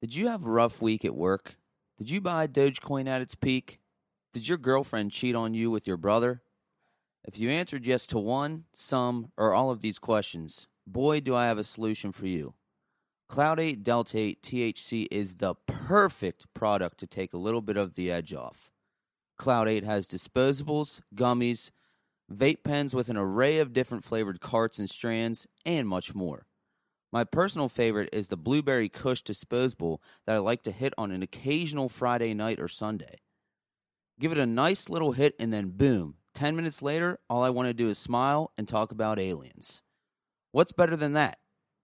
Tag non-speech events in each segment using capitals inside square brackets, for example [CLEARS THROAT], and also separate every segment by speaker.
Speaker 1: Did you have a rough week at work? Did you buy Dogecoin at its peak? Did your girlfriend cheat on you with your brother? If you answered yes to one, some, or all of these questions, boy, do I have a solution for you. Cloud 8 Delta 8 THC is the perfect product to take a little bit of the edge off. Cloud 8 has disposables, gummies, vape pens with an array of different flavored carts and strands, and much more. My personal favorite is the Blueberry Kush disposable that I like to hit on an occasional Friday night or Sunday. Give it a nice little hit, and then boom, 10 minutes later, all I want to do is smile and talk about aliens. What's better than that?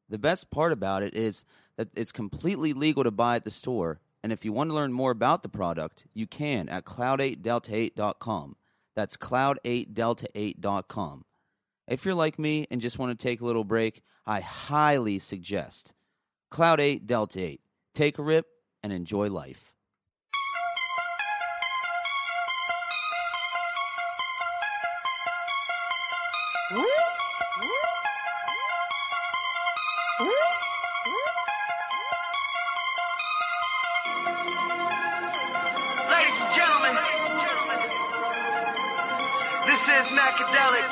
Speaker 1: The best part about it is that it's completely legal to buy at the store, and if you want to learn more about the product, you can at cloud8delta8.com. That's cloud8delta8.com. If you're like me and just want to take a little break, I highly suggest Cloud 8 Delta 8. Take a rip and enjoy life.
Speaker 2: Ladies and gentlemen, this is Macadelic.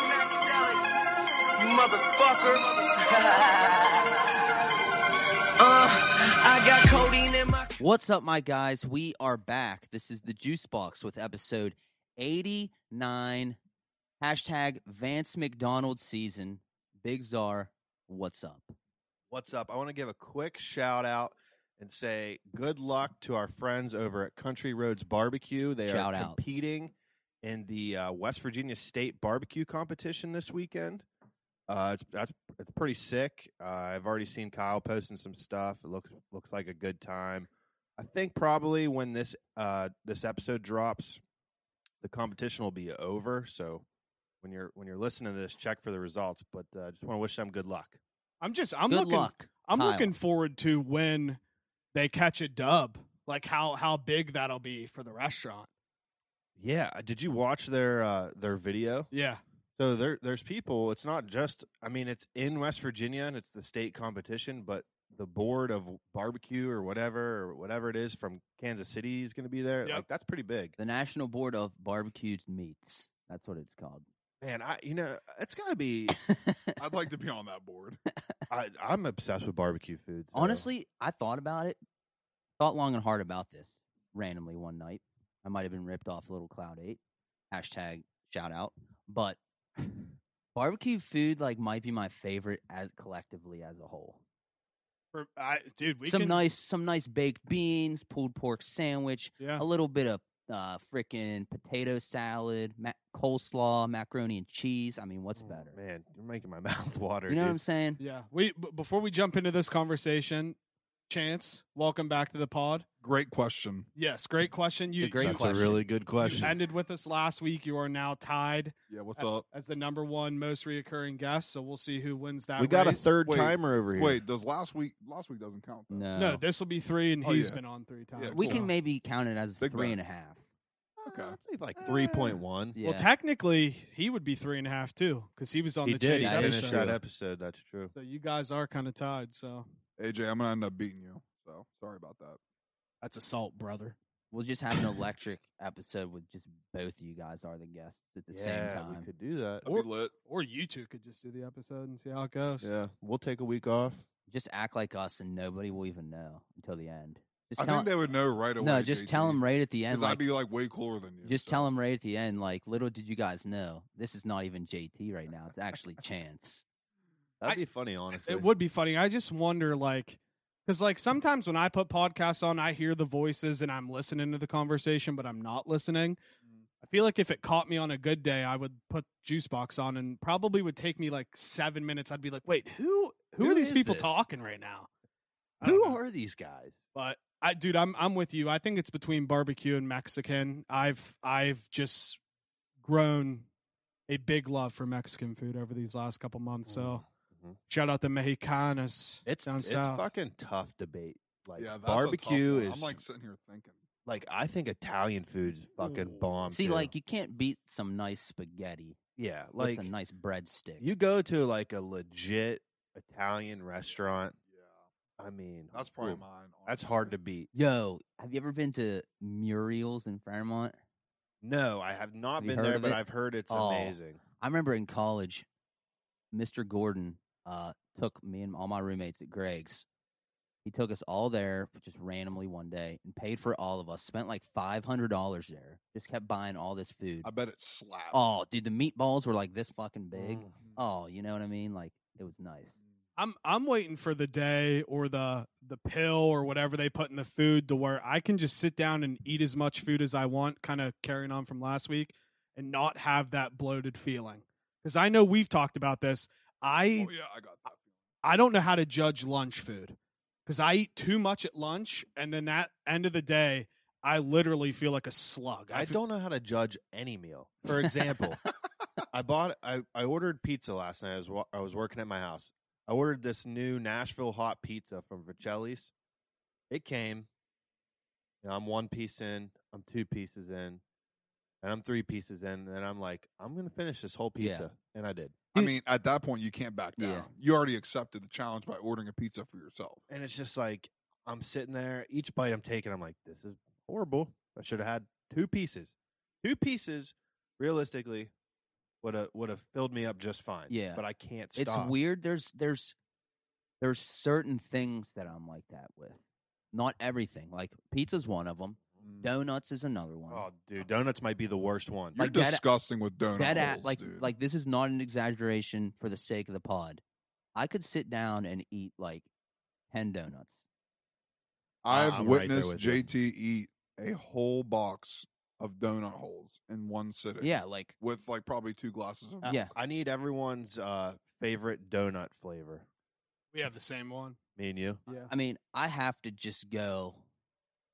Speaker 2: You motherfucker. [LAUGHS] uh, I got codeine in my.
Speaker 1: What's up, my guys? We are back. This is the Juice Box with episode 89. Hashtag Vance McDonald season. Big Czar, what's up?
Speaker 3: What's up? I want to give a quick shout out and say good luck to our friends over at Country Roads Barbecue. They
Speaker 1: Shout
Speaker 3: are
Speaker 1: out.
Speaker 3: competing in the uh, West Virginia State Barbecue Competition this weekend. Uh, it's that's it's pretty sick. Uh, I've already seen Kyle posting some stuff. It looks looks like a good time. I think probably when this uh, this episode drops, the competition will be over. So when you're when you're listening to this, check for the results. But uh, just want to wish them good luck.
Speaker 4: I'm just I'm
Speaker 1: Good
Speaker 4: looking
Speaker 1: luck.
Speaker 4: I'm
Speaker 1: Kyle.
Speaker 4: looking forward to when they catch a dub. Like how how big that'll be for the restaurant.
Speaker 3: Yeah, uh, did you watch their uh, their video?
Speaker 4: Yeah.
Speaker 3: So there there's people. It's not just. I mean, it's in West Virginia and it's the state competition, but the board of barbecue or whatever or whatever it is from Kansas City is going to be there.
Speaker 4: Yep.
Speaker 3: Like that's pretty big,
Speaker 1: The National Board of Barbecued Meats. That's what it's [LAUGHS] called.
Speaker 3: man. I you know it's got to be.
Speaker 5: I'd like to be on that board.
Speaker 3: I, I'm obsessed with barbecue food. so-
Speaker 1: Honestly, I thought about it, thought long and hard about this randomly one night. I might have been ripped off a little Cloud 8. Hashtag shout out. But [SIGHS] barbecue food like might be my favorite as collectively as a whole.
Speaker 4: For, I, dude, we
Speaker 1: some
Speaker 4: can
Speaker 1: nice some nice baked beans, pulled pork sandwich,
Speaker 4: yeah.
Speaker 1: a little bit of uh frickin' potato salad, ma- coleslaw, macaroni and cheese. I mean, what's
Speaker 3: Oh,
Speaker 1: better?
Speaker 3: Man, you're making my [LAUGHS] mouth water.
Speaker 1: you know what I'm
Speaker 3: dude.
Speaker 1: saying?
Speaker 4: Yeah. We b- before we jump into this conversation, Chance, welcome back to the pod.
Speaker 5: Great question.
Speaker 4: Yes, great question. You
Speaker 1: It's a great
Speaker 3: That's
Speaker 1: question.
Speaker 3: a really good
Speaker 4: you
Speaker 3: question.
Speaker 4: ended with us last week. You are now tied
Speaker 5: Yeah, what's up?
Speaker 4: as the number one most reoccurring guest, so we'll see who wins that.
Speaker 3: We got a
Speaker 4: race.
Speaker 3: third
Speaker 5: Wait,
Speaker 3: timer over here.
Speaker 5: Wait, does last week last week doesn't count? though.
Speaker 1: No.
Speaker 4: No, this will be three, and
Speaker 5: Oh,
Speaker 4: he's
Speaker 5: yeah.
Speaker 4: been on three times.
Speaker 5: Yeah,
Speaker 1: we
Speaker 5: cool.
Speaker 1: can maybe count it as
Speaker 5: Big
Speaker 1: three
Speaker 5: bet.
Speaker 1: and a half.
Speaker 5: Okay.
Speaker 3: Uh, I'd say like three point one.
Speaker 1: Yeah.
Speaker 4: Well, technically, he would be three and a half too, because he was on
Speaker 3: He
Speaker 4: the
Speaker 3: did.
Speaker 4: chase
Speaker 3: He
Speaker 1: that is
Speaker 3: finished
Speaker 4: episode.
Speaker 3: that episode. That's true.
Speaker 4: So you guys are kind of tied. So
Speaker 5: AJ, I'm gonna end up beating you. So sorry about that.
Speaker 4: that's assault, brother.
Speaker 1: We'll just have an electric episode with just both of you guys are the guests at the
Speaker 3: yeah,
Speaker 1: same time.
Speaker 3: we could do that.
Speaker 5: That'd
Speaker 4: Or-
Speaker 5: be lit.
Speaker 4: Or you two could just do the episode and see how it goes.
Speaker 3: Yeah, we'll take a week off.
Speaker 1: Just act like us, and nobody will even know until the end. Just
Speaker 5: I
Speaker 1: tell
Speaker 5: think they would know right away.
Speaker 1: no, just tell them right at the end.
Speaker 5: Because
Speaker 1: Like,
Speaker 5: I'd be like way cooler than you.
Speaker 1: just
Speaker 5: so.
Speaker 1: tell them right at the end. Like, little did you guys know, this is not even JT right now. It's
Speaker 5: [LAUGHS]
Speaker 1: actually Chance.
Speaker 3: That'd
Speaker 4: I-
Speaker 3: be funny, honestly.
Speaker 4: It would be funny. I just wonder, like, because like sometimes when I put podcasts on, I hear the voices and I'm listening to the conversation, but I'm not listening. I feel like if it caught me on a good day, I would put Juicebox on, and probably would take me like seven minutes. I'd be like, wait, who who,
Speaker 3: Who
Speaker 4: are these
Speaker 3: is
Speaker 4: people
Speaker 3: this?
Speaker 4: talking right now? I don't
Speaker 3: Who
Speaker 4: know.
Speaker 3: are these guys?
Speaker 4: But I, dude, I'm I'm with you. I think it's between barbecue and Mexican. I've I've just grown a big love for Mexican food over these last couple months. So
Speaker 3: Mhm.
Speaker 4: shout out the Mexicanas.
Speaker 3: it's
Speaker 4: down
Speaker 3: it's
Speaker 4: south.
Speaker 3: fucking tough debate. Like
Speaker 5: yeah, that's a tough
Speaker 3: barbecue
Speaker 5: one.
Speaker 3: is
Speaker 5: I'm like sitting here thinking.
Speaker 3: like, I think Italian food's fucking
Speaker 4: Ooh.
Speaker 3: bomb.
Speaker 1: See,
Speaker 3: too.
Speaker 1: like, you can't beat some nice spaghetti
Speaker 3: yeah, like
Speaker 1: with a nice breadstick.
Speaker 3: you go to like a legit Italian restaurant
Speaker 5: Yeah.
Speaker 3: I mean,
Speaker 6: That's probably
Speaker 3: ooh,
Speaker 6: mine.
Speaker 3: That's
Speaker 6: honestly.
Speaker 3: hard to beat.
Speaker 1: Yo, have you ever been to Muriel's in Fairmont?
Speaker 3: No, I have not
Speaker 1: Have you
Speaker 3: been
Speaker 1: heard
Speaker 3: there,
Speaker 1: of
Speaker 3: but
Speaker 1: it?
Speaker 3: I've heard it's
Speaker 1: Oh.
Speaker 3: amazing.
Speaker 1: I remember in college, Mr. Gordon uh, took me and all my roommates at Greg's. He took us all there just randomly one day and paid for all of us. Spent like five hundred dollars there. Just kept buying all this food.
Speaker 6: I bet it slaps.
Speaker 1: Oh, dude, the meatballs were like this fucking big.
Speaker 3: Mm.
Speaker 1: Oh, you know what I mean? Like it was nice.
Speaker 4: I'm I'm waiting for the day or the the pill or whatever they put in the food to where I can just sit down and eat as much food as I want, kind of carrying on from last week, and not have that bloated feeling. Because I know we've talked about this.
Speaker 6: Oh,
Speaker 4: I
Speaker 6: yeah, I got that.
Speaker 4: I don't know how to judge lunch food because I eat too much at lunch, and then that end of the day, I literally feel like a slug.
Speaker 3: I
Speaker 4: fe-
Speaker 3: don't know how to judge any meal. For example, I bought I, I ordered pizza last night. I was wa- I was working at my house. I ordered this new Nashville hot pizza from Vercelli's. It came. You know, I'm one piece in. I'm two pieces in, and I'm three pieces in. And then I'm like, I'm gonna finish this whole
Speaker 1: Yeah.
Speaker 3: pizza, and I did.
Speaker 6: I mean, at that point, you can't back down.
Speaker 1: Yeah.
Speaker 6: You already accepted the challenge by ordering a pizza for yourself.
Speaker 3: And it's just like I'm sitting there. Each bite I'm taking, I'm like, this is horrible. I should have had two pieces. Two pieces, realistically, would have would have filled me up just fine.
Speaker 1: Yeah.
Speaker 3: but I can't stop.
Speaker 1: It's weird. There's there's there's certain things that I'm like that with. Not everything. Like pizza's one of them. Donuts is another one.
Speaker 3: Oh, dude, donuts might be the worst one.
Speaker 6: You're
Speaker 1: like that-
Speaker 6: disgusting with donut
Speaker 1: that
Speaker 6: holes,
Speaker 1: at like
Speaker 6: dude.
Speaker 1: like this is not an exaggeration for the sake of the pod. I could sit down and eat like ten donuts.
Speaker 6: I've
Speaker 1: ah,
Speaker 3: I'm right there
Speaker 6: witnessed
Speaker 3: with you.
Speaker 6: JT eat a whole box of donut holes in one sitting.
Speaker 1: Yeah, like
Speaker 6: with like probably two glasses of
Speaker 3: I-
Speaker 1: Yeah.
Speaker 3: I need everyone's uh, favorite donut flavor.
Speaker 4: We have the same one.
Speaker 3: Me and you.
Speaker 4: Yeah.
Speaker 1: I mean, I have to just go,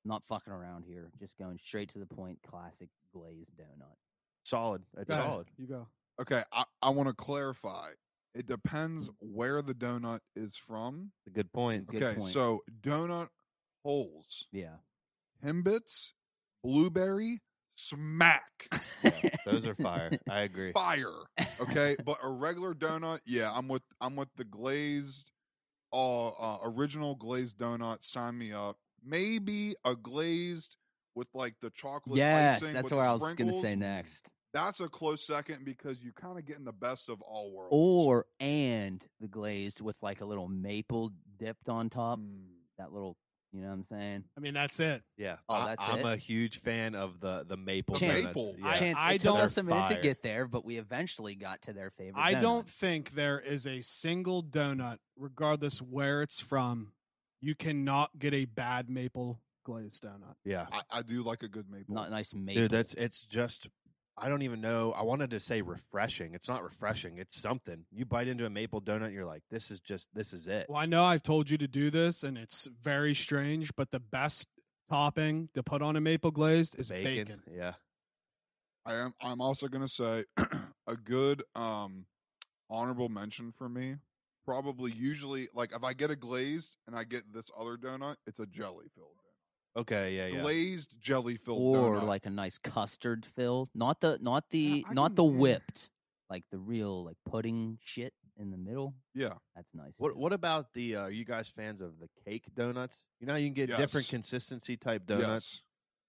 Speaker 1: not fucking around here, just going straight to the point. Classic glazed donut.
Speaker 3: Solid. It's
Speaker 4: Go ahead.
Speaker 3: solid.
Speaker 4: You go.
Speaker 6: Okay, I, I want to clarify. It depends where the donut is from.
Speaker 3: It's a good point.
Speaker 1: Good
Speaker 6: okay,
Speaker 1: point.
Speaker 6: so donut holes,
Speaker 1: Yeah,
Speaker 6: Himbits, blueberry, smack,
Speaker 3: [LAUGHS]
Speaker 6: [LAUGHS]
Speaker 3: Yeah, those are fire. [LAUGHS] I agree.
Speaker 6: fire. Okay, but a regular donut, yeah, I'm with I'm with the glazed, uh, uh original glazed donut. Sign me up. Maybe a glazed with like the chocolate.
Speaker 1: yes,
Speaker 6: icing
Speaker 1: that's
Speaker 6: with the
Speaker 1: what I was going to
Speaker 6: sprinkles.
Speaker 1: say next.
Speaker 6: That's a close second because you kind of getting the best of all worlds.
Speaker 1: Or and the glazed with like a little maple dipped on top.
Speaker 6: Mm.
Speaker 1: That little, you know what I'm saying?
Speaker 4: I mean, that's it.
Speaker 3: Yeah.
Speaker 1: Oh,
Speaker 3: I,
Speaker 1: that's
Speaker 3: am
Speaker 1: it?
Speaker 3: a huge fan of the the maple.
Speaker 6: The
Speaker 3: donuts.
Speaker 6: maple.
Speaker 3: Yeah.
Speaker 1: Chance,
Speaker 4: I
Speaker 1: it took
Speaker 4: don't-
Speaker 1: us a minute to
Speaker 3: Fire.
Speaker 1: get there, but we eventually got to their favorite.
Speaker 4: I
Speaker 1: donut.
Speaker 4: don't think there is a single donut, regardless where it's from, you cannot get a bad maple glazed donut.
Speaker 3: yeah.
Speaker 6: I, I do like a good maple.
Speaker 1: not nice maple.
Speaker 3: Dude, that's it's just I don't even know. I wanted to say refreshing. It's not refreshing. It's something. You bite into a maple donut, you're like, this is just this is it.
Speaker 4: Well, I know I've told you to do this, and it's very strange, but the best topping to put on a maple glazed is bacon.
Speaker 3: Yeah.
Speaker 6: I am. I'm also gonna say [CLEARS THROAT] a good um honorable mention for me. Probably usually like if I get a glazed and I get this other donut, it's a jelly filled
Speaker 3: Okay, yeah, yeah.
Speaker 6: glazed jelly filled
Speaker 1: or
Speaker 6: donut.
Speaker 1: like a nice custard fill, not the not the
Speaker 6: I
Speaker 1: not
Speaker 6: can-
Speaker 1: the
Speaker 6: yeah.
Speaker 1: whipped, like the real like pudding shit in the middle.
Speaker 6: yeah.
Speaker 1: That's nice.
Speaker 3: What
Speaker 1: too.
Speaker 3: what about the uh, are you guys fans of the cake donuts? You know how you can get different
Speaker 6: Yes.
Speaker 3: consistency type donuts.
Speaker 6: Yes.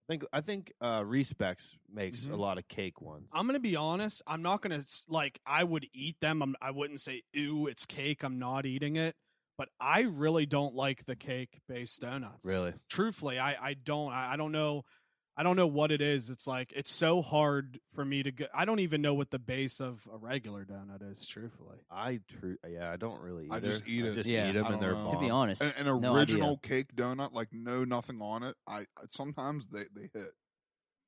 Speaker 3: I think I think uh Respecs makes a
Speaker 6: Mhm.
Speaker 3: lot of cake ones.
Speaker 4: I'm gonna be honest. I'm not gonna s- like. I would eat them. I'm, I wouldn't say, "Ooh, it's cake." I'm not eating it, but I really don't like the cake-based donuts.
Speaker 3: Really?
Speaker 4: truthfully i i don't I, I don't know i don't know what it is it's like it's so hard for me to go i don't even know what the base of a regular donut is truthfully
Speaker 3: I true yeah, I don't really
Speaker 6: I
Speaker 3: either.
Speaker 6: just eat it.
Speaker 3: just
Speaker 1: Yeah.
Speaker 3: eat them
Speaker 6: I
Speaker 3: and
Speaker 6: don't
Speaker 3: they're
Speaker 6: know.
Speaker 1: To be
Speaker 3: bomb.
Speaker 1: honest,
Speaker 6: An, an
Speaker 1: no idea.
Speaker 6: original cake donut, like no nothing on it. I, I sometimes they they hit.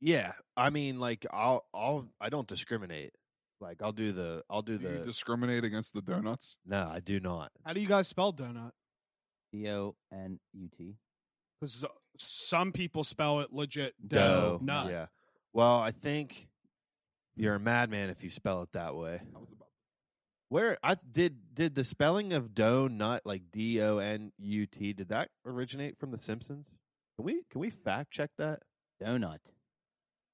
Speaker 3: Yeah. I mean like I'll I'll I don't discriminate. Like I'll do the I'll do
Speaker 6: Do
Speaker 3: the
Speaker 6: you discriminate against the donuts?
Speaker 3: No, I do not.
Speaker 4: how do you guys spell donut
Speaker 1: D O N U T.
Speaker 4: because some people spell it legit
Speaker 1: Dough,
Speaker 4: dough nut
Speaker 3: Yeah. Well, I think you're a madman if you spell it that way.
Speaker 6: I was about-
Speaker 3: Where I did did the spelling of dough nut like D O N U T did that originate from The Simpsons? Can we can we fact check that?
Speaker 1: Donut.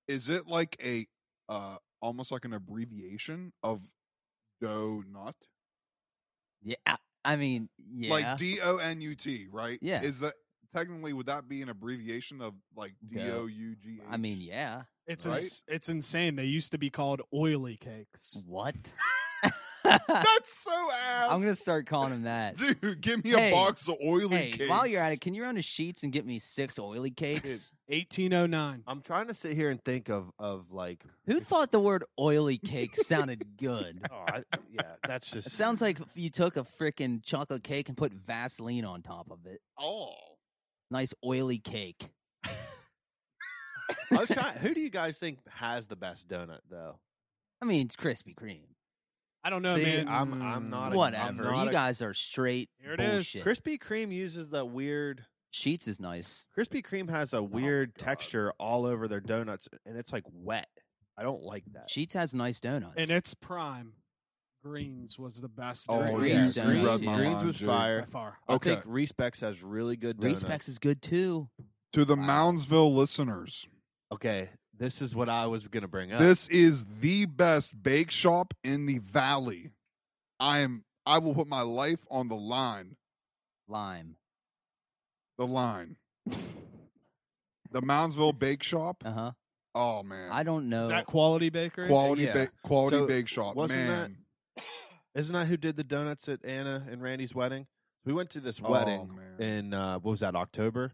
Speaker 6: Is it like a uh almost like an abbreviation of donut?
Speaker 1: Yeah. I mean, yeah.
Speaker 6: Like D O N U T, right?
Speaker 1: Yeah.
Speaker 6: Is that technically would that be an abbreviation of like D
Speaker 1: Yeah.
Speaker 6: O U G H?
Speaker 1: I mean, yeah.
Speaker 4: It's
Speaker 6: Right?
Speaker 4: ins- it's insane. They used to be called oily cakes.
Speaker 3: Mm.
Speaker 6: [LAUGHS]
Speaker 1: What?
Speaker 6: [LAUGHS]
Speaker 1: [LAUGHS]
Speaker 6: that's so ass.
Speaker 1: I'm gonna start calling him that.
Speaker 6: dude, give me
Speaker 1: Hey,
Speaker 6: a box of oily
Speaker 1: Hey,
Speaker 6: cakes.
Speaker 1: while you're at it, can you run to Sheets and get me six oily cakes?
Speaker 4: 1809.
Speaker 3: I'm trying to sit here and think of of like
Speaker 1: Who thought the word oily cake sounded good?
Speaker 3: Oh, I, yeah, [LAUGHS] that's just.
Speaker 1: It sounds like you took a freaking chocolate cake and put Vaseline on top of it.
Speaker 6: oh,
Speaker 1: Nice oily cake.
Speaker 3: I was trying, who do you guys think has the best donut though?
Speaker 1: I mean, it's Krispy Kreme.
Speaker 4: I don't know,
Speaker 3: See,
Speaker 4: man.
Speaker 3: I'm I'm not a,
Speaker 1: Whatever.
Speaker 3: I'm not
Speaker 1: You
Speaker 3: a-
Speaker 1: guys are straight
Speaker 4: Here it is.
Speaker 1: bullshit.
Speaker 3: Krispy Kreme uses that weird.
Speaker 1: Sheets is nice.
Speaker 3: Krispy Kreme has a weird
Speaker 6: God.
Speaker 3: texture all over their donuts, and it's like wet. I don't like that.
Speaker 1: Sheets has nice donuts.
Speaker 4: and it's prime. Greens was the best.
Speaker 6: Oh,
Speaker 4: donut.
Speaker 6: yeah.
Speaker 1: Greens
Speaker 6: you
Speaker 1: donuts,
Speaker 6: read
Speaker 1: yeah.
Speaker 6: my
Speaker 3: Greens
Speaker 6: mind,
Speaker 3: was
Speaker 6: dude.
Speaker 4: by
Speaker 3: fire.
Speaker 4: far.
Speaker 6: Okay.
Speaker 3: I think Respecs has really good donuts.
Speaker 1: Respex is good too.
Speaker 6: To the
Speaker 3: Wow.
Speaker 6: Moundsville listeners,
Speaker 3: Okay, this is what I was gonna bring up.
Speaker 6: this is the best bake shop in the valley. I am. I will put my life on the line.
Speaker 1: Lime. [LAUGHS]
Speaker 6: The line. the Moundsville Bake Shop.
Speaker 1: Uh huh.
Speaker 6: Oh man,
Speaker 1: I don't know.
Speaker 4: Is that quality bakery?
Speaker 6: quality
Speaker 3: Yeah.
Speaker 6: ba- quality
Speaker 3: So,
Speaker 6: bake shop.
Speaker 3: wasn't
Speaker 6: man,
Speaker 3: that- [COUGHS] Isn't that who did the donuts at Anna and Randy's wedding? We went to this
Speaker 6: Oh,
Speaker 3: wedding
Speaker 6: man.
Speaker 3: in uh, what was that October,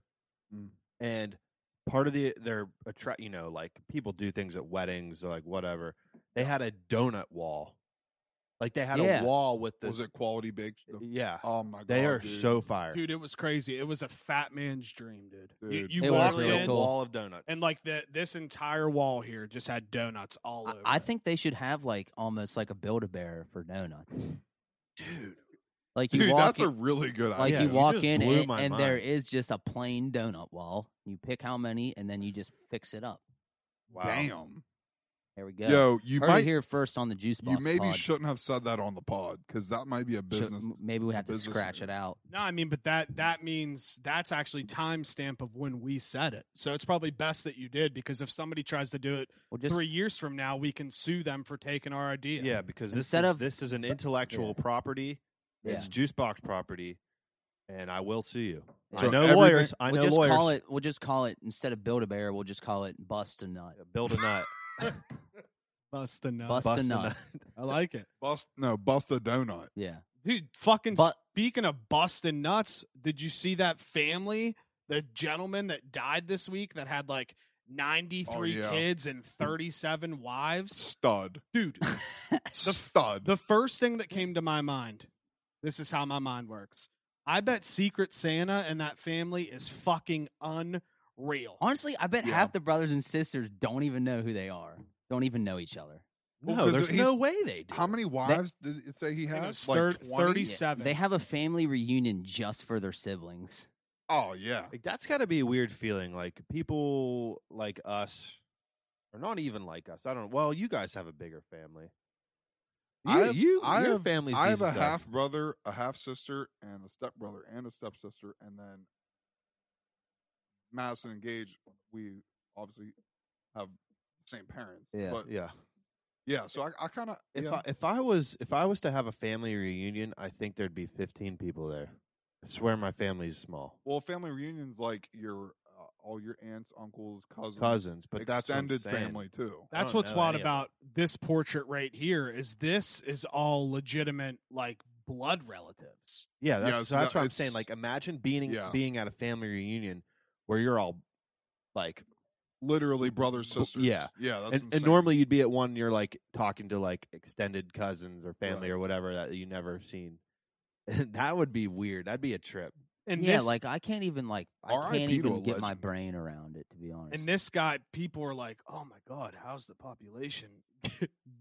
Speaker 6: Mm.
Speaker 3: and part of the their attract you know like people do things at weddings like whatever. They had a donut wall, like they had
Speaker 1: Yeah.
Speaker 3: a wall with the
Speaker 6: was it quality bake? the-
Speaker 3: yeah.
Speaker 6: Oh my god,
Speaker 3: they are
Speaker 6: dude. [LAUGHS]
Speaker 3: so fire.
Speaker 4: Dude, it was crazy. It was a fat man's dream, dude. You-
Speaker 6: Dude.
Speaker 4: You,
Speaker 1: It was
Speaker 4: walked
Speaker 1: really
Speaker 4: in
Speaker 1: cool.
Speaker 3: wall of donuts.
Speaker 4: and like the this entire wall here just had donuts all
Speaker 1: I-
Speaker 4: over.
Speaker 1: I think they should have like almost like a build a bear for donuts.
Speaker 3: dude.
Speaker 1: Like you
Speaker 6: Dude,
Speaker 1: walk
Speaker 6: that's a
Speaker 1: in,
Speaker 6: really good
Speaker 1: like
Speaker 6: idea.
Speaker 3: Yeah,
Speaker 1: you
Speaker 3: you
Speaker 1: walk
Speaker 3: just
Speaker 1: in
Speaker 3: blew
Speaker 1: and,
Speaker 3: my
Speaker 1: and there
Speaker 3: mind.
Speaker 1: is just a plain donut wall. You pick how many and then you just fix it up.
Speaker 3: Wow.
Speaker 6: Damn,
Speaker 1: There we go.
Speaker 6: yo, you
Speaker 1: Heard it
Speaker 6: might
Speaker 1: here first on the juice box.
Speaker 6: you maybe
Speaker 1: pod.
Speaker 6: shouldn't have said that on the pod because that might be a
Speaker 1: Should-
Speaker 6: business.
Speaker 1: m- maybe we have to
Speaker 6: business
Speaker 1: scratch
Speaker 6: move.
Speaker 1: it out.
Speaker 4: No, I mean, but that that means that's actually timestamp of when we said it. So it's probably best that you did because if somebody tries to do it
Speaker 1: Well, just
Speaker 4: three years from now, we can sue them for taking our idea.
Speaker 3: Yeah, because this
Speaker 1: Instead
Speaker 3: is,
Speaker 1: of-
Speaker 3: this is an intellectual property. It's juice box property, and I will sue you.
Speaker 1: Yeah.
Speaker 6: So
Speaker 3: I know
Speaker 6: everything-
Speaker 3: lawyers. I know
Speaker 1: we'll just
Speaker 3: lawyers.
Speaker 1: call it. We'll just call it instead of build a bear. We'll just call it bust a nut.
Speaker 3: Build a nut.
Speaker 4: bust a nut.
Speaker 1: Bust,
Speaker 3: Bust
Speaker 1: a
Speaker 3: a
Speaker 1: nut.
Speaker 3: nut. [LAUGHS]
Speaker 4: I like it,
Speaker 6: Bust no, bust a donut.
Speaker 1: Yeah.
Speaker 4: dude. Fucking
Speaker 1: But-
Speaker 4: speaking of busting nuts, did you see that family, the gentleman that died this week that had like
Speaker 1: Oh,
Speaker 4: ninety three
Speaker 6: yeah.
Speaker 4: kids
Speaker 1: Mm.
Speaker 4: and thirty seven wives?
Speaker 6: Stud,
Speaker 4: Dude,
Speaker 6: stud.
Speaker 4: The first thing that came to my mind, this is how my mind works. I bet Secret Santa and that family is fucking unreal.
Speaker 1: Honestly, I bet
Speaker 6: Yeah.
Speaker 1: half the brothers and sisters don't even know who they are. Don't even know each other.
Speaker 6: Well,
Speaker 3: No,
Speaker 6: 'cause
Speaker 3: there's
Speaker 6: he's-
Speaker 3: no way they do.
Speaker 6: How many wives did it say he
Speaker 4: I think it
Speaker 6: has?
Speaker 4: was
Speaker 6: Like
Speaker 4: thir-
Speaker 6: 20?
Speaker 4: 30 Seven.
Speaker 1: They have a family reunion just for their siblings.
Speaker 6: Oh yeah,
Speaker 3: Like that's got to be a weird feeling. Like people like us, or not even like us. I don't. Well, you guys have a bigger family. You,
Speaker 6: I have-
Speaker 3: you,
Speaker 6: I
Speaker 3: your
Speaker 6: have-
Speaker 3: family's
Speaker 6: I have
Speaker 3: Jesus
Speaker 6: a
Speaker 3: God.
Speaker 6: half brother, a half sister, and a step brother, and a stepsister, and then Madison and Gage. We obviously have the same parents.
Speaker 1: Yeah.
Speaker 6: but
Speaker 3: Yeah.
Speaker 6: yeah. So I, I kind of
Speaker 3: If
Speaker 6: yeah,
Speaker 3: I, if I was if I was to have a family reunion, I think there'd be 15 people there. I swear my family's small.
Speaker 6: well, family reunions like your uh, all your aunts, uncles, cousins,
Speaker 3: Cousins, but that's what I'm
Speaker 6: extended
Speaker 3: saying. Oh,
Speaker 6: family too.
Speaker 3: I
Speaker 4: That's
Speaker 3: don't
Speaker 4: what's
Speaker 3: know
Speaker 4: wild
Speaker 3: any of
Speaker 4: about this portrait right here is this is all legitimate like blood relatives.
Speaker 3: Yeah, that's,
Speaker 6: Yeah,
Speaker 3: so
Speaker 6: so
Speaker 3: that's
Speaker 6: that-
Speaker 3: what I'm saying.
Speaker 6: it's-
Speaker 3: Like, imagine being
Speaker 6: Yeah.
Speaker 3: being at a family reunion where you're all like,
Speaker 6: Literally brothers,
Speaker 3: Well,
Speaker 6: sisters.
Speaker 3: yeah.
Speaker 6: yeah. That's
Speaker 3: and, and
Speaker 6: insane.
Speaker 3: normally you'd be at one, you're like talking to like extended cousins or family
Speaker 6: Right.
Speaker 3: or whatever that you never seen. [LAUGHS] that would be weird. That'd be a trip.
Speaker 4: And
Speaker 1: yeah,
Speaker 4: this,
Speaker 1: like I can't even like I
Speaker 6: R.I.P.
Speaker 1: can't
Speaker 6: to
Speaker 1: even
Speaker 6: a
Speaker 1: get my
Speaker 6: legend.
Speaker 1: brain around it to be honest.
Speaker 4: and this guy, people are like, "Oh my god, how's the population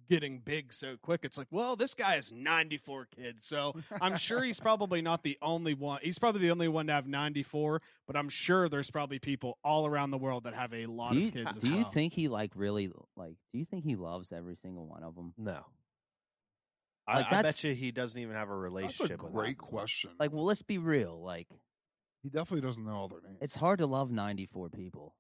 Speaker 4: getting big so quick?" It's like, well, this guy has ninety four kids, so
Speaker 6: [LAUGHS]
Speaker 4: I'm sure he's probably not the only one. He's probably the only one to have 94, but I'm sure there's probably people all around the world that have a lot
Speaker 1: do you,
Speaker 4: of kids. as
Speaker 1: do you
Speaker 4: well.
Speaker 1: think he like really like? Do you think he loves every single one of them?
Speaker 3: No,
Speaker 1: Like,
Speaker 3: I, I
Speaker 1: that's-
Speaker 3: bet you he doesn't even have a
Speaker 6: that's a
Speaker 3: relationship. with
Speaker 6: great
Speaker 3: them.
Speaker 6: question.
Speaker 1: Like, well, let's be real. Like,
Speaker 6: he definitely doesn't know all their names.
Speaker 1: it's hard to love ninety four people.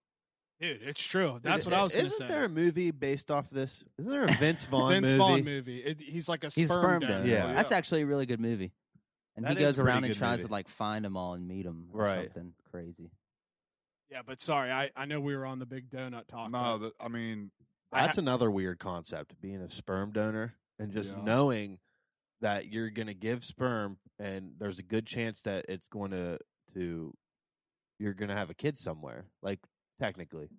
Speaker 4: dude? It's true. That's
Speaker 3: Dude,
Speaker 4: what I was. gonna
Speaker 3: Isn't
Speaker 4: say.
Speaker 3: there a movie based off this? Isn't
Speaker 4: [LAUGHS]
Speaker 3: there a Vince Vaughn
Speaker 4: Vince
Speaker 3: movie?
Speaker 4: Vaughn movie? It- he's like a sperm,
Speaker 1: He's sperm
Speaker 4: donor.
Speaker 1: donor.
Speaker 3: Yeah.
Speaker 1: That's actually a really good movie. And
Speaker 3: That
Speaker 1: he goes
Speaker 3: is a pretty
Speaker 1: around and
Speaker 3: good
Speaker 1: tries
Speaker 3: movie.
Speaker 1: to like find them all and meet them.
Speaker 3: Right.
Speaker 1: Something crazy.
Speaker 4: Yeah, but sorry, I, I know we were on the big donut talk.
Speaker 6: No,
Speaker 4: but
Speaker 6: the, I mean,
Speaker 4: I ha-
Speaker 3: That's another weird concept, being a sperm donor and just
Speaker 6: Yeah.
Speaker 3: knowing that you're going to give sperm and there's a good chance that it's going to to you're going to have a kid somewhere. Like technically,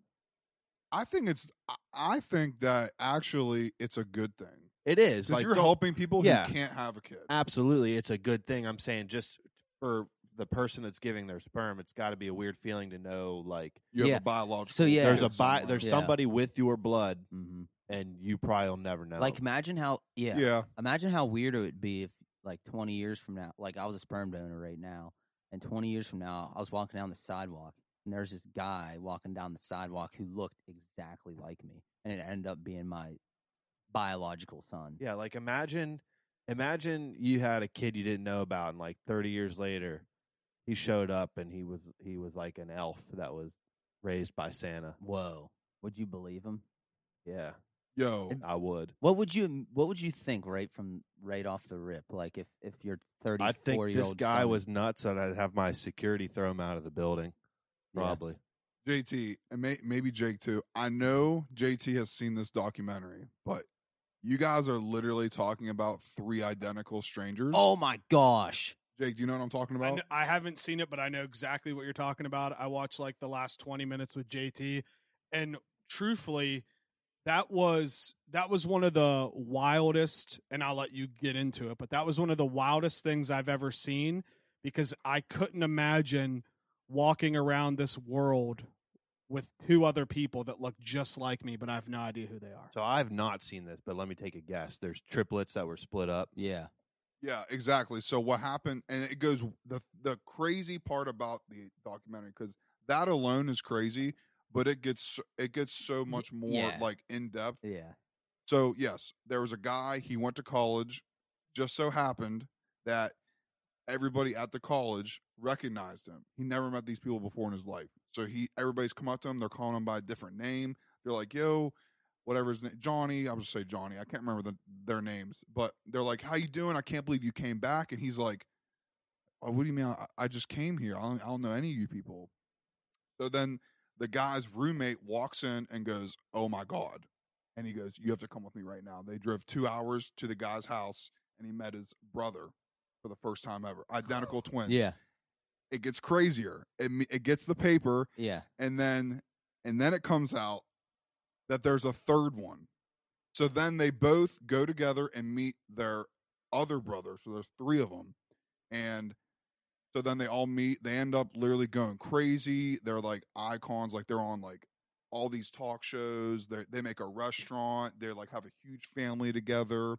Speaker 6: I think it's. I- I think that actually it's a good thing
Speaker 3: it is.
Speaker 6: because
Speaker 3: Like
Speaker 6: you're
Speaker 3: don't-
Speaker 6: helping people
Speaker 3: yeah. Uh,
Speaker 6: who can't have a kid.
Speaker 3: Absolutely, it's a good thing. I'm saying just for the person that's giving their sperm, it's got to be a weird feeling to know like
Speaker 6: You have
Speaker 1: Yeah.
Speaker 6: a biological.
Speaker 1: So, yeah.
Speaker 3: there's a
Speaker 6: kid
Speaker 3: bi-
Speaker 6: somewhere.
Speaker 3: there's
Speaker 1: Yeah.
Speaker 3: somebody with your blood
Speaker 1: hmm
Speaker 3: and you probably will never know.
Speaker 1: Like imagine how yeah,
Speaker 6: yeah.
Speaker 1: Imagine how weird it would be if like 20 years from now, like I was a sperm donor right now, and 20 years from now, I was walking down the sidewalk and there's this guy walking down the sidewalk who looked exactly like me, and it ended up being my biological son.
Speaker 3: Yeah, like imagine imagine you had a kid you didn't know about and like 30 years later he showed up and he was he was like an elf that was raised by Santa.
Speaker 1: Whoa. Would you believe him?
Speaker 3: Yeah,
Speaker 6: Yo,
Speaker 3: I would.
Speaker 1: What would you What would you think right from right off the rip? Like if if your thirty
Speaker 3: I think
Speaker 1: four year
Speaker 3: this
Speaker 1: old
Speaker 3: guy
Speaker 1: son,
Speaker 3: was nuts and I'd have my security throw him out of the building
Speaker 1: Yeah.
Speaker 3: probably.
Speaker 6: JT, and may, maybe Jake too. I know JT has seen this documentary, but you guys are literally talking about three identical strangers.
Speaker 1: Oh my gosh!
Speaker 6: Jake, do you know what I'm talking
Speaker 4: I,
Speaker 6: about?
Speaker 4: kn- I haven't seen it, but I know exactly what you're talking about. I watched like the last 20 minutes with JT, and truthfully, that was that was one of the wildest. And I'll let you get into it, but that was one of the wildest things I've ever seen because I couldn't imagine walking around this world with two other people that look just like me, but I have no idea who they are.
Speaker 3: So I've not seen this, but let me take a guess. There's triplets that were split up.
Speaker 1: Yeah,
Speaker 6: Yeah, exactly. So what happened, and it goes the the crazy part about the documentary because that alone is crazy, but it gets it gets so much more
Speaker 1: yeah.
Speaker 6: like in depth.
Speaker 1: yeah.
Speaker 6: So yes, there was a guy. He went to college. Just so happened that everybody at the college recognized him. He never met these people before in his life. So he, everybody's come up to him. They're calling him by a different name. They're like, "Yo, whatever his name, Johnny." I'll just say Johnny. I can't remember the, their names, but they're like, "How you doing? I can't believe you came back." And he's like, oh, "What do you mean? I, I just came here. I don't, I don't know any of you people." So then the guy's roommate walks in and goes, "Oh my god." and he goes, "You have to come with me right now." They drove two hours to the guy's house, and he met his brother for the first time ever. Identical twins.
Speaker 1: Yeah,
Speaker 6: it gets crazier. It me- it gets the paper,
Speaker 1: yeah.
Speaker 6: and then and then it comes out that there's a third one. So then they both go together and meet their other brother. So there's three of them, and so then they all meet. They end up literally going crazy. They're like icons. Like they're on like all these talk shows. They they make a restaurant. They like have a huge family together,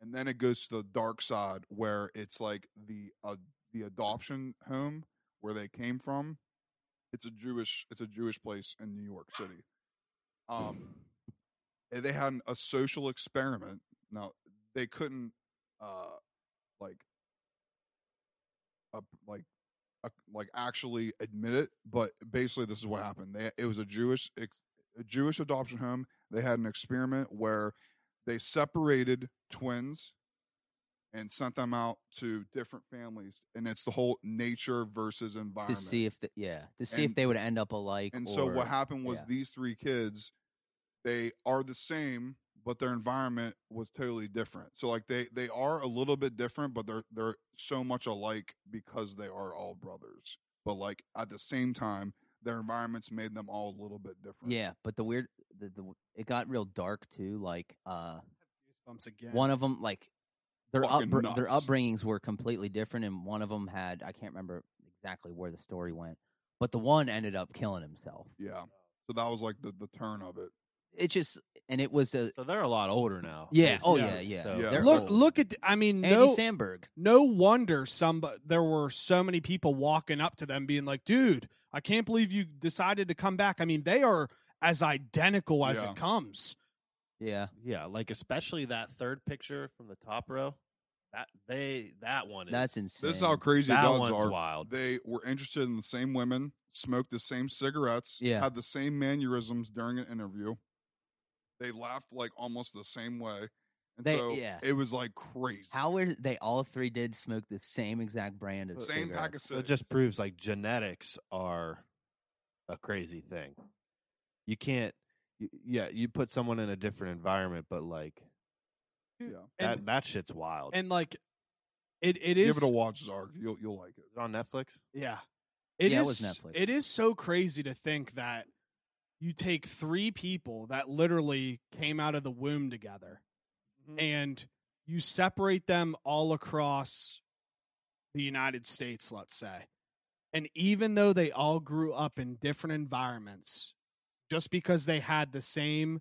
Speaker 6: and then it goes to the dark side where it's like the uh, the adoption home where they came from. It's a Jewish it's a Jewish place in New York City.
Speaker 1: [LAUGHS]
Speaker 6: Um, and they had an- a social experiment. Now they couldn't uh like up like uh, like actually admit it, but basically this is what happened. They it was a Jewish ex, a Jewish adoption home. They had an experiment where they separated twins and sent them out to different families, and it's the whole nature versus
Speaker 1: To
Speaker 6: environment.
Speaker 1: see if the, yeah to see
Speaker 6: And-
Speaker 1: if they would end up alike.
Speaker 6: And so
Speaker 1: or-
Speaker 6: what happened was
Speaker 1: yeah.
Speaker 6: these three kids, they are the same, but their environment was totally different. So like they they are a little bit different, but they're they're so much alike because they are all brothers. But like at the same time, their environments made them all a little bit different.
Speaker 1: Yeah, but the weird, the, the it got real dark too. Like, uh,
Speaker 4: Goosebumps again.
Speaker 1: one of them, like their
Speaker 6: Fucking
Speaker 1: upbr- their
Speaker 6: nuts.
Speaker 1: upbringings were completely different, and one of them had I can't remember exactly where the story went, but the one ended up killing himself.
Speaker 6: Yeah. So that was like the the turn of it.
Speaker 1: It just and it was a
Speaker 3: So they're a lot older now.
Speaker 1: yeah, oh
Speaker 6: Yeah.
Speaker 1: yeah, yeah.
Speaker 3: So
Speaker 6: Yeah.
Speaker 1: They're
Speaker 4: look
Speaker 1: old.
Speaker 4: look at I mean
Speaker 1: Andy
Speaker 4: no
Speaker 1: Sandberg.
Speaker 4: no wonder some there were so many people walking up to them being like dude i can't believe you decided to come back i mean they are as identical as
Speaker 6: Yeah.
Speaker 4: it comes
Speaker 1: Yeah,
Speaker 3: Yeah, like especially that third picture from the top row. That they that one is
Speaker 1: that's insane.
Speaker 6: This is how crazy
Speaker 3: that
Speaker 6: adults
Speaker 3: one's
Speaker 6: are.
Speaker 3: wild.
Speaker 6: They were interested in the same women, smoked the same cigarettes,
Speaker 1: Yeah.
Speaker 6: had the same mannerisms during an interview. They laughed like almost the same way, And
Speaker 1: They-
Speaker 6: so
Speaker 1: yeah.
Speaker 6: it was like crazy.
Speaker 1: How is they all three did smoke the same exact brand of
Speaker 6: Same
Speaker 1: cigarette.
Speaker 6: pack of
Speaker 3: So it
Speaker 6: cigarettes.
Speaker 3: just proves like genetics are a crazy thing. You can't. y- Yeah, you put someone in a different environment, but like
Speaker 6: yeah.
Speaker 3: that,
Speaker 4: And,
Speaker 3: that shit's wild.
Speaker 4: and like it it is
Speaker 6: Give it a watch, Zark. You'll you'll like it.
Speaker 3: Is it on Netflix.
Speaker 4: Yeah. it is.
Speaker 1: Yeah, it was Netflix.
Speaker 4: It is so crazy to think that you take three people that literally came out of the womb together
Speaker 3: Mm-hmm.
Speaker 4: and you separate them all across the United States, let's say. And even though they all grew up in different environments, just because they had the same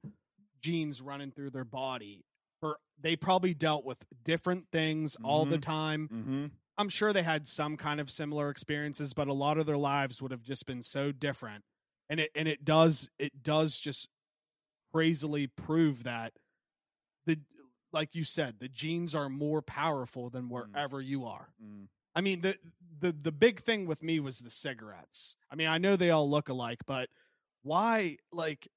Speaker 4: genes running through their body, or they probably dealt with different things all the time.
Speaker 6: Mm-hmm.
Speaker 4: I'm sure they had some kind of similar experiences, but a lot of their lives would have just been so different. And it and it does it does just crazily prove that the like you said, the genes are more powerful than wherever you are. I mean, the the the big thing with me was the cigarettes. I mean, I know they all look alike, but why like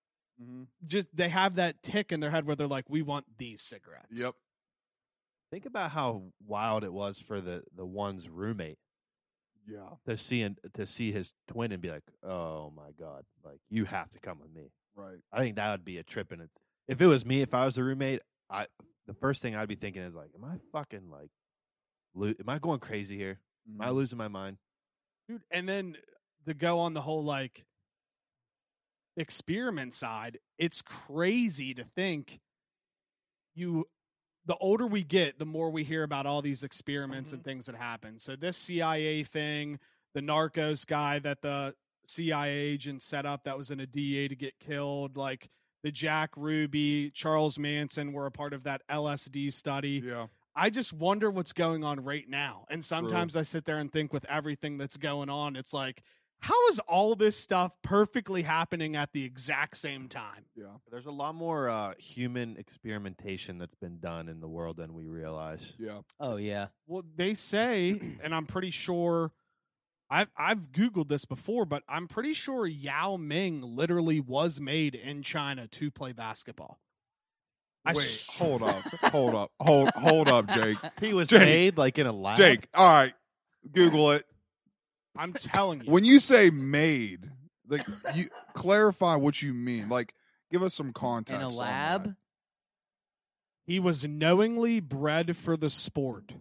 Speaker 6: Mm-hmm.
Speaker 4: just they have that tick in their head where they're like, We want these cigarettes.
Speaker 6: Yep.
Speaker 3: Think about how wild it was for the the one's roommate
Speaker 6: Yeah.
Speaker 3: to see and to see his twin and be like, "Oh my god, like you have to come with me."
Speaker 6: Right.
Speaker 3: I think that would be a trip. And if it was me, if I was the roommate, I the first thing I'd be thinking is like, "Am I fucking like, lo- am I going crazy here? Am I
Speaker 1: Mm-hmm.
Speaker 6: Mhm.
Speaker 3: losing my mind?"
Speaker 4: dude and then to go on the whole like experiment side it's crazy to think you the older we get the more we hear about all these experiments and things that happen so this cia thing the narcos guy that the cia agent set up that was in a da to get killed like the jack ruby charles manson were a part of that lsd study
Speaker 6: Yeah.
Speaker 4: I just wonder what's going on right now. And sometimes I sit there and think with everything that's going on, it's like, how is all this stuff perfectly happening at the exact same time?
Speaker 6: Yeah.
Speaker 3: There's a lot more uh, human experimentation that's been done in the world than we realize.
Speaker 6: Yeah.
Speaker 1: Oh yeah,
Speaker 4: Well, they
Speaker 6: [CLEARS THROAT]
Speaker 4: say, and I'm pretty sure I've I've Googled this before, but I'm pretty sure Yao Ming literally was made in China to play basketball. I
Speaker 6: Wait.
Speaker 4: s-
Speaker 6: Hold up. Hold up. Hold hold
Speaker 1: [LAUGHS]
Speaker 6: up, Jake.
Speaker 3: He was
Speaker 6: Jake.
Speaker 3: made like in a lab.
Speaker 6: Jake. All right. Google it.
Speaker 4: I'm telling you.
Speaker 6: When you say made, like you clarify what you mean. Like give us some context.
Speaker 1: in a
Speaker 6: on that.
Speaker 1: lab.
Speaker 4: He was knowingly bred for the sport.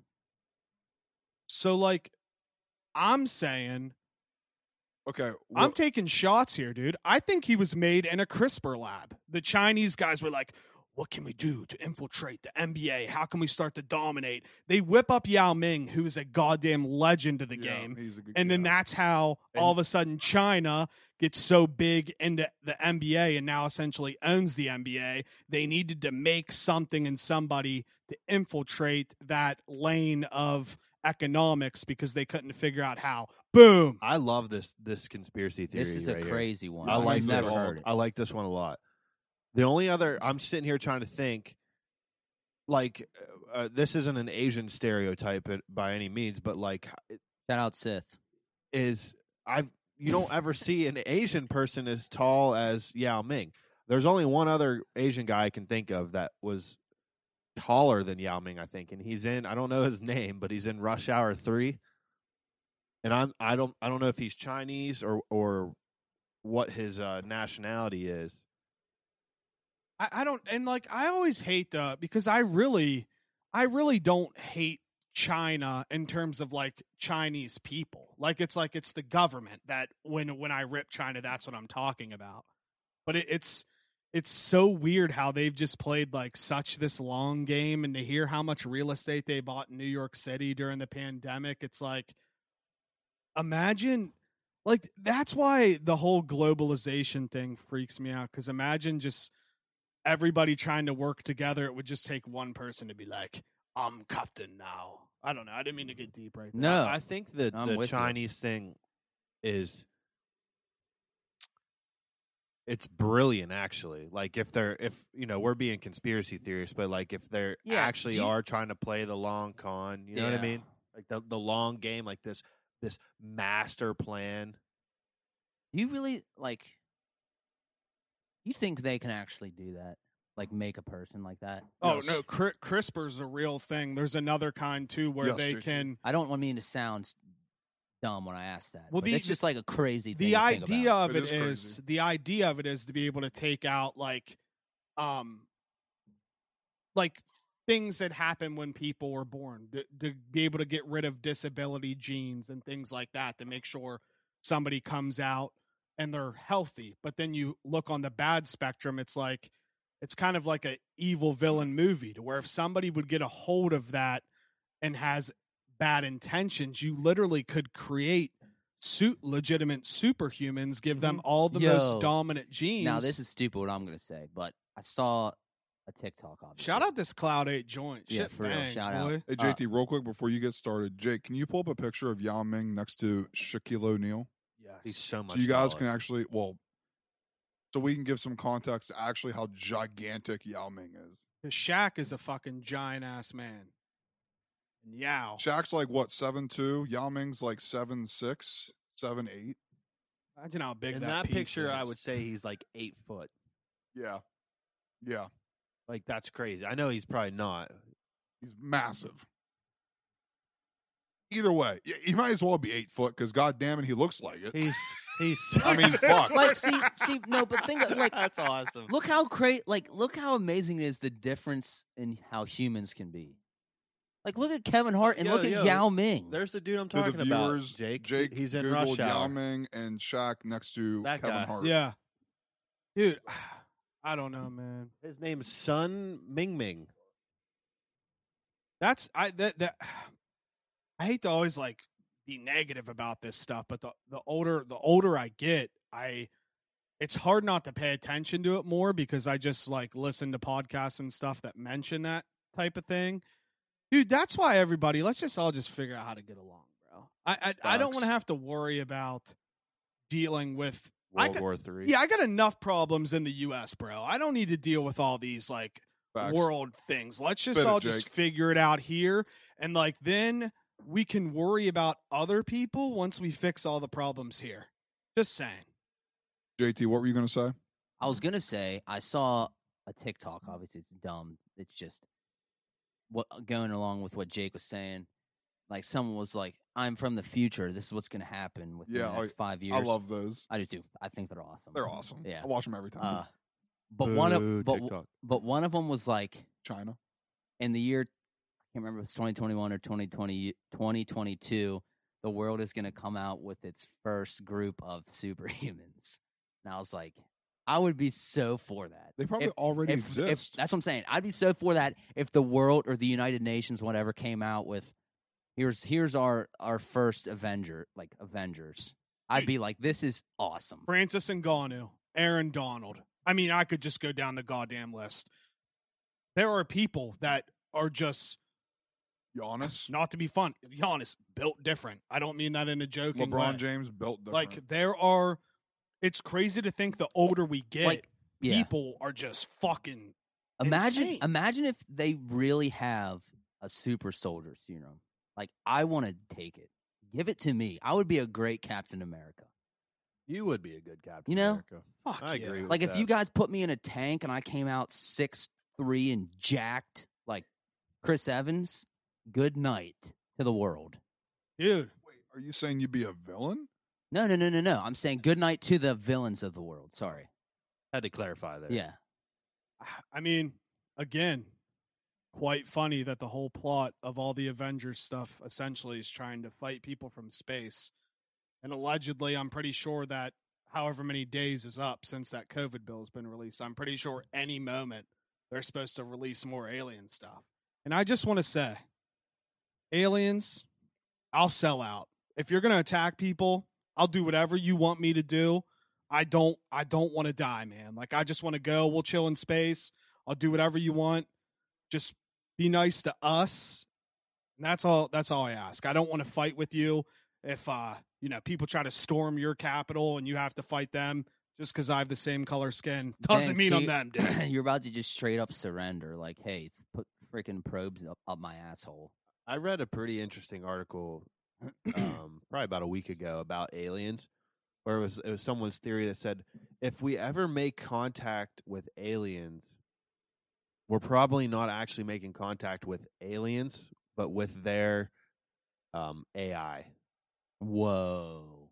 Speaker 4: So, like, I'm saying
Speaker 6: Okay.
Speaker 4: I'm
Speaker 6: wh-
Speaker 4: taking shots here, dude. I think he was made in a CRISPR lab. The Chinese guys were like, what can we do to infiltrate the NBA? How can we start to dominate? They whip up Yao Ming, who is a goddamn legend of the
Speaker 6: yeah,
Speaker 4: game.
Speaker 6: he's a good-
Speaker 4: And then
Speaker 6: yeah.
Speaker 4: that's how all of a sudden China gets so big into the NBA and now essentially owns the NBA. They needed to make something and somebody to infiltrate that lane of economics because they couldn't figure out how. Boom.
Speaker 3: I love this this conspiracy theory.
Speaker 1: This is
Speaker 3: right
Speaker 1: a
Speaker 3: here.
Speaker 1: crazy one.
Speaker 3: I
Speaker 1: I've
Speaker 3: like
Speaker 1: never
Speaker 3: this.
Speaker 1: heard it.
Speaker 3: I like this one a lot. The only other I'm sitting here trying to think, like uh, this isn't an Asian stereotype it- by any means, but like
Speaker 1: Shout out Sith.
Speaker 3: is I've you don't ever see an Asian person as tall as Yao Ming. There's only one other Asian guy I can think of that was taller than Yao Ming, I think, and he's in I don't know his [LAUGHS] name, but he's in Rush Hour Three. And I'm I don't I don't know if he's Chinese or or what his uh, nationality is.
Speaker 4: I, I don't and like I always hate uh because I really I really don't hate China in terms of like Chinese people. Like it's like it's the government that when when I rip China, that's what I'm talking about. But it, it's it's so weird how they've just played like such this long game and to hear how much real estate they bought in New York City during the pandemic, it's like imagine like that's why the whole globalization thing freaks me out cuz imagine just everybody trying to work together, it would just take one person to be like, I'm captain now. I don't know. I didn't mean to get deep right there.
Speaker 1: No,
Speaker 3: I, I think that
Speaker 1: I'm
Speaker 3: the
Speaker 1: with you.
Speaker 3: Chinese thing is it's brilliant actually. Like if they're if you know, we're being conspiracy theorists, but like if they're
Speaker 1: Yeah,
Speaker 3: actually
Speaker 1: do you-
Speaker 3: are trying to play the long con, you know what I
Speaker 1: Yeah.
Speaker 3: mean? Like the the long game, like this this master plan.
Speaker 1: You really like. You think they can actually do that? like make a person like that.
Speaker 4: Oh
Speaker 6: Yes.
Speaker 4: no, cri- CRISPR's a real thing. There's another kind too where
Speaker 6: Yes,
Speaker 4: they
Speaker 6: JT.
Speaker 4: can.
Speaker 1: I don't want mean to sound s- dumb when I ask that.
Speaker 4: Well,
Speaker 1: Well, but
Speaker 4: the-
Speaker 1: it's just like a crazy thing.
Speaker 4: The
Speaker 1: to think about.
Speaker 4: idea of
Speaker 6: It
Speaker 4: it is,
Speaker 6: is crazy.
Speaker 4: the idea of it is to be able to take out like, um, like things that happen when people were born to, to be able to get rid of disability genes and things like that to make sure somebody comes out and they're healthy. But then you look on the bad spectrum, it's like it's kind of like a evil villain movie to where if somebody would get a hold of that and has bad intentions, you literally could create suit legitimate superhumans, give them all the
Speaker 1: Mm-hmm. Yo.
Speaker 4: most dominant genes.
Speaker 1: Now this is stupid what I'm gonna say, but I saw a TikTok on
Speaker 4: shout out this Cloud Eight joint.
Speaker 1: Yeah,
Speaker 4: Shit
Speaker 1: for real,
Speaker 4: bangs,
Speaker 1: shout out. Uh,
Speaker 4: boy.
Speaker 6: Hey JT, real quick before you get started, Jake, can you pull up a picture of Yao Ming next to Shaquille O'Neal?
Speaker 7: Yeah, he's so much.
Speaker 6: So you guys
Speaker 7: taller.
Speaker 6: can actually well so we can give some context to actually how gigantic Yao Ming is.
Speaker 4: 'Cause Shaq is a fucking giant ass man. And Yao.
Speaker 6: Shaq's like what, seven two? Yao Ming's like seven six, seven eight.
Speaker 4: Imagine how big
Speaker 3: In
Speaker 4: that,
Speaker 3: that,
Speaker 4: piece
Speaker 3: picture, I
Speaker 4: is.
Speaker 3: would say he's like eight foot.
Speaker 6: Yeah. Yeah.
Speaker 3: Like that's crazy. I know he's probably not.
Speaker 6: He's massive. Either way, y- he might as well be eight foot because God damn it, he looks like it.
Speaker 3: He's he's.
Speaker 6: [LAUGHS] I
Speaker 3: [LAUGHS]
Speaker 4: [LAUGHS]
Speaker 6: mean, fuck.
Speaker 1: Like, see, see, no, but think of, like,
Speaker 3: that's awesome.
Speaker 1: look how great, like, look how amazing it is the difference in how humans can be. Like, look at Kevin Hart and
Speaker 3: Yo,
Speaker 1: look at
Speaker 3: yo,
Speaker 1: Yao Ming.
Speaker 3: There's the dude I'm
Speaker 6: To the
Speaker 3: talking
Speaker 6: viewers,
Speaker 3: about. Jake.
Speaker 6: Jake,
Speaker 3: He's in
Speaker 6: Googled
Speaker 3: Rush Hour.
Speaker 6: Yao Ming and Shaq next to
Speaker 3: That
Speaker 6: Kevin
Speaker 3: guy.
Speaker 6: Hart.
Speaker 4: Yeah. Dude, [SIGHS] I don't
Speaker 3: Oh,
Speaker 4: know, man.
Speaker 3: His name's Sun Ming Ming.
Speaker 4: That's I that [SIGHS] that I hate to always like be negative about this stuff, but the the older the older I get, I it's hard not to pay attention to it more because I just like listen to podcasts and stuff that mention that type of thing. Dude, that's why everybody let's just all just figure out how to get along, bro. I I, I don't want to
Speaker 6: Facts.
Speaker 4: have to worry about dealing with I
Speaker 7: World
Speaker 4: got-
Speaker 7: War Three.
Speaker 4: yeah, I got enough problems in the US, bro. I don't need to deal with all these like
Speaker 6: Facts.
Speaker 4: world things. Let's just
Speaker 6: Spit it,
Speaker 4: all just
Speaker 6: Jake.
Speaker 4: figure it out here. And like then we can worry about other people once we fix all the problems here. Just saying.
Speaker 6: JT, what were you going to say?
Speaker 1: I was
Speaker 6: Mm-hmm.
Speaker 1: gonna say I saw a TikTok. Obviously, it's dumb. It's just what uh, going along with what Jake was saying. Like someone was like, "I'm from the future. This is what's gonna happen within
Speaker 6: Yeah,
Speaker 1: the
Speaker 6: I-
Speaker 1: next five years."
Speaker 6: I love those.
Speaker 1: I do too. I think they're awesome.
Speaker 6: They're awesome. [LAUGHS]
Speaker 1: Yeah.
Speaker 6: I watch them every time.
Speaker 1: Uh, but one
Speaker 3: Boo,
Speaker 1: of but w-
Speaker 3: TikTok.
Speaker 1: but one of them was like
Speaker 6: China.
Speaker 1: in the year I can't remember if it's 2021 or 2020 2022. The world is gonna come out with its first group of [LAUGHS] superhumans. And I was like, I would be so for that.
Speaker 6: They probably
Speaker 1: If-
Speaker 6: already
Speaker 1: if, if- [LAUGHS]
Speaker 6: exist.
Speaker 1: that's what I'm saying. I'd be so for that if the world or the United Nations, whatever, came out with here's here's our our first Avenger, like Avengers. I'd be like, this is awesome.
Speaker 4: Francis Ngannou, Aaron Donald. I mean, I could just go down the goddamn list. There are people that are just
Speaker 6: Giannis,
Speaker 4: not to be fun. Giannis built different. I don't mean that in a joking
Speaker 6: LeBron
Speaker 4: way.
Speaker 6: James built different.
Speaker 4: Like there are it's crazy to think the older we get,
Speaker 1: Like, Yeah.
Speaker 4: people are just fucking
Speaker 1: Imagine
Speaker 4: insane.
Speaker 1: imagine if they really have a super soldier serum. Like I want to take it. Give it to me. I would be a great Captain America.
Speaker 3: You would be a good captain.
Speaker 1: You know?
Speaker 3: America.
Speaker 4: fuck
Speaker 3: I
Speaker 4: yeah.
Speaker 3: agree. with
Speaker 1: Like if
Speaker 3: that.
Speaker 1: you guys put me in a tank and I came out six three and jacked like Chris Evans, good night to the world.
Speaker 4: Dude,
Speaker 6: Wait, are you saying you'd be a villain?
Speaker 1: No, no, no, no, no. I'm saying good night to the villains of the world. Sorry.
Speaker 3: had to clarify there.
Speaker 1: Yeah.
Speaker 3: [CLEARS THROAT]
Speaker 1: [LAUGHS]
Speaker 4: I mean, again, quite funny that the whole plot of all the Avengers stuff essentially is trying to fight people from space. And allegedly, I'm pretty sure that however many days is up since that COVID bill has been released, I'm pretty sure any moment they're supposed to release more alien stuff. And I just want to say, aliens, I'll sell out. If you're going to attack people, I'll do whatever you want me to do. I don't I don't want to die, man. Like I just want to go. We'll chill in space. I'll do whatever you want. Just be nice to us. And that's all that's all I ask. I don't want to fight with you if uh, you know, people try to storm your capital and you have to fight them just cuz I have the same color skin. [LAUGHS] Doesn't
Speaker 1: Dang,
Speaker 4: mean
Speaker 1: so
Speaker 4: I'm
Speaker 1: you-
Speaker 4: them, dude.
Speaker 1: You're about to just straight up surrender. Like, hey, put freaking probes up, up my asshole.
Speaker 3: I read a pretty
Speaker 1: [CLEARS THROAT]
Speaker 3: interesting article um, probably about a week ago about aliens, where it was it was someone's theory that said if we ever make contact with aliens, we're probably not actually making contact with aliens, but with their um, AI.
Speaker 1: Whoa.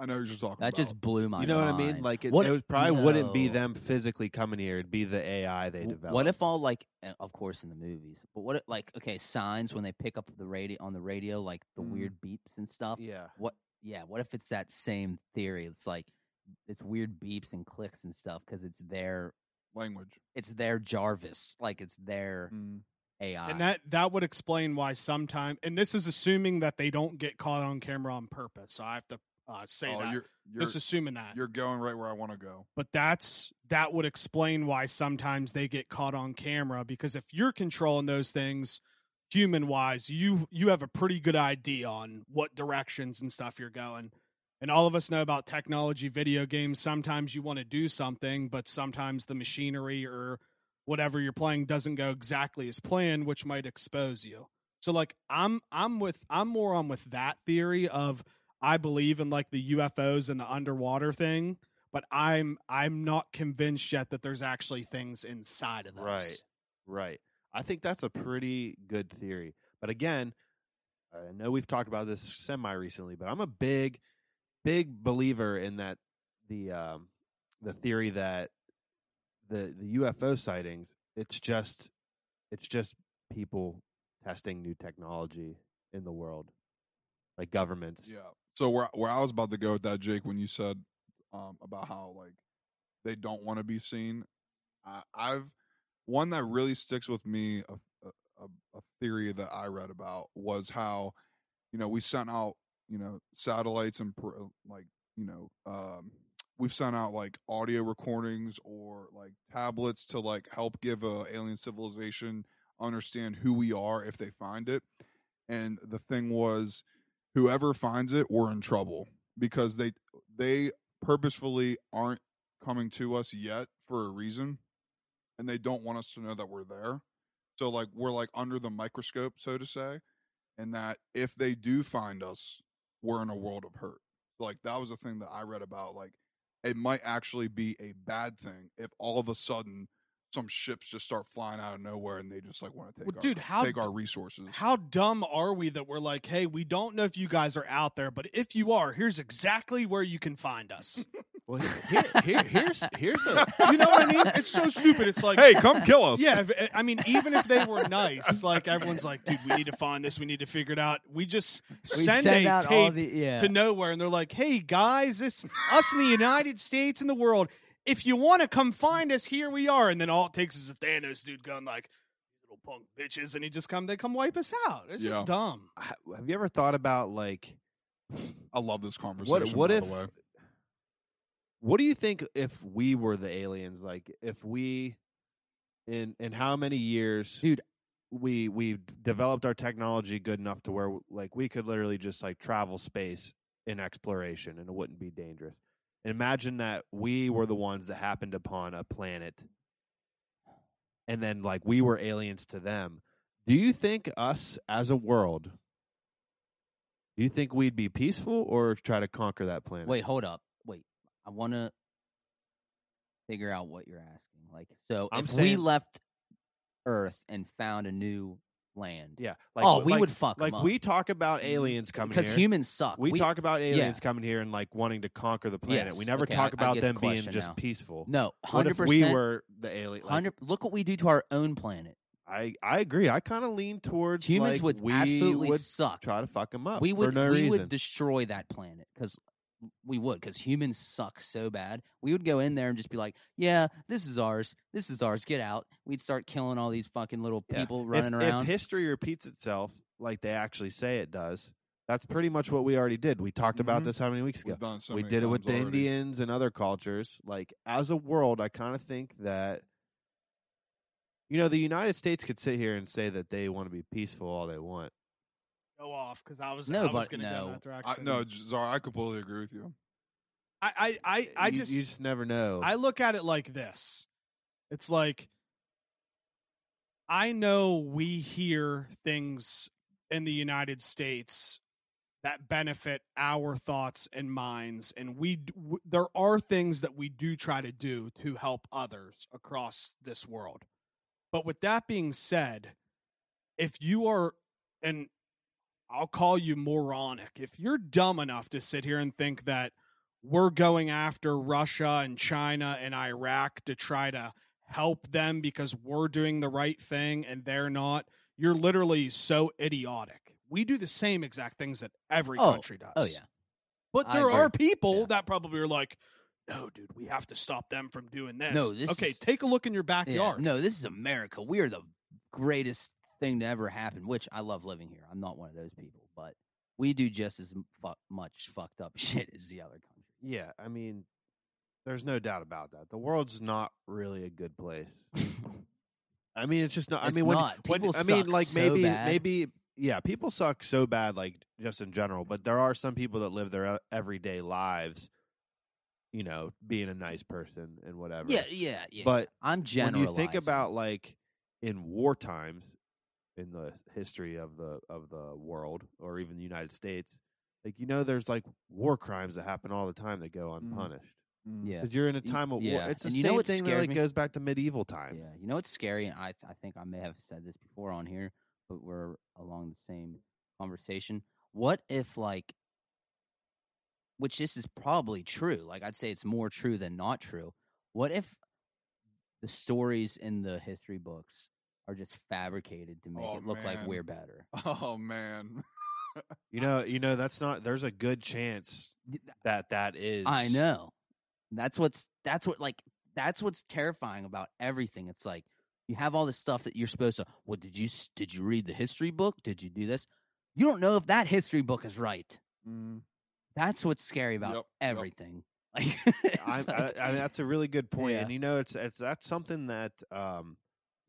Speaker 6: I know who you're talking
Speaker 1: That
Speaker 6: about.
Speaker 1: just blew my
Speaker 3: you know
Speaker 1: mind.
Speaker 3: what I mean? Like it,
Speaker 1: What-
Speaker 3: it was probably wouldn't be
Speaker 1: No.
Speaker 3: them physically coming here; it'd be the AI they
Speaker 1: W-
Speaker 3: developed.
Speaker 1: What if all like, and of course, in the movies, but what if, like, okay, signs when they pick up the radio on the radio, like the
Speaker 3: Mm.
Speaker 1: weird beeps and stuff.
Speaker 3: Yeah.
Speaker 1: What? Yeah. What if it's that same theory? It's like it's weird beeps and clicks and stuff because it's their
Speaker 6: language. Oh,
Speaker 1: it's their Jarvis, like it's their AI.
Speaker 4: And that that would explain why sometimes, and this is assuming that they don't get caught on camera on purpose. So I have to uh, say
Speaker 6: Oh,
Speaker 4: that.
Speaker 6: you're you're,
Speaker 4: just assuming that.
Speaker 6: you're going right where I want to go.
Speaker 4: but that's that would explain why sometimes they get caught on camera because if you're controlling those things human wise you you have a pretty good idea on what directions and stuff you're going and all of us know about technology video games sometimes you want to do something but sometimes the machinery or whatever you're playing doesn't go exactly as planned which might expose you so like i'm i'm with i'm more on with that theory of i believe in like the ufos and the underwater thing but I'm I'm not convinced yet that there's actually things inside of this.
Speaker 3: Right. Right. I think that's a pretty good theory. But again, I know we've talked about this semi recently, but I'm a big, big believer in that the um, the theory that the the UFO sightings it's just it's just people testing new technology in the world, like governments.
Speaker 1: [LAUGHS]
Speaker 6: Yeah. So where where I was about to go with that, Jake, when you said um, about how like they don't want to be seen, I, I've one that really sticks with me a, a, a- a theory that I read about was how you know we sent out you know satellites and pr- like you know um, we've sent out like audio recordings or like tablets to like help give a alien civilization understand who we are if they find it and the thing was whoever finds it we're in trouble because they they purposefully aren't coming to us yet for a reason and they don't want us to know that we're there so like we're like under the microscope so to say and that if they do find us we're in a world of hurt like that was a thing that i read about like it might actually be a bad thing if all of a sudden some ships just start flying out of nowhere and they just like want to take
Speaker 4: Well,
Speaker 6: our,
Speaker 4: dude, how
Speaker 6: take
Speaker 4: d-
Speaker 6: our resources
Speaker 4: How dumb are we that we're like, hey, we don't know if you guys are out there, but if you are, here's exactly where you can find us.
Speaker 3: Well, here, here, here's here's a
Speaker 4: you know what I mean?
Speaker 1: [LAUGHS]
Speaker 4: It's so stupid. It's like,
Speaker 6: [LAUGHS] hey come kill us
Speaker 4: yeah, if- I mean, even if they were nice, like everyone's like, dude, we need to find this, we need to figure it out. We just
Speaker 1: we
Speaker 4: send, a
Speaker 1: out all
Speaker 4: tape
Speaker 1: the yeah.
Speaker 4: to nowhere, and they're like, hey guys, this us in the United States and the world. If you want to come find us, here we are. And then all it takes is a Thanos dude going like, little punk bitches, and he just come, they come wipe us out. It's
Speaker 6: Yeah.
Speaker 4: just dumb.
Speaker 3: ha- have you ever thought about like
Speaker 6: I love this
Speaker 3: what
Speaker 6: conversation.
Speaker 3: what
Speaker 6: by
Speaker 3: if
Speaker 6: the way.
Speaker 3: what do you think if we were the aliens like if we in in how many years
Speaker 1: Dude.
Speaker 3: we we've developed our technology good enough to where like we could literally just like travel space in exploration and it wouldn't be dangerous imagine that we were the ones that happened upon a planet and then like we were aliens to them do you think us as a world do you think we'd be peaceful or try to conquer that planet
Speaker 1: Wait, hold up. Wait, I want to figure out what you're asking. Like, so
Speaker 3: I'm
Speaker 1: if we
Speaker 3: saying-
Speaker 1: left Earth and found a new land,
Speaker 3: yeah
Speaker 1: oh,
Speaker 3: wh-
Speaker 1: we would fuck 'em
Speaker 3: like
Speaker 1: up. Mm,
Speaker 3: we talk about aliens coming
Speaker 1: because
Speaker 3: here.
Speaker 1: humans suck.
Speaker 3: we, talk about
Speaker 1: yeah.
Speaker 3: aliens coming here and like wanting to conquer the planet. we
Speaker 1: Yes.
Speaker 3: never
Speaker 1: Okay, I-
Speaker 3: talk
Speaker 1: I
Speaker 3: about
Speaker 1: get the
Speaker 3: them being
Speaker 1: question
Speaker 3: just
Speaker 1: now.
Speaker 3: peaceful.
Speaker 1: no
Speaker 3: What
Speaker 1: hundred
Speaker 3: if we
Speaker 1: percent.
Speaker 3: were the alien? like,
Speaker 1: hundred. Look what we do to our own planet.
Speaker 3: I I agree. I kind of lean towards
Speaker 1: Humans
Speaker 3: like,
Speaker 1: would
Speaker 3: we
Speaker 1: absolutely
Speaker 3: would
Speaker 1: suck.
Speaker 3: try to fuck them up.
Speaker 1: we would
Speaker 3: for no
Speaker 1: we
Speaker 3: reason.
Speaker 1: would destroy that planet because we would because humans suck so bad we would go in there and just be like yeah this is ours this is ours get out we'd start killing all these fucking little
Speaker 3: Yeah.
Speaker 1: people
Speaker 3: If-
Speaker 1: running
Speaker 3: if,
Speaker 1: around
Speaker 3: history repeats itself, like they actually say it does, that's pretty much what we already did. We talked about
Speaker 1: Mm-hmm.
Speaker 6: Mhm.
Speaker 3: this how many weeks ago?
Speaker 6: We've done it so
Speaker 3: we
Speaker 6: many
Speaker 3: did it with
Speaker 6: times
Speaker 3: the
Speaker 6: already.
Speaker 3: Indians and other cultures. Like as a world, I kind of think that you know the United States could sit here and say that they want to be peaceful all they want.
Speaker 4: Go off because I was
Speaker 1: No,
Speaker 4: I was
Speaker 1: but
Speaker 4: gonna
Speaker 1: no.
Speaker 4: go that
Speaker 6: I,
Speaker 4: direction.
Speaker 6: no, Czar, I completely agree with you. [LAUGHS]
Speaker 4: I I I, I
Speaker 3: You-
Speaker 4: just
Speaker 3: you just never know.
Speaker 4: I look at it like this. It's like I know we hear things in the United States that benefit our thoughts and minds and we d- w- there are things that we do try to do to help others across this world. But with that being said, if you are, and I'll call you moronic, if you're dumb enough to sit here and think that we're going after Russia and China and Iraq to try to help them because we're doing the right thing and they're not, you're literally so idiotic. We do the same exact things that every
Speaker 1: Oh,
Speaker 4: country does.
Speaker 1: Oh yeah.
Speaker 4: But
Speaker 1: I
Speaker 4: there are
Speaker 1: agree.
Speaker 4: people
Speaker 1: Yeah.
Speaker 4: that probably are like, no, dude, we have to stop them from doing this.
Speaker 1: No, this
Speaker 4: okay,
Speaker 1: is-
Speaker 4: take a look in your
Speaker 1: Yeah,
Speaker 4: backyard.
Speaker 1: no, this is America. We are the greatest thing to ever happen, which I love living here. I'm not one of those people, but we do just as m- fu- much fucked up [LAUGHS] shit as the other country.
Speaker 3: Yeah, I mean, there's no doubt about that. The world's not really a
Speaker 1: [LAUGHS]
Speaker 3: good place. I mean, it's just not. I
Speaker 1: It's
Speaker 3: mean, when,
Speaker 1: not.
Speaker 3: when-
Speaker 1: People
Speaker 3: I mean,
Speaker 1: suck
Speaker 3: like
Speaker 1: so
Speaker 3: maybe,
Speaker 1: bad.
Speaker 3: maybe, yeah, people suck so bad, like just in general. But there are some people that live their e- everyday lives, you know, being a nice person and whatever.
Speaker 1: Yeah, yeah, yeah.
Speaker 3: But
Speaker 1: I'm
Speaker 3: when
Speaker 1: generalizing.
Speaker 3: you think about like in war times in the history of the of the world or even the United States, like you know, there's like war crimes that happen all the time that go unpunished
Speaker 1: Mm, yeah,
Speaker 3: because you're in a
Speaker 1: Y-
Speaker 3: time of war.
Speaker 1: yeah.
Speaker 3: It's the
Speaker 1: And you know
Speaker 3: same
Speaker 1: what
Speaker 3: thing that
Speaker 1: scares
Speaker 3: like
Speaker 1: me?
Speaker 3: goes back to medieval times.
Speaker 1: yeah. You know what's scary, and I I think I may have said this before on here, but we're along the same conversation. What if like, which this is probably true. Like I'd say it's more true than not true. What if the stories in the history books are just fabricated to make
Speaker 6: Oh,
Speaker 1: it look like
Speaker 6: man.
Speaker 1: we're better?
Speaker 6: Oh man.
Speaker 3: You know, you know that's not. There's a good chance that that is.
Speaker 1: I know. That's what's that's what like that's what's terrifying about everything. It's like you have all this stuff that you're supposed to. Well, did you s- did you read the history book? Did you do this? You don't know if that history book is right.
Speaker 6: Mm.
Speaker 1: That's what's scary about
Speaker 6: Yep, yep.
Speaker 1: everything. [LAUGHS] Like, [LAUGHS] it's
Speaker 3: I'm, I,
Speaker 1: like-
Speaker 3: I mean, that's a really good point,
Speaker 1: Yeah.
Speaker 3: and you know, it's it's that's something that um,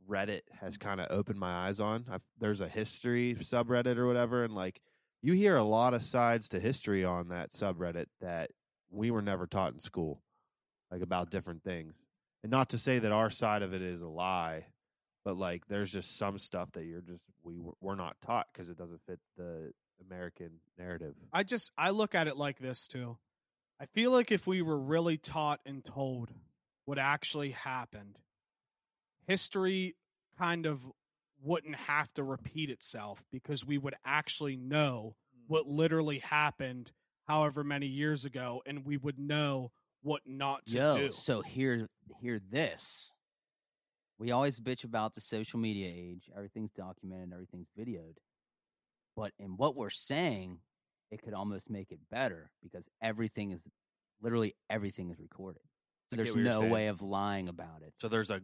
Speaker 3: Reddit has kind of opened my eyes on. I've, there's a history subreddit or whatever, and like you hear a lot of sides to history on that subreddit that we were never taught in school, like about different things. And not to say that our side of it is a lie, but like there's just some stuff that you're just we were- we're not taught because it doesn't fit the American narrative.
Speaker 4: I just I look at it like this too. I feel like if we were really taught and told what actually happened, history kind of wouldn't have to repeat itself because we would actually know
Speaker 1: Mm.
Speaker 4: what literally happened however many years ago and we would know what not to
Speaker 1: Yo,
Speaker 4: do.
Speaker 1: so hear hear this. We always bitch about the social media age. Everything's documented, everything's videoed. But in what we're saying, it could almost make it better because everything is literally everything is recorded.
Speaker 3: I
Speaker 1: So
Speaker 3: get
Speaker 1: there's
Speaker 3: what you're
Speaker 1: no
Speaker 3: saying.
Speaker 1: way of lying about it.
Speaker 3: So there's a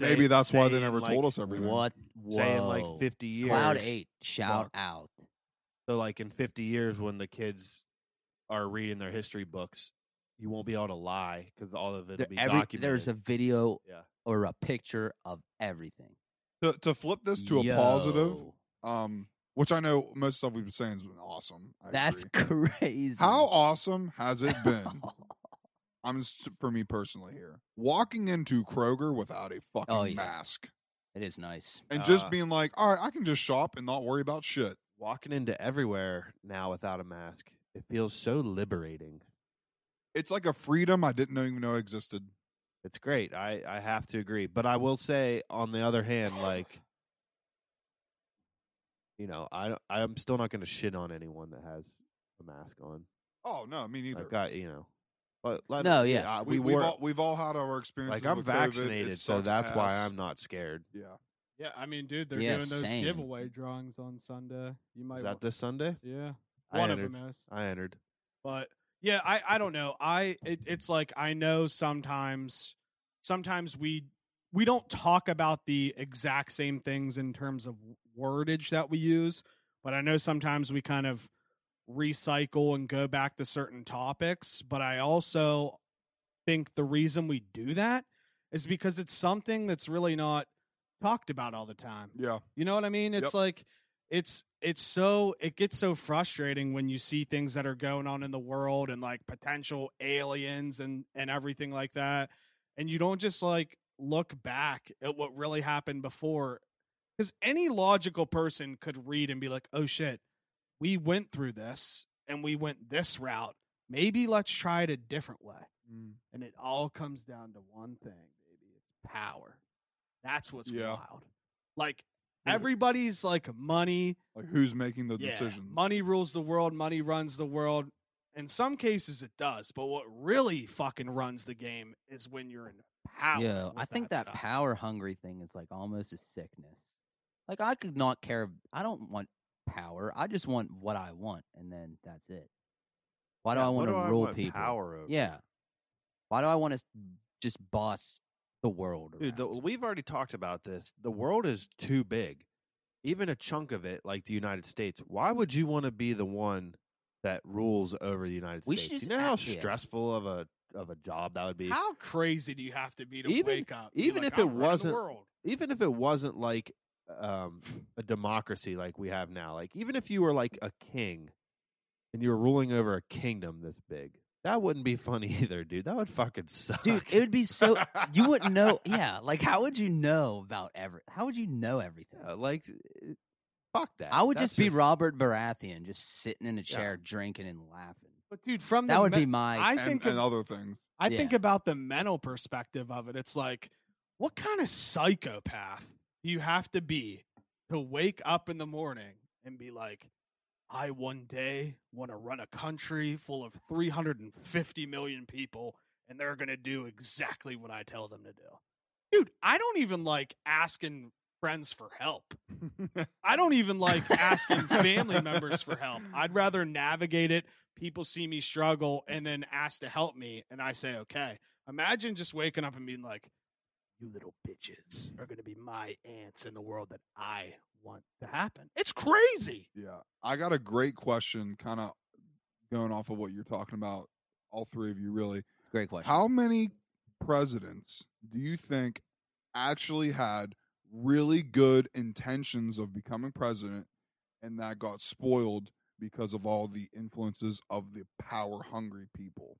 Speaker 6: Maybe that's why they
Speaker 3: saying,
Speaker 6: never
Speaker 3: like,
Speaker 6: told us everything.
Speaker 1: What
Speaker 3: Saying
Speaker 1: whoa.
Speaker 3: like 50 years.
Speaker 1: Cloud eight, shout
Speaker 3: Fuck.
Speaker 1: out.
Speaker 3: So like in 50 years when the kids are reading their history books, you won't be able to lie cuz all of it'll
Speaker 1: There-
Speaker 3: be
Speaker 1: every-
Speaker 3: documented.
Speaker 1: there's a video
Speaker 3: Yeah.
Speaker 1: or a picture of everything.
Speaker 6: To to flip this to a positive,
Speaker 1: Yo,
Speaker 6: um, which I know most stuff we've been saying has been awesome. I
Speaker 1: That's [LAUGHS]
Speaker 6: agree.
Speaker 1: crazy.
Speaker 6: how awesome has [LAUGHS] it been? I'm just for me personally here. Walking into Kroger without a fucking
Speaker 1: Oh, yeah.
Speaker 6: mask
Speaker 1: [LAUGHS] it is nice.
Speaker 6: and just
Speaker 3: Uh,
Speaker 6: being like, all right, I can just shop and not worry about shit.
Speaker 3: walking into everywhere now without a mask. It feels so liberating.
Speaker 6: It's like a freedom I didn't even know existed.
Speaker 3: It's great. I I have to agree, but I will say on the other hand like you know, I don't- I'm still not going to shit on anyone that has a mask on.
Speaker 6: Oh no, me neither.
Speaker 3: Like I, you know. But like,
Speaker 1: No, yeah.
Speaker 3: I-
Speaker 6: Uh, we,
Speaker 3: we
Speaker 6: have
Speaker 3: wore
Speaker 6: all, we've all had our experiences.
Speaker 3: like I'm
Speaker 6: with COVID. It
Speaker 3: vaccinated, so
Speaker 6: sucks
Speaker 3: that's why
Speaker 6: ass.
Speaker 3: I'm not scared.
Speaker 6: Yeah,
Speaker 4: Yeah, I mean, dude, they're
Speaker 1: Yeah,
Speaker 4: doing those
Speaker 1: same.
Speaker 4: giveaway drawings on Sunday. You might
Speaker 3: Is
Speaker 4: wa-
Speaker 3: that this Sunday?
Speaker 4: Yeah.
Speaker 3: I
Speaker 4: One of
Speaker 3: entered.
Speaker 4: them is.
Speaker 3: I entered.
Speaker 4: but yeah i i don't know i it, it's like i know sometimes sometimes we we don't talk about the exact same things in terms of wordage that we use but i know sometimes we kind of recycle and go back to certain topics but i also think the reason we do that is because it's something that's really not talked about all the time
Speaker 6: yeah.
Speaker 4: you know what I mean? It's
Speaker 6: Yep.
Speaker 4: like it's it's so it gets so frustrating when you see things that are going on in the world and like potential aliens and and everything like that and you don't just like look back at what really happened before cuz any logical person could read and be like, "Oh shit, we went through this and we went this route. Maybe let's try it a different way." And it all comes down to one thing, baby. It's power. That's what's
Speaker 6: Yeah.
Speaker 4: wild. Like
Speaker 6: Is it-
Speaker 4: everybody's like money.
Speaker 6: Like who's making the
Speaker 4: yeah,
Speaker 6: decisions?
Speaker 4: Money rules the world. Money runs the world. In some cases, it does. But what really fucking runs the game is when you're in power.
Speaker 1: Yo, I
Speaker 4: with
Speaker 1: think that,
Speaker 4: stuff.
Speaker 1: power hungry thing is like almost a sickness. Like I could not care. I don't want power. I just want what I want, and then that's it. Why do I want to rule people?
Speaker 3: Power over?
Speaker 1: Yeah. Why do I want to just boss the world?
Speaker 3: Dude, the,
Speaker 1: around?
Speaker 3: we've already talked about this. The world is too big. Even a chunk of it, like the United States, why would you want to be the one that rules over the United
Speaker 1: We should
Speaker 3: States? You
Speaker 1: just
Speaker 3: know how
Speaker 1: act- yeah.
Speaker 3: stressful of a of a job that would be.
Speaker 4: How crazy do you have to be to
Speaker 3: Even-
Speaker 4: wake up? and be
Speaker 3: even
Speaker 4: like,
Speaker 3: if it
Speaker 4: "I'm running the
Speaker 3: wasn't-
Speaker 4: world."
Speaker 3: even if it wasn't like um, a democracy like we have now, like even if you were like a king and you were ruling over a kingdom this big, that wouldn't be [LAUGHS] fun either, dude. That would fucking suck.
Speaker 1: Dude, it would be
Speaker 4: [LAUGHS]
Speaker 1: so you wouldn't know. Yeah, like how would you know about every? How would you know everything?
Speaker 3: [LAUGHS] Yeah, like, uh, fuck that.
Speaker 1: I would
Speaker 3: That's
Speaker 1: just be Robert Baratheon, just sitting in a chair, drinking and laughing.
Speaker 4: But dude, from
Speaker 1: That
Speaker 4: the
Speaker 1: would
Speaker 4: me-
Speaker 1: be my.
Speaker 4: I
Speaker 6: and,
Speaker 4: think
Speaker 6: and
Speaker 4: of-
Speaker 6: other things.
Speaker 4: I think
Speaker 1: Yeah.
Speaker 4: about the mental perspective of it. It's like, what kind of psychopath do you have to be to wake up in the morning and be like, I one day want to run a country full of 350 million people and they're going to do exactly what I tell them to do? Dude, I don't even like asking friends for help. I don't even like asking family members for help. I'd rather navigate it. People see me struggle and then ask to help me, and I say, okay. Imagine just waking up and being like, you little bitches are going to be my ants in the world that I want to happen. It's crazy.
Speaker 6: Yeah. I got a great question kind of going off of what you're talking about, all three of you really.
Speaker 1: Great question.
Speaker 6: How many presidents do you think actually had really good intentions of becoming president and that got spoiled because of all the influences of the power hungry people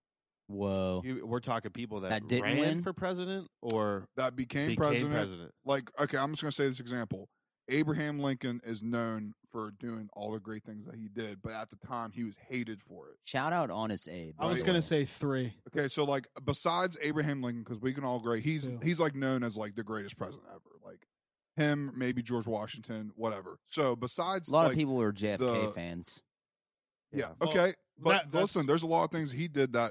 Speaker 1: Whoa.
Speaker 3: You, we're talking people that,
Speaker 1: That didn't
Speaker 3: ran
Speaker 1: win?
Speaker 3: for president or
Speaker 6: that became,
Speaker 3: became
Speaker 6: president?
Speaker 3: president.
Speaker 6: Like, okay, I'm just going to say this example. Abraham Lincoln is known for doing all the great things that he did, but at the time he was hated for it.
Speaker 1: Shout out Honest Abe.
Speaker 6: I
Speaker 1: by
Speaker 6: was
Speaker 1: the
Speaker 6: gonna
Speaker 1: way.
Speaker 4: say three.
Speaker 6: Okay, so like besides Abraham Lincoln, because we can all agree he's
Speaker 4: Two.
Speaker 6: he's like known as like the greatest president ever. Like him, maybe George Washington, whatever. So besides
Speaker 1: a lot
Speaker 6: like,
Speaker 1: of people were JFK
Speaker 6: the-
Speaker 1: fans.
Speaker 6: yeah,
Speaker 4: Well,
Speaker 6: okay. But
Speaker 4: that- that's-
Speaker 6: listen, there's a lot of things he did that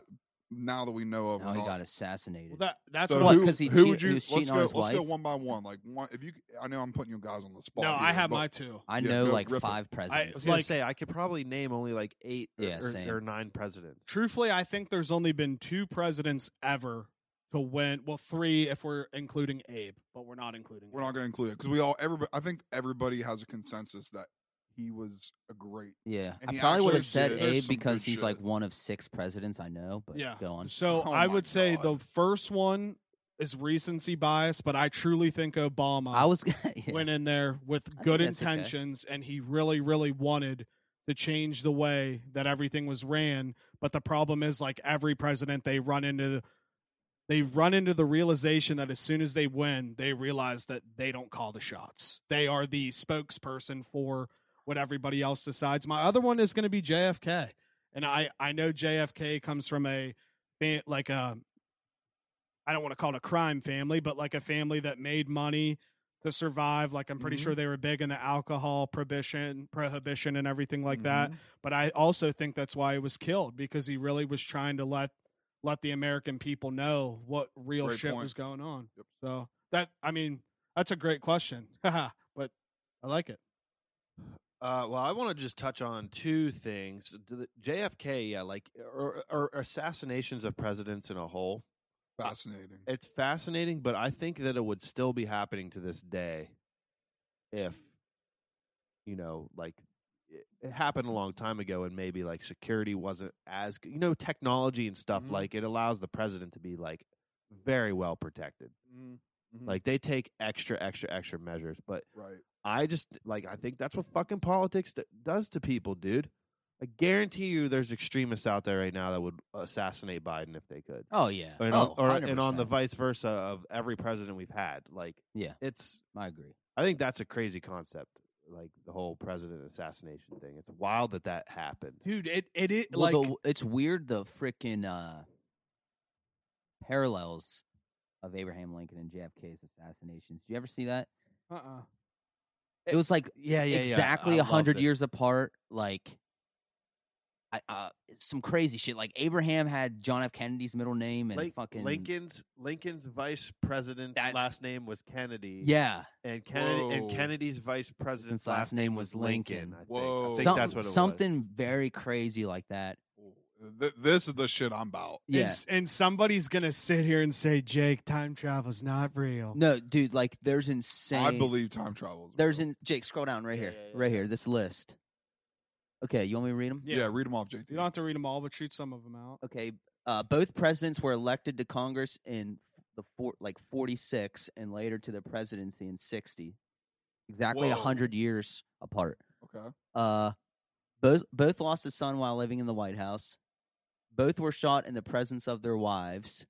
Speaker 6: now that we know of.
Speaker 1: Now
Speaker 6: and
Speaker 1: he
Speaker 6: all-
Speaker 1: got assassinated.
Speaker 4: that, that's
Speaker 6: so
Speaker 1: what-
Speaker 6: who,
Speaker 1: 'cause he
Speaker 6: who
Speaker 1: cheat-
Speaker 6: would you?
Speaker 1: he was
Speaker 6: let's
Speaker 1: cheating on
Speaker 6: go.
Speaker 1: his
Speaker 6: let's go
Speaker 1: wife?
Speaker 6: one by one. Like one, if you, I know I'm putting you guys on the spot.
Speaker 4: no, I
Speaker 6: here,
Speaker 4: have
Speaker 6: but
Speaker 4: my two.
Speaker 1: I
Speaker 6: yeah,
Speaker 1: know
Speaker 6: go
Speaker 1: like
Speaker 6: rip 'em.
Speaker 1: five
Speaker 3: I
Speaker 1: presidents.
Speaker 3: was gonna
Speaker 4: like-
Speaker 3: say I could probably name only like eight or-
Speaker 1: Yeah,
Speaker 3: or,
Speaker 1: same.
Speaker 3: or nine presidents.
Speaker 4: Truthfully, I think there's only been two presidents ever to win. Well, three if we're including Abe, but we're not including
Speaker 6: We're not
Speaker 4: Abe.
Speaker 6: going to include it because we all. Everybody, I think everybody has a consensus that he was a great.
Speaker 1: yeah,
Speaker 6: and
Speaker 1: I
Speaker 6: he
Speaker 1: probably would have
Speaker 6: actually
Speaker 1: said
Speaker 6: did. There's
Speaker 1: Abe
Speaker 6: some good
Speaker 1: because he's
Speaker 6: shit.
Speaker 1: like one of six presidents I know. But
Speaker 4: Yeah.
Speaker 1: go on.
Speaker 4: So
Speaker 6: [LAUGHS] Oh
Speaker 4: I
Speaker 6: my
Speaker 4: would say
Speaker 6: God.
Speaker 4: the first one is recency bias, but I truly think Obama
Speaker 6: um,
Speaker 1: I was [LAUGHS] yeah.
Speaker 4: went in there with
Speaker 1: think
Speaker 4: good
Speaker 1: that's okay.
Speaker 4: intentions and he really, really wanted to change the way that everything was ran. But the problem is like every president they run into they run into the realization that as soon as they win, they realize that they don't call the shots. They are the spokesperson for what everybody else decides. My other one is going to be JFK. And I I know JFK comes from a fa- like a I don't want to call it a crime family, but like a family that made money to survive. Like I'm pretty
Speaker 6: Mhm.
Speaker 4: sure they were big in the alcohol prohibition, prohibition, and everything like that.
Speaker 6: Mm-hmm.
Speaker 4: But I also think that's why he was killed because he really was trying to let let the American people know what real
Speaker 6: Great
Speaker 4: shit
Speaker 6: point.
Speaker 4: was going on.
Speaker 6: Yep.
Speaker 4: So that I mean, that's a great question, [LAUGHS] but I like it.
Speaker 3: Uh, well, I want to just touch on two things. Do the- JFK, yeah, like or, or assassinations of presidents in a whole.
Speaker 1: Mm-hmm.
Speaker 6: [LAUGHS] Fascinating.
Speaker 3: It's fascinating, but I think that it would still be happening to this day if you know, like it, it happened a long time ago, and maybe like security wasn't as g- you know technology and stuff
Speaker 6: Mhm.
Speaker 3: like it allows the president to be like very well protected.
Speaker 6: Mhm.
Speaker 3: Like they take extra, extra, extra measures, but
Speaker 6: right.
Speaker 3: I just like I think that's what fucking politics d- does to people, dude. I guarantee you, there's extremists out there right now that would assassinate Biden if they could,
Speaker 1: Oh yeah.
Speaker 3: and,
Speaker 1: oh,
Speaker 3: on, or, and on the
Speaker 1: 100%.
Speaker 3: vice versa of every president we've had. Like,
Speaker 1: Yeah.
Speaker 3: it's
Speaker 1: I agree.
Speaker 3: I think that's a crazy concept, like the whole president assassination thing. It's wild that that happened.
Speaker 4: Dude, it it, it
Speaker 1: Well,
Speaker 4: like
Speaker 1: the, it's weird the freaking uh, parallels of Abraham Lincoln and JFK's assassinations. Do you ever see that?
Speaker 4: Uh
Speaker 6: Uh-uh.
Speaker 4: uh
Speaker 1: It was like
Speaker 3: Yeah, yeah,
Speaker 1: exactly
Speaker 3: yeah.
Speaker 1: a
Speaker 3: I love
Speaker 1: hundred
Speaker 3: this.
Speaker 1: years apart. Like, I, uh, some crazy shit. Like Abraham had John F. Kennedy's middle name and
Speaker 3: Lin-
Speaker 1: fucking
Speaker 3: Lincoln's Lincoln's vice president
Speaker 1: That's-
Speaker 3: last name was Kennedy.
Speaker 1: Yeah,
Speaker 3: and Kennedy and
Speaker 6: Whoa.
Speaker 3: Kennedy's vice president's
Speaker 1: last
Speaker 3: last,
Speaker 1: name
Speaker 3: name
Speaker 1: was
Speaker 3: was Lincoln.
Speaker 1: Lincoln.
Speaker 3: I think.
Speaker 6: Whoa.
Speaker 3: I think
Speaker 1: something,
Speaker 3: that's what it was.
Speaker 1: something very crazy like that.
Speaker 6: Th- this is the shit I'm about.
Speaker 1: Yeah.
Speaker 4: And, s- and somebody's gonna sit here and say, Jake, time travel's not real.
Speaker 1: No, dude, like there's insane.
Speaker 6: I believe time travel. is
Speaker 1: There's
Speaker 6: real.
Speaker 1: in Jake. Scroll down right
Speaker 3: Yeah,
Speaker 1: here,
Speaker 3: yeah, yeah,
Speaker 1: right
Speaker 3: yeah.
Speaker 1: here. This list. Okay, you want me to read them?
Speaker 6: yeah. read them off, JT.
Speaker 4: You don't have to read them all, but shoot some of
Speaker 1: [LAUGHS]
Speaker 4: them out.
Speaker 1: Okay, uh, both presidents were elected to Congress in the four, like 46, and later to the presidency in 60. Exactly a
Speaker 6: Whoa.
Speaker 1: 100 years apart.
Speaker 6: okay.
Speaker 1: Uh, both both lost a son while living in the White House. Both were shot in the presence of their wives.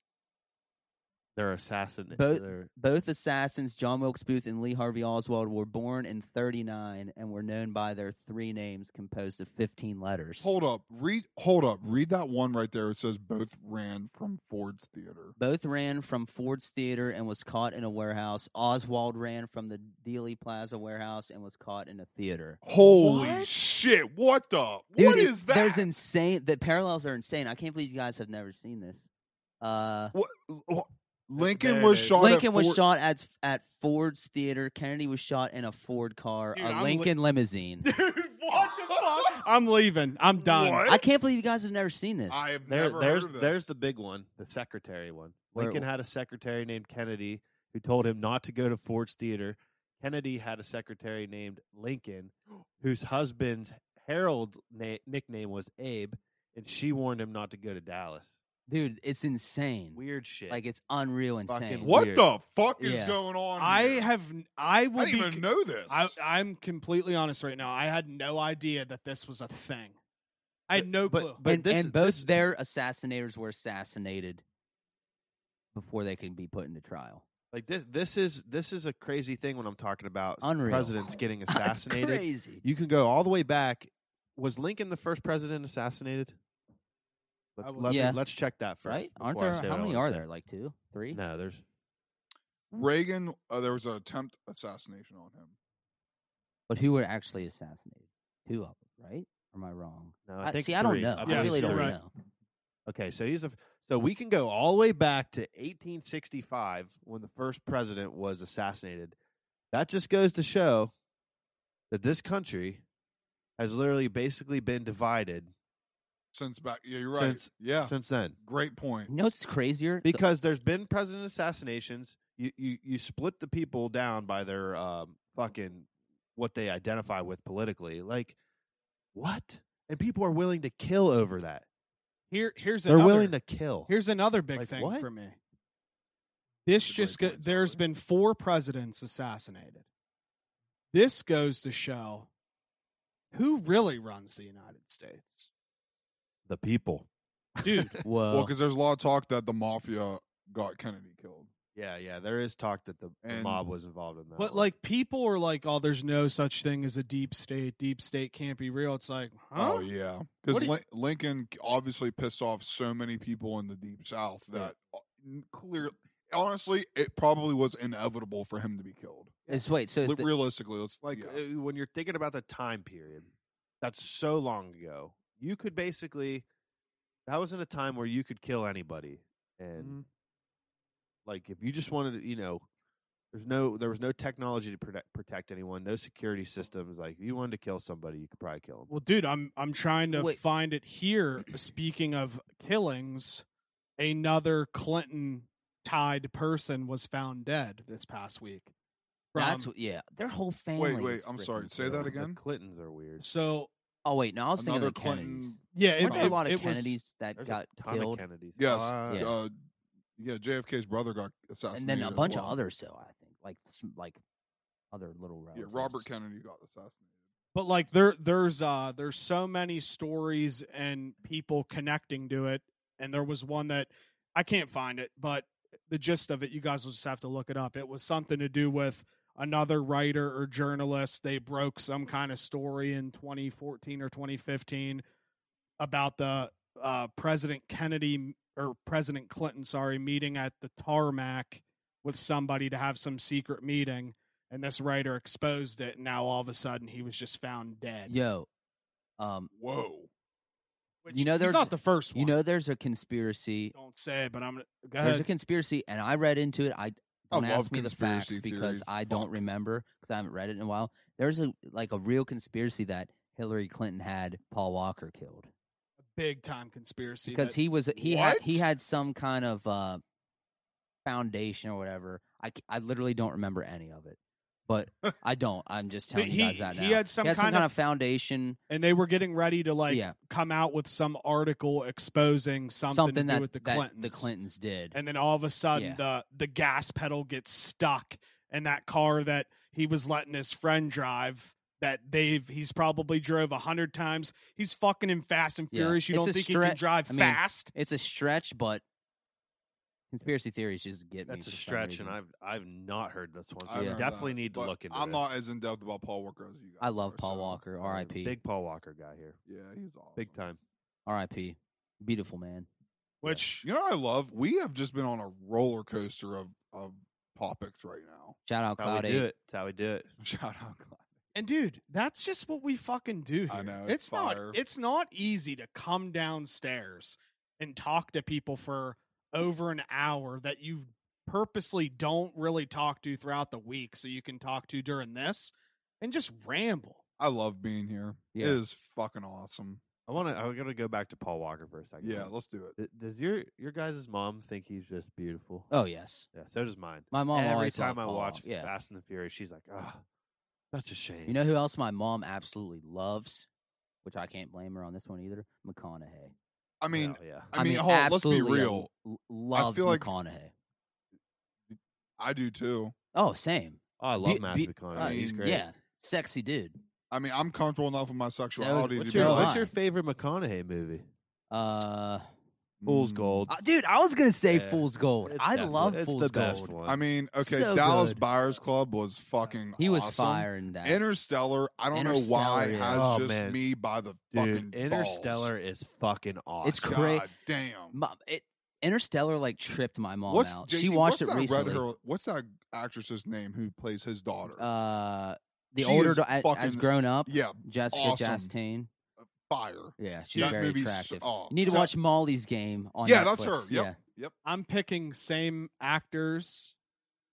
Speaker 3: They're assassinated.
Speaker 1: Both-
Speaker 3: they're-
Speaker 1: Both assassins, John Wilkes Booth and Lee Harvey Oswald, were born in 39 and were known by their three names composed of 15 letters.
Speaker 6: Hold up. Read. Hold up. Read that one right there. It says both ran from Ford's Theater.
Speaker 1: Both ran from Ford's Theater and was caught in a warehouse. Oswald ran from the Dealey Plaza warehouse and was caught in a theater.
Speaker 6: Holy
Speaker 1: What?
Speaker 6: shit! What the?
Speaker 1: Dude,
Speaker 6: what
Speaker 1: it-
Speaker 6: is that?
Speaker 1: There's insane. The parallels are insane. I can't believe you guys have never seen this. Uh,
Speaker 6: What- wh- Lincoln
Speaker 3: There it
Speaker 6: was
Speaker 3: is.
Speaker 6: shot.
Speaker 1: Lincoln
Speaker 6: at
Speaker 1: was
Speaker 6: Ford-
Speaker 1: shot at at Ford's Theater. Kennedy was shot in a Ford car,
Speaker 4: Dude,
Speaker 1: a
Speaker 4: I'm li-
Speaker 1: Lincoln limousine.
Speaker 4: Dude, what the fuck? I'm leaving. I'm done.
Speaker 6: What?
Speaker 1: I can't believe you guys have never seen this.
Speaker 6: I have
Speaker 3: there-
Speaker 6: never
Speaker 3: there's
Speaker 6: heard of this.
Speaker 3: there's the big one, the secretary one.
Speaker 1: Where-
Speaker 3: Lincoln had a secretary named Kennedy who told him not to go to Ford's Theater. Kennedy had a secretary named [GASPS] Lincoln, whose husband's Harold na- nickname was Abe, and she warned him not to go to Dallas.
Speaker 1: Dude, it's insane.
Speaker 3: Weird shit.
Speaker 1: Like it's unreal
Speaker 3: Fucking
Speaker 1: insane.
Speaker 6: what
Speaker 3: Weird.
Speaker 6: the fuck is
Speaker 1: Yeah.
Speaker 6: going on?
Speaker 4: I
Speaker 6: here?
Speaker 4: have. n- I
Speaker 6: I
Speaker 4: will
Speaker 6: didn't
Speaker 4: be.
Speaker 6: even know this.
Speaker 4: I, I'm completely honest right now. I had no idea that this was a thing. I had no
Speaker 3: but-
Speaker 4: clue.
Speaker 3: but
Speaker 1: and,
Speaker 3: this-
Speaker 1: and both
Speaker 3: this-
Speaker 1: their assassinators were assassinated before they can be put into trial. [LAUGHS]
Speaker 3: Like this, this is this is a crazy thing when I'm talking about
Speaker 1: Unreal.
Speaker 3: presidents
Speaker 1: [LAUGHS]
Speaker 3: getting
Speaker 1: That's
Speaker 3: assassinated.
Speaker 1: crazy.
Speaker 3: you can go all the way back. Was Lincoln the first president assassinated? Let's,
Speaker 4: I would-
Speaker 3: let me-
Speaker 1: Yeah.
Speaker 3: let's check that first.
Speaker 1: Right? Aren't
Speaker 3: before I
Speaker 1: there
Speaker 3: say
Speaker 1: how
Speaker 3: what I
Speaker 1: many
Speaker 3: wanna
Speaker 1: are
Speaker 3: say.
Speaker 1: there? Like two, three?
Speaker 3: No, there's
Speaker 6: Reagan. Uh, there was an attempt assassination on him.
Speaker 1: But who were actually assassinated? Two of them, right? Or am I wrong?
Speaker 3: no. I think
Speaker 1: see, I don't
Speaker 3: three.
Speaker 1: know.
Speaker 3: believe
Speaker 1: I really
Speaker 3: three.
Speaker 1: don't
Speaker 4: Right.
Speaker 1: know.
Speaker 3: Okay, so he's a so we can go all the way back to 1865 when the first president was assassinated. That just goes to show that this country has literally basically been divided
Speaker 6: Since back, yeah, you're right.
Speaker 3: Since-
Speaker 6: yeah,
Speaker 3: since then.
Speaker 6: great point.
Speaker 1: You know what's crazier? The-
Speaker 3: because there's been president assassinations. You you you split the people down by their um, fucking what they identify with politically. Like what? And people are willing to kill over that.
Speaker 4: Here, here's
Speaker 3: They're
Speaker 4: another.
Speaker 3: willing to kill.
Speaker 4: Here's another big
Speaker 3: Like,
Speaker 4: thing
Speaker 3: what?
Speaker 4: for me. This
Speaker 6: Good
Speaker 4: just
Speaker 6: break
Speaker 4: go,
Speaker 6: points, by the
Speaker 4: there's
Speaker 6: way.
Speaker 4: been four presidents assassinated. This goes to show who really runs the United States,
Speaker 3: the people.
Speaker 4: dude.
Speaker 1: Whoa.
Speaker 6: Well, because there's a lot of talk that the mafia got Kennedy killed.
Speaker 3: Yeah, yeah. There is talk that the, the
Speaker 6: And-
Speaker 3: mob was involved in that.
Speaker 4: [LAUGHS] but
Speaker 3: one.
Speaker 4: like people are like, "Oh, there's no such thing as a deep state. Deep state can't be real." It's like, huh?
Speaker 6: Oh yeah,
Speaker 4: What
Speaker 6: because
Speaker 4: do you-
Speaker 6: Lincoln obviously pissed off so many people in the deep south that uh, n- clear. Honestly, it probably was inevitable for him to be killed.
Speaker 1: It's- wait, so it's
Speaker 6: Li-
Speaker 1: the-
Speaker 6: realistically, let's
Speaker 3: like
Speaker 6: yeah. Mm-hmm.
Speaker 3: uh, when you're thinking about the time period that's so long ago you could basically that was in a time where you could kill anybody and
Speaker 6: Mm-hmm.
Speaker 3: like if you just wanted to you know there's no there was no technology to protect, protect anyone no security systems like if you wanted to kill somebody you could probably kill them
Speaker 4: Well, dude, I'm I'm trying to
Speaker 1: Wait.
Speaker 4: find it here. Speaking of killings, another Clinton tied person was found dead this past week.
Speaker 1: that's
Speaker 4: From-
Speaker 1: what- yeah. Their whole family.
Speaker 6: wait, um, wait.
Speaker 1: is
Speaker 6: I'm
Speaker 1: freaking
Speaker 6: sorry. Say
Speaker 1: killed.
Speaker 6: that again.
Speaker 3: the clintons are weird
Speaker 4: so
Speaker 1: Oh wait, no, I was thinking
Speaker 6: Another
Speaker 1: of the Kennedys.
Speaker 6: Clinton.
Speaker 4: yeah, it,
Speaker 1: Weren't there a
Speaker 4: it-
Speaker 1: lot of
Speaker 4: it was-
Speaker 1: Kennedys that
Speaker 3: There's
Speaker 1: got
Speaker 3: a ton
Speaker 1: killed?
Speaker 3: of kennedys
Speaker 6: Yes.
Speaker 3: Ah.
Speaker 6: yeah. Uh, yeah. JFK's brother got
Speaker 1: and
Speaker 6: assassinated.
Speaker 1: then a
Speaker 6: as
Speaker 1: bunch
Speaker 6: well.
Speaker 1: of others, though, I think. Like, some, like other little
Speaker 6: Yeah,
Speaker 1: relatives.
Speaker 6: Robert Kennedy got assassinated.
Speaker 4: but like there there's uh there's so many stories and people connecting to it and there was one that i can't find it but the gist of it you guys will just have to look it up it was something to do with another writer or journalist they broke some kind of story in 2014 or 2015 about the uh, president kennedy or president clinton sorry meeting at the tarmac with somebody to have some secret meeting, and this writer exposed it. And now all of a sudden, he was just found dead.
Speaker 1: Yo, um,
Speaker 6: Whoa.
Speaker 4: Which
Speaker 1: you know
Speaker 4: he's
Speaker 1: there's-
Speaker 4: not the first one.
Speaker 1: you know, there's a conspiracy.
Speaker 4: don't say, it, but I'm gonna Oh, go
Speaker 1: There's a
Speaker 4: ahead.
Speaker 1: conspiracy, and I read into it. I don't
Speaker 6: love
Speaker 1: ask me the facts
Speaker 6: conspiracy
Speaker 1: because
Speaker 6: theories.
Speaker 1: I don't
Speaker 6: Fuck.
Speaker 1: remember because I haven't read it in a while. There's a like a real conspiracy that Hillary Clinton had Paul Walker killed.
Speaker 4: big time conspiracy
Speaker 1: because
Speaker 4: that-
Speaker 1: he was he had, he
Speaker 6: What?
Speaker 1: had some kind of uh foundation or whatever. I, c- I literally don't remember any of it, but I don't. I'm just telling
Speaker 4: he,
Speaker 1: you guys that now.
Speaker 4: he had some kind of,
Speaker 1: foundation,
Speaker 4: and they were getting ready to like
Speaker 1: yeah,
Speaker 4: come out with some article exposing something, to
Speaker 1: something
Speaker 4: do
Speaker 1: that
Speaker 4: with the
Speaker 1: that
Speaker 4: Clintons.
Speaker 1: the Clintons did.
Speaker 4: and then all of a sudden
Speaker 1: Yeah.
Speaker 4: the the gas pedal gets stuck and that car that he was letting his friend drive that they've he's probably drove a hundred times he's fucking in fast and
Speaker 1: Yeah.
Speaker 4: furious you
Speaker 1: It's
Speaker 4: don't
Speaker 1: a
Speaker 4: think he can
Speaker 1: stre-
Speaker 4: drive
Speaker 1: I mean,
Speaker 4: fast
Speaker 1: it's a stretch, but conspiracy theories just get me
Speaker 3: That's a
Speaker 1: for some
Speaker 3: stretch, and
Speaker 1: reason.
Speaker 3: I've I've not heard this one.
Speaker 6: I
Speaker 3: So
Speaker 1: Yeah.
Speaker 3: we
Speaker 6: heard
Speaker 3: definitely
Speaker 6: that,
Speaker 3: need to
Speaker 6: but
Speaker 3: look into.
Speaker 6: I'm
Speaker 3: this.
Speaker 6: not as in depth about Paul Walker as you guys.
Speaker 1: I love
Speaker 6: are,
Speaker 1: Paul
Speaker 6: so-
Speaker 1: Walker.
Speaker 3: Uh,
Speaker 1: R.I.P.
Speaker 3: Big Paul Walker guy here.
Speaker 6: Yeah, he's awesome.
Speaker 3: Big time.
Speaker 1: R.I.P. Beautiful man.
Speaker 4: which
Speaker 6: You know what I love? We have just been on a roller coaster of of topics right now. [LAUGHS]
Speaker 1: Shout out
Speaker 3: That's how
Speaker 1: Cloud
Speaker 3: we do
Speaker 1: Eight.
Speaker 3: it. That's how we do it.
Speaker 6: Shout out. Clyde.
Speaker 4: and dude that's just what we fucking do here
Speaker 6: I know,
Speaker 4: it's,
Speaker 6: it's
Speaker 4: not
Speaker 6: fire.
Speaker 4: it's not easy to come downstairs and talk to people for over an hour that you purposely don't really talk to throughout the week so you can talk to during this and just ramble
Speaker 6: I love being here.
Speaker 1: Yeah.
Speaker 6: It is fucking awesome.
Speaker 3: I want to. I'm gonna go back to Paul Walker for a second.
Speaker 6: Yeah, let's do it.
Speaker 3: Th- Does your your guys' mom think he's just beautiful?
Speaker 1: Oh yes,
Speaker 3: Yeah, so does mine.
Speaker 1: my mom
Speaker 3: Every
Speaker 1: always
Speaker 3: time
Speaker 1: loved
Speaker 3: I
Speaker 1: Paul
Speaker 3: watch
Speaker 1: Walker. yeah.
Speaker 3: Fast and the Furious, she's like, "Ah, such a shame."
Speaker 1: You know who else my mom absolutely loves, which I can't blame her on this one either? McConaughey.
Speaker 6: I mean,
Speaker 3: Hell yeah.
Speaker 6: I mean, hold on, let's be
Speaker 1: absolutely um
Speaker 6: real.
Speaker 1: l- loves
Speaker 6: feel like-
Speaker 1: McConaughey.
Speaker 6: I do too.
Speaker 1: oh, same.
Speaker 3: Oh, I love
Speaker 1: Be-
Speaker 3: Matthew
Speaker 1: be-
Speaker 3: McConaughey.
Speaker 1: uh,
Speaker 3: he's
Speaker 6: mean,
Speaker 3: great.
Speaker 1: Yeah, sexy dude.
Speaker 6: I mean, I'm comfortable enough with my sexuality.
Speaker 1: what's
Speaker 3: What's
Speaker 6: to be
Speaker 3: your,
Speaker 1: your-
Speaker 6: like,
Speaker 3: what's
Speaker 1: line?
Speaker 3: your favorite McConaughey movie?
Speaker 1: Uh,
Speaker 3: Fool's
Speaker 6: mm.
Speaker 3: Gold.
Speaker 1: uh, dude, I was gonna say
Speaker 3: Yeah.
Speaker 1: Fool's Gold.
Speaker 3: It's
Speaker 1: I
Speaker 3: that one.
Speaker 1: love
Speaker 3: it's
Speaker 1: Fool's
Speaker 3: the
Speaker 1: Gold.
Speaker 3: Best one.
Speaker 6: I mean, okay,
Speaker 1: So
Speaker 6: Dallas
Speaker 1: good.
Speaker 6: Buyers Club was fucking.
Speaker 1: He was
Speaker 6: awesome.
Speaker 1: fire in that.
Speaker 6: Interstellar. I don't know why
Speaker 1: Interstellar, yeah.
Speaker 6: has
Speaker 3: Oh,
Speaker 6: just
Speaker 3: man.
Speaker 6: me by the fucking
Speaker 3: Dude,
Speaker 6: balls.
Speaker 3: Interstellar is fucking awesome.
Speaker 1: It's
Speaker 6: God
Speaker 1: cra-
Speaker 6: damn.
Speaker 1: Mo- it, Interstellar like tripped my mom
Speaker 6: what's
Speaker 1: out.
Speaker 6: JD,
Speaker 1: she watched
Speaker 6: what's
Speaker 1: it
Speaker 6: that
Speaker 1: recently.
Speaker 6: Red Hair, what's that actress's name who plays his daughter?
Speaker 1: uh, the
Speaker 6: She
Speaker 1: older
Speaker 6: is
Speaker 1: da- a- as
Speaker 6: fucking
Speaker 1: grown up,
Speaker 6: yeah,
Speaker 1: Jessica
Speaker 6: awesome.
Speaker 1: Chastain.
Speaker 6: fire.
Speaker 1: Yeah, she's
Speaker 6: that
Speaker 1: very
Speaker 6: movie's
Speaker 1: attractive.
Speaker 6: oh,
Speaker 1: you need to
Speaker 6: so-
Speaker 1: watch Molly's Game on
Speaker 6: Yeah, that's her.
Speaker 1: Netflix.
Speaker 6: Yep.
Speaker 1: Yeah.
Speaker 6: Yep.
Speaker 4: I'm picking same actors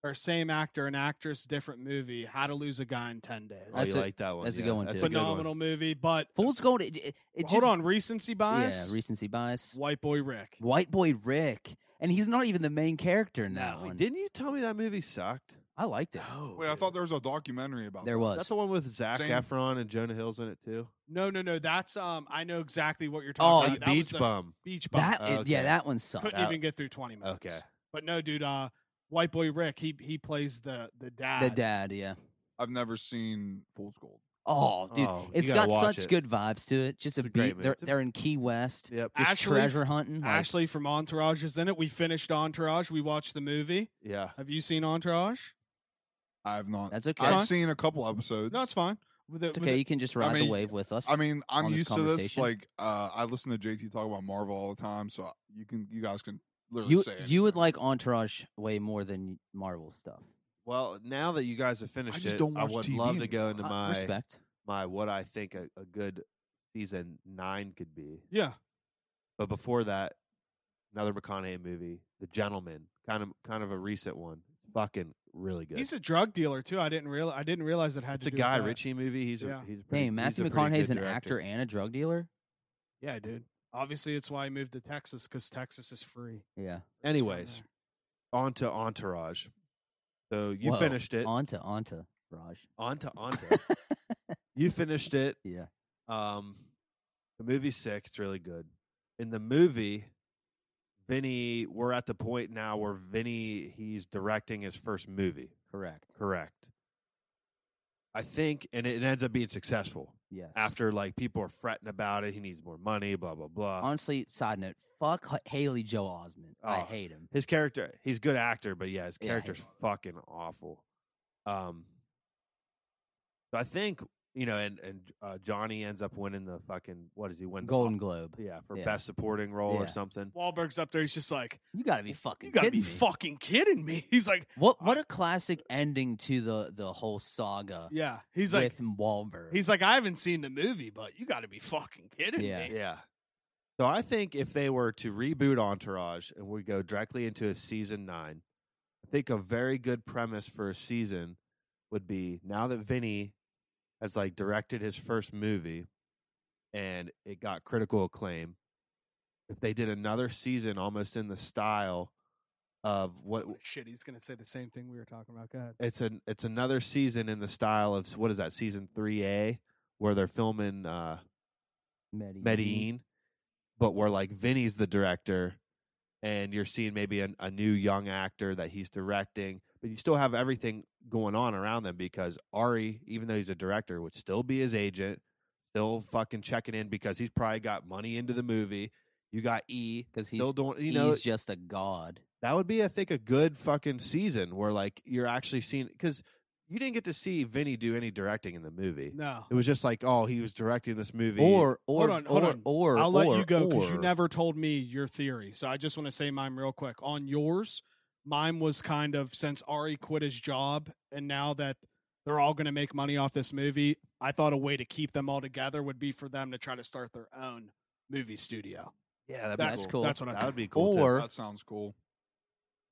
Speaker 4: or same actor and actress, different movie. How to Lose a Guy in Ten Days.
Speaker 3: oh,
Speaker 1: That's
Speaker 3: you
Speaker 1: a-
Speaker 3: like that one?
Speaker 1: that's a
Speaker 3: yeah,
Speaker 1: good one,
Speaker 3: that's
Speaker 1: too.
Speaker 3: a good one.
Speaker 4: Phenomenal movie, but
Speaker 1: Fool's Gold. It, it, it
Speaker 4: hold
Speaker 1: just,
Speaker 4: on, recency bias.
Speaker 1: Yeah, recency bias.
Speaker 4: White boy Rick.
Speaker 1: White boy Rick, and he's not even the main character in that
Speaker 3: No,
Speaker 1: one.
Speaker 3: Didn't you tell me that movie sucked?
Speaker 1: I liked
Speaker 3: [SIGHS]
Speaker 1: it.
Speaker 3: No.
Speaker 6: Wait, I thought there was a documentary about
Speaker 1: There
Speaker 6: that.
Speaker 1: was.
Speaker 3: That's the one with Zach
Speaker 6: Same-
Speaker 3: Efron and Jonah Hill's in it too.
Speaker 4: No, no, no. That's um. I know exactly what you're
Speaker 1: Oh,
Speaker 4: talking
Speaker 3: Like
Speaker 4: about. That was
Speaker 3: Beach
Speaker 4: the
Speaker 3: Bum.
Speaker 4: Beach bum.
Speaker 1: That it- yeah,
Speaker 3: Okay.
Speaker 1: that one sucked.
Speaker 4: Couldn't
Speaker 3: out.
Speaker 4: even get through 20 minutes.
Speaker 3: Okay.
Speaker 4: But no, dude. Uh, White boy Rick. He he plays the the dad.
Speaker 1: Uh, the dad, yeah.
Speaker 6: I've never seen Fool's Gold.
Speaker 1: Oh, dude,
Speaker 3: Oh, you
Speaker 1: it's
Speaker 3: gotta
Speaker 1: got
Speaker 3: watch
Speaker 1: such
Speaker 3: it.
Speaker 1: good vibes to it. Just a,
Speaker 3: It's a great
Speaker 1: beat.
Speaker 3: movie.
Speaker 1: They're,
Speaker 3: It's a-
Speaker 1: they're in Key West,
Speaker 3: Yep.
Speaker 1: just
Speaker 4: Ashley-
Speaker 1: treasure hunting. like-
Speaker 4: Ashley from Entourage is in it. We finished Entourage. We watched the movie.
Speaker 3: Yeah.
Speaker 4: Have you seen Entourage?
Speaker 6: I've not.
Speaker 1: that's okay.
Speaker 6: I've
Speaker 4: fine.
Speaker 6: seen a couple episodes.
Speaker 4: No, it's fine. With the-
Speaker 1: it's
Speaker 4: with
Speaker 1: okay.
Speaker 4: the-
Speaker 1: You can just ride
Speaker 6: mean,
Speaker 1: the wave with us.
Speaker 6: I mean, I'm
Speaker 1: on this
Speaker 6: used to this.
Speaker 1: conversation.
Speaker 6: Like, uh, I listen to JT talk about Marvel all the time, so you can, you guys can literally
Speaker 1: you
Speaker 6: say anything.
Speaker 1: you would like Entourage way more than Marvel stuff.
Speaker 3: Well, now that you guys have finished
Speaker 6: just
Speaker 3: it,
Speaker 6: don't
Speaker 3: I
Speaker 6: watch
Speaker 3: would
Speaker 6: TV
Speaker 3: love to go
Speaker 6: anymore.
Speaker 3: into
Speaker 1: I-
Speaker 3: my
Speaker 1: Uh, respect.
Speaker 3: my what I think a, a good season nine could be.
Speaker 4: yeah.
Speaker 3: But before that, another McConaughey movie, The Gentleman, kind of kind of a recent one. Fucking really good.
Speaker 4: He's a drug dealer too. I didn't real I didn't realize it had
Speaker 3: it's
Speaker 4: to
Speaker 3: a
Speaker 4: do
Speaker 3: Guy
Speaker 4: with that.
Speaker 3: Ritchie movie. He's
Speaker 4: Yeah.
Speaker 3: a he's a pretty,
Speaker 1: Dang, Matthew
Speaker 3: he's a pretty
Speaker 1: McConaughey's an
Speaker 3: good
Speaker 1: actor
Speaker 3: director.
Speaker 1: and a drug dealer.
Speaker 4: Yeah, dude. Obviously, it's why I moved to Texas because Texas is free.
Speaker 1: Yeah.
Speaker 4: It's from
Speaker 3: Anyways,
Speaker 4: there.
Speaker 3: on to Entourage. So you
Speaker 1: Whoa.
Speaker 3: finished it.
Speaker 1: Onto onto Raj.
Speaker 3: on to on
Speaker 1: [LAUGHS]
Speaker 3: to. you finished it.
Speaker 1: Yeah.
Speaker 3: Um, the movie's sick. It's really good. In the movie, Vinny, we're at the point now where Vinny he's directing his first movie.
Speaker 1: Correct.
Speaker 3: Correct. I think, and it ends up being successful
Speaker 1: Yes.
Speaker 3: after like people are fretting about it. He needs more money. Blah blah blah.
Speaker 1: honestly, side note, fuck H- Haley Joel Osment. I
Speaker 4: Ah.
Speaker 3: Oh,
Speaker 1: hate him.
Speaker 3: his character he's a good actor but yeah his
Speaker 1: Yeah, I hate
Speaker 3: character's
Speaker 1: him.
Speaker 3: fucking awful um so i think you know, and and uh, Johnny ends up winning the fucking what does he win? The
Speaker 1: Golden Globe.
Speaker 3: yeah, for
Speaker 1: yeah.
Speaker 3: best supporting role
Speaker 1: Yeah.
Speaker 3: or something.
Speaker 4: Wahlberg's up there. He's just like,
Speaker 1: You gotta be fucking.
Speaker 4: you gotta be Ah.
Speaker 1: kidding me.
Speaker 4: fucking kidding me. [LAUGHS] He's like,
Speaker 1: What what a classic ending to the the whole saga.
Speaker 4: yeah. He's like,
Speaker 1: Uh, with Wahlberg.
Speaker 4: he's like, I haven't seen the movie, but you gotta be fucking kidding
Speaker 1: Yeah.
Speaker 4: me.
Speaker 3: Yeah. So I think if they were to reboot Entourage and we go directly into a season nine, I think a very good premise for a season would be now that Vinny has like directed his first movie and it got critical acclaim, if they did another season almost in the style of what
Speaker 4: Oh, Shit, he's gonna say the same thing we were talking about. Go ahead.
Speaker 3: it's an it's another season in the style of what is that season three A where they're filming uh
Speaker 1: Medellin.
Speaker 3: Medellin, but where like Vinny's the director, and you're seeing maybe an, a new young actor that he's directing, but you still have everything going on around them because Ari, even though he's a director, would still be his agent, still fucking checking in because he's probably got money into the movie. You got E
Speaker 1: 'Cause he's-
Speaker 3: still doing, you know,
Speaker 1: he's just a god.
Speaker 3: that would be I think a good fucking season where like you're actually seeing because you didn't get to see Vinny do any directing in the movie.
Speaker 4: No.
Speaker 3: It was just like, oh, he was directing this movie,
Speaker 1: Or or
Speaker 4: Hold on, hold
Speaker 1: or,
Speaker 4: on.
Speaker 1: or
Speaker 4: I'll let
Speaker 1: or-
Speaker 4: you go because you
Speaker 1: or-
Speaker 4: never told me your theory. So I just want to say mine real quick. On yours, mine was kind of since Ari quit his job and now that they're all going to make money off this movie, I thought a way to keep them all together would be for them to try to start their own movie studio.
Speaker 3: Yeah, that'd
Speaker 4: That's
Speaker 3: be
Speaker 4: cool.
Speaker 3: cool.
Speaker 4: That's what I
Speaker 3: that
Speaker 4: thought.
Speaker 3: would be cool. Or
Speaker 1: Or-
Speaker 6: That sounds cool.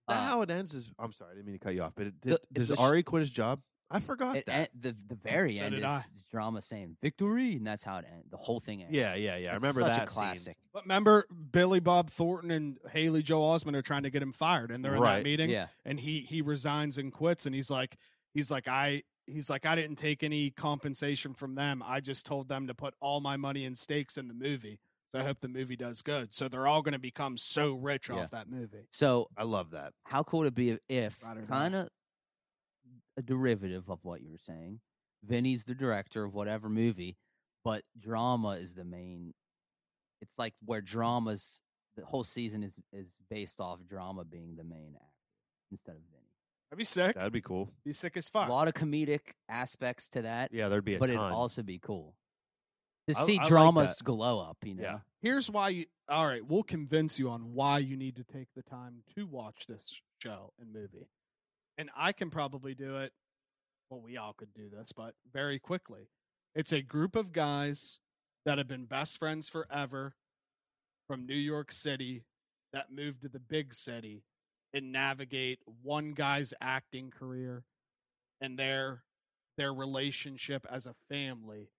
Speaker 1: uh,
Speaker 3: how it ends is I'm sorry, I didn't mean to cut you off, but it, did,
Speaker 1: The-
Speaker 3: does
Speaker 1: the sh-
Speaker 3: Ari quit his job? I forgot
Speaker 1: it,
Speaker 3: that.
Speaker 1: en- the
Speaker 4: [LAUGHS]
Speaker 1: the very
Speaker 4: So
Speaker 1: end
Speaker 4: did
Speaker 1: is
Speaker 4: I.
Speaker 1: drama saying victory, and that's how it ends. The whole thing ends.
Speaker 3: yeah, yeah, yeah. I
Speaker 1: It's
Speaker 3: remember
Speaker 1: such
Speaker 3: that
Speaker 1: a classic.
Speaker 4: But remember, Billy Bob Thornton and Haley Joe Osmond are trying to get him fired, and they're in that
Speaker 3: Right.
Speaker 4: meeting.
Speaker 1: Yeah,
Speaker 4: and he he resigns and quits and he's like he's like i he's like i didn't take any compensation from them i just told them to put all my money in stakes in the movie so i hope the movie does good so they're all going to become so rich
Speaker 1: Yeah.
Speaker 4: off that movie
Speaker 1: so
Speaker 3: I love that.
Speaker 1: how cool would it be if
Speaker 4: Ride or die.
Speaker 1: kind of a derivative of what you were saying? Vinny's the director of whatever movie, but drama is the main. It's like where drama's the whole season is is based off drama being the main actor instead of Vinny.
Speaker 4: that'd be sick
Speaker 3: That'd be cool.
Speaker 4: be sick as
Speaker 1: A
Speaker 4: fuck
Speaker 1: lot of comedic aspects to that,
Speaker 3: Yeah, there'd be a
Speaker 1: but
Speaker 3: ton.
Speaker 1: it'd also be cool to
Speaker 3: I-
Speaker 1: see
Speaker 3: I like
Speaker 1: dramas
Speaker 3: that.
Speaker 1: glow up. You know,
Speaker 3: Yeah.
Speaker 4: here's why you all right we'll convince you on why you need to take the time to watch this show and movie and i can probably do it well we all could do this but very quickly it's a group of guys that have been best friends forever from new york city that moved to the big city and navigate one guy's acting career and their their relationship as a family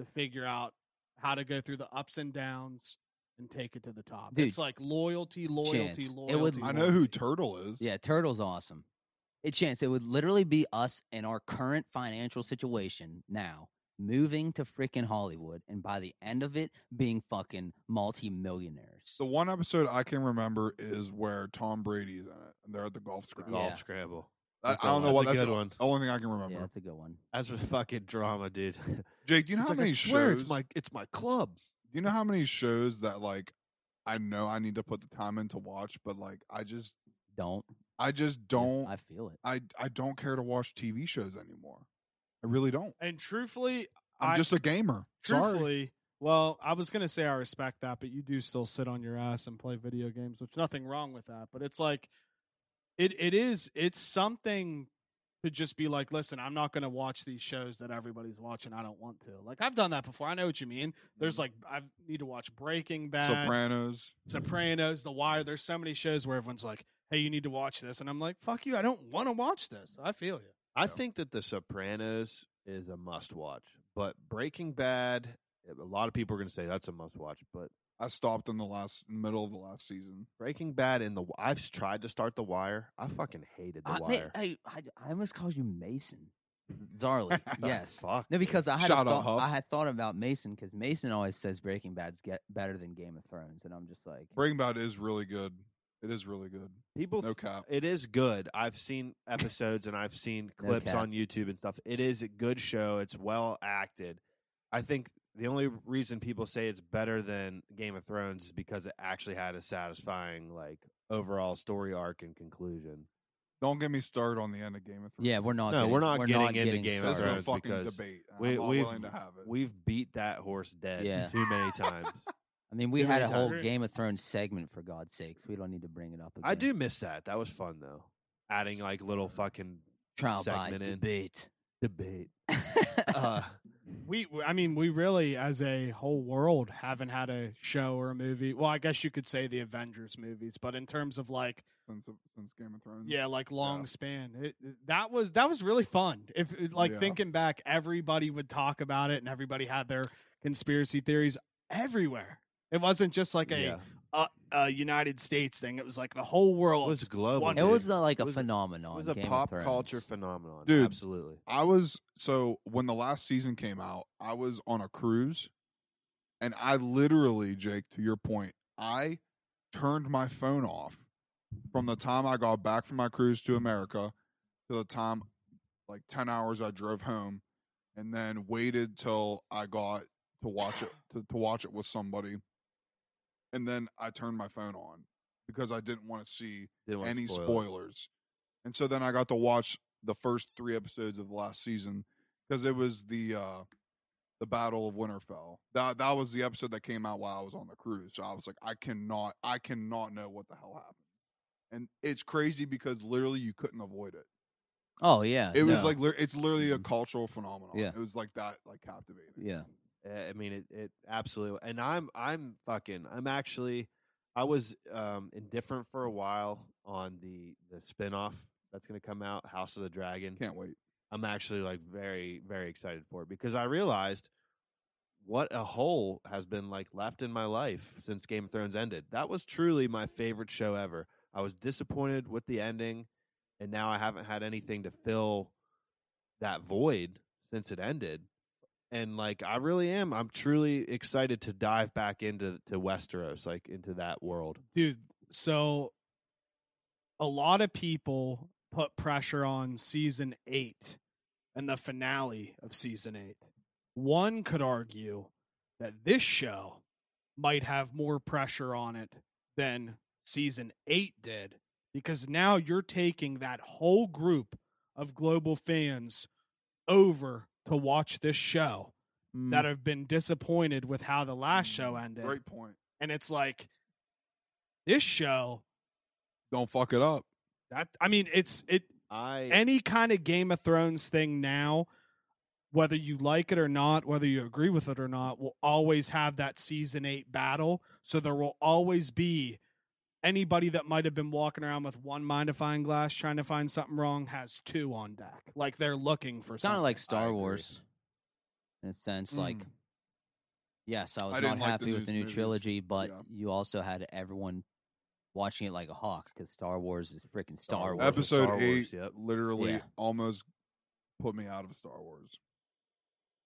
Speaker 4: to figure out how to go through the ups and downs and take it to the top.
Speaker 1: Dude,
Speaker 4: it's like loyalty, loyalty,
Speaker 1: Chance, it
Speaker 4: loyalty.
Speaker 1: would-
Speaker 6: I know who
Speaker 4: loyalty.
Speaker 6: Turtle is.
Speaker 1: Yeah, Turtle's awesome. It chance it would literally be us in our current financial situation now moving to freaking Hollywood and by the end of it being fucking multi-millionaires.
Speaker 6: The one episode I can remember is where Tom Brady's in it, and they're at the golf
Speaker 3: the
Speaker 6: scramble.
Speaker 3: golf
Speaker 1: Yeah.
Speaker 3: scramble.
Speaker 6: I,
Speaker 3: That's
Speaker 6: I don't
Speaker 3: a-
Speaker 6: know what
Speaker 3: that's
Speaker 6: that's
Speaker 3: a
Speaker 6: the
Speaker 3: good one.
Speaker 6: only thing I can
Speaker 1: Yeah,
Speaker 6: remember.
Speaker 1: that's a good one.
Speaker 3: That's a fucking drama, dude. [LAUGHS]
Speaker 6: Jake, do you know
Speaker 3: It's
Speaker 6: how
Speaker 3: like, I
Speaker 6: many
Speaker 3: swear
Speaker 6: shows?
Speaker 3: It's my it's my club.
Speaker 6: Do you know how many shows that like I know I need to put the time in to watch, but like I just
Speaker 1: Don't
Speaker 6: I just
Speaker 1: Yeah,
Speaker 6: don't
Speaker 1: I feel it.
Speaker 6: I I don't care to watch TV shows anymore. I really don't.
Speaker 4: And truthfully,
Speaker 6: I'm
Speaker 4: I-
Speaker 6: just a gamer. Sorry.
Speaker 4: truthfully, well, I was gonna say I respect that, but you do still sit on your ass and play video games, which nothing wrong with that. But it's like it it is it's something to just be like, listen, I'm not gonna watch these shows that everybody's watching. I don't want to. Like I've done that before. I know what you mean. There's like I need to watch Breaking Bad,
Speaker 6: Mm-hmm. Sopranos.
Speaker 4: Sopranos, The Wire. There's so many shows where everyone's like, hey, you need to watch this, and I'm like, fuck you, I don't want to watch this. I feel you.
Speaker 3: I think that The Sopranos is a must watch, but Breaking Bad, a lot of people are going to say that's a must watch, but
Speaker 6: I stopped in the last in the middle of the last season.
Speaker 3: Breaking Bad and the I've s- tried to start The Wire. I fucking hated The
Speaker 1: I, man,
Speaker 3: Wire.
Speaker 1: I, I, I almost called you Mason.
Speaker 6: [LAUGHS]
Speaker 1: Zarly. [LAUGHS] yes.
Speaker 3: Fuck.
Speaker 1: No, because I had a
Speaker 6: Shout out,
Speaker 1: thought,
Speaker 6: Huff.
Speaker 1: I had thought about Mason because Mason always says Breaking Bad's get better than Game of Thrones, and I'm just like,
Speaker 6: Breaking Bad is really good. It is really good.
Speaker 3: People,
Speaker 6: No
Speaker 3: th-
Speaker 6: cap.
Speaker 3: it is good. I've seen episodes and I've seen
Speaker 1: No
Speaker 3: clips
Speaker 1: cap.
Speaker 3: on YouTube and stuff. It is a good show. It's well acted. I think the only reason people say it's better than Game of Thrones is because it actually had a satisfying like overall story arc and conclusion.
Speaker 6: Don't get me started on the end of Game of Thrones.
Speaker 1: Yeah, we're not.
Speaker 3: No,
Speaker 1: getting,
Speaker 3: we're not getting into
Speaker 1: getting
Speaker 3: Game of
Speaker 6: this is
Speaker 1: started.
Speaker 6: a
Speaker 3: Thrones
Speaker 6: fucking
Speaker 3: because
Speaker 6: debate. and
Speaker 3: we-
Speaker 6: I'm not
Speaker 3: we've-
Speaker 6: willing to have it.
Speaker 3: We've beat that horse dead
Speaker 1: Yeah.
Speaker 3: too
Speaker 1: [LAUGHS]
Speaker 3: many times.
Speaker 1: I mean, we
Speaker 3: Too
Speaker 1: had
Speaker 3: many
Speaker 1: a whole
Speaker 3: times.
Speaker 1: Game of Thrones segment for God's sakes. We don't need to bring it up. Again.
Speaker 3: I do miss that. That was fun though. Adding like little fucking
Speaker 1: trial by
Speaker 3: segment in.
Speaker 1: debate. [LAUGHS]
Speaker 3: debate. Uh,
Speaker 4: We, I mean, we really, as a whole world, haven't had a show or a movie. Well, I guess you could say the Avengers movies, but in terms of like,
Speaker 6: since since Game of Thrones.
Speaker 4: yeah, like long span, it, it- that was that was really fun. If it- like
Speaker 6: Yeah.
Speaker 4: thinking back, everybody would talk about it, and everybody had their conspiracy theories everywhere. It wasn't just like a,
Speaker 3: yeah.
Speaker 4: uh, a United States thing. It was like the whole world.
Speaker 3: It was global.
Speaker 4: one-
Speaker 1: It
Speaker 3: dude.
Speaker 1: was uh, like a
Speaker 3: It was a-
Speaker 1: phenomenon.
Speaker 3: It was a
Speaker 1: Game of
Speaker 3: pop culture
Speaker 1: Thrones.
Speaker 3: phenomenon.
Speaker 6: Dude.
Speaker 3: Absolutely.
Speaker 6: I was so when the last season came out, I was on a cruise, and I literally, Jake, to your point, I turned my phone off from the time I got back from my cruise to America to the time, like ten hours I drove home, and then waited till I got to watch it to, to watch it with somebody, and then I turned my phone on because I didn't want to see
Speaker 3: Didn't want
Speaker 6: any
Speaker 3: to spoil it.
Speaker 6: spoilers. And so then I got to watch the first three episodes of last season because it was the uh the Battle of Winterfell. That that was the episode that came out while I was on the cruise. So I was like, I cannot, I cannot know what the hell happened. And it's crazy because literally you couldn't avoid it.
Speaker 1: Oh yeah,
Speaker 6: It was
Speaker 1: no, Mm-hmm.
Speaker 6: like lit- it's literally a cultural phenomenon.
Speaker 1: Yeah.
Speaker 6: It was like that, like captivating.
Speaker 1: yeah.
Speaker 3: Uh, I mean, it, it absolutely. And I'm I'm fucking. I'm actually. I was um, indifferent for a while on the the spinoff that's going to come out, House of the Dragon.
Speaker 6: Can't wait.
Speaker 3: I'm actually like very very excited for it because I realized what a hole has been like left in my life since Game of Thrones ended. That was truly my favorite show ever. I was disappointed with the ending and now I haven't had anything to fill that void since it ended. And like I really am I'm truly excited to dive back into to Westeros like into that world.
Speaker 4: dude so a lot of people put pressure on season eight and the finale of season eight one could argue that this show might have more pressure on it than season eight did because now you're taking that whole group of global fans over to watch this show that have been disappointed with how the last show
Speaker 1: Mm-hmm.
Speaker 4: ended
Speaker 6: Mm. Great point.
Speaker 4: and it's like this show
Speaker 6: Don't fuck it up.
Speaker 4: that i mean it's it
Speaker 3: I
Speaker 4: any kind of game of thrones thing now whether you like it or not whether you agree with it or not will always have that season 8 battle so there will always be anybody that might have been walking around with one magnifying glass trying to find something wrong has two on deck like they're looking for
Speaker 1: kind
Speaker 4: something
Speaker 1: of like
Speaker 3: I
Speaker 1: Star
Speaker 3: agree.
Speaker 1: Wars, in a sense. Like,
Speaker 6: Mm.
Speaker 1: yes, I was
Speaker 6: I
Speaker 1: not
Speaker 6: didn't like the
Speaker 1: happy
Speaker 6: new
Speaker 1: with the new
Speaker 6: movies.
Speaker 1: trilogy, but
Speaker 6: Yeah.
Speaker 1: you also had everyone watching it like a hawk because Star Wars is freaking Star Wars.
Speaker 3: Wars. Episo-
Speaker 6: Episode
Speaker 3: Star Wars,
Speaker 6: eight
Speaker 3: yep.
Speaker 6: literally
Speaker 1: Yeah.
Speaker 6: almost put me out of Star Wars.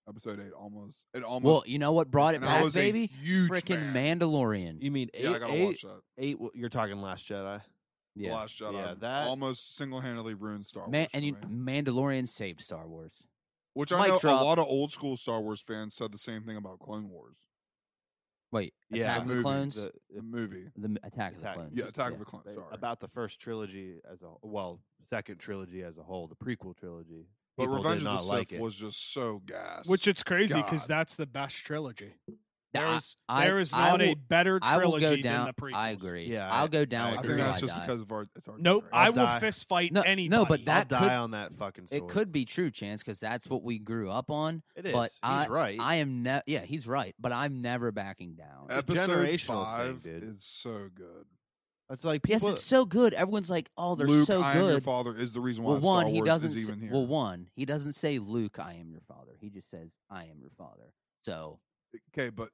Speaker 6: Episode eight almost it almost
Speaker 1: well, you know what brought it
Speaker 6: and I
Speaker 1: back,
Speaker 6: was a
Speaker 1: baby?
Speaker 6: huge
Speaker 1: Freaking
Speaker 6: fan.
Speaker 1: Mandalorian.
Speaker 3: you mean eight,
Speaker 6: Yeah, I gotta
Speaker 3: eight,
Speaker 6: watch that.
Speaker 3: eight w- you're talking last Jedi.
Speaker 6: The
Speaker 1: yeah,
Speaker 6: Last Jedi
Speaker 3: Yeah, that-
Speaker 6: almost single handedly ruined Star Wars.
Speaker 1: Man,
Speaker 6: for
Speaker 1: and you,
Speaker 6: me.
Speaker 1: Mandalorian saved Star Wars.
Speaker 6: Which I
Speaker 1: mic
Speaker 6: know a
Speaker 1: drop.
Speaker 6: lot of old school Star Wars fans said the same thing about Clone Wars,
Speaker 1: Wait,
Speaker 3: Yeah,
Speaker 1: Attack of the
Speaker 6: movie,
Speaker 1: Clones.
Speaker 3: The-
Speaker 6: the movie.
Speaker 1: The m- Attack of the
Speaker 3: Attack-
Speaker 1: Clones.
Speaker 6: Yeah, Attack of
Speaker 1: Yeah.
Speaker 6: the Clones.
Speaker 3: They-
Speaker 6: Sorry.
Speaker 3: about the first trilogy as a well, second trilogy as a whole, the prequel trilogy.
Speaker 6: but
Speaker 3: People
Speaker 6: Revenge
Speaker 3: did not
Speaker 6: of the Sith
Speaker 3: like it.
Speaker 6: was just so gas.
Speaker 4: which it's crazy because
Speaker 6: God.
Speaker 4: that's the best trilogy
Speaker 1: Now,
Speaker 4: there
Speaker 1: I-
Speaker 4: is
Speaker 1: I-
Speaker 4: there is
Speaker 1: I
Speaker 4: not a
Speaker 1: will-
Speaker 4: better
Speaker 1: I will
Speaker 4: trilogy
Speaker 1: go down.
Speaker 4: than the prequels.
Speaker 1: I agree.
Speaker 3: Yeah, I-
Speaker 1: I'll go down
Speaker 3: I
Speaker 6: I
Speaker 1: with
Speaker 6: think
Speaker 1: you.
Speaker 6: that's
Speaker 1: till
Speaker 6: just
Speaker 1: I die.
Speaker 6: because of our. It's our
Speaker 4: Nope,
Speaker 6: generation.
Speaker 3: I'll
Speaker 4: I will
Speaker 3: die.
Speaker 4: fist fight
Speaker 1: No- no,
Speaker 4: anybody.
Speaker 1: but
Speaker 3: I'll
Speaker 1: that
Speaker 3: die
Speaker 1: could-
Speaker 3: on that fucking sword.
Speaker 1: It could be true, Chance, because that's what we grew up on.
Speaker 3: It is.
Speaker 1: but
Speaker 3: He's right.
Speaker 1: I am ne- yeah, he's right, but I'm never backing down.
Speaker 3: Uh,
Speaker 6: Episode
Speaker 3: generational thing,
Speaker 6: five
Speaker 3: dude.
Speaker 6: is so good.
Speaker 3: it's like
Speaker 1: yes,
Speaker 3: people.
Speaker 1: it's so good. Everyone's like, "Oh, they're
Speaker 6: Luke,
Speaker 1: so
Speaker 6: I am your
Speaker 1: good."
Speaker 6: father is the reason why
Speaker 1: Well, one,
Speaker 6: Star
Speaker 1: he
Speaker 6: Wars
Speaker 1: doesn't.
Speaker 6: is
Speaker 1: s-
Speaker 6: even here.
Speaker 1: Well, one, he doesn't say, "Luke, I am your father." He just says, "I am your father." So
Speaker 6: okay, but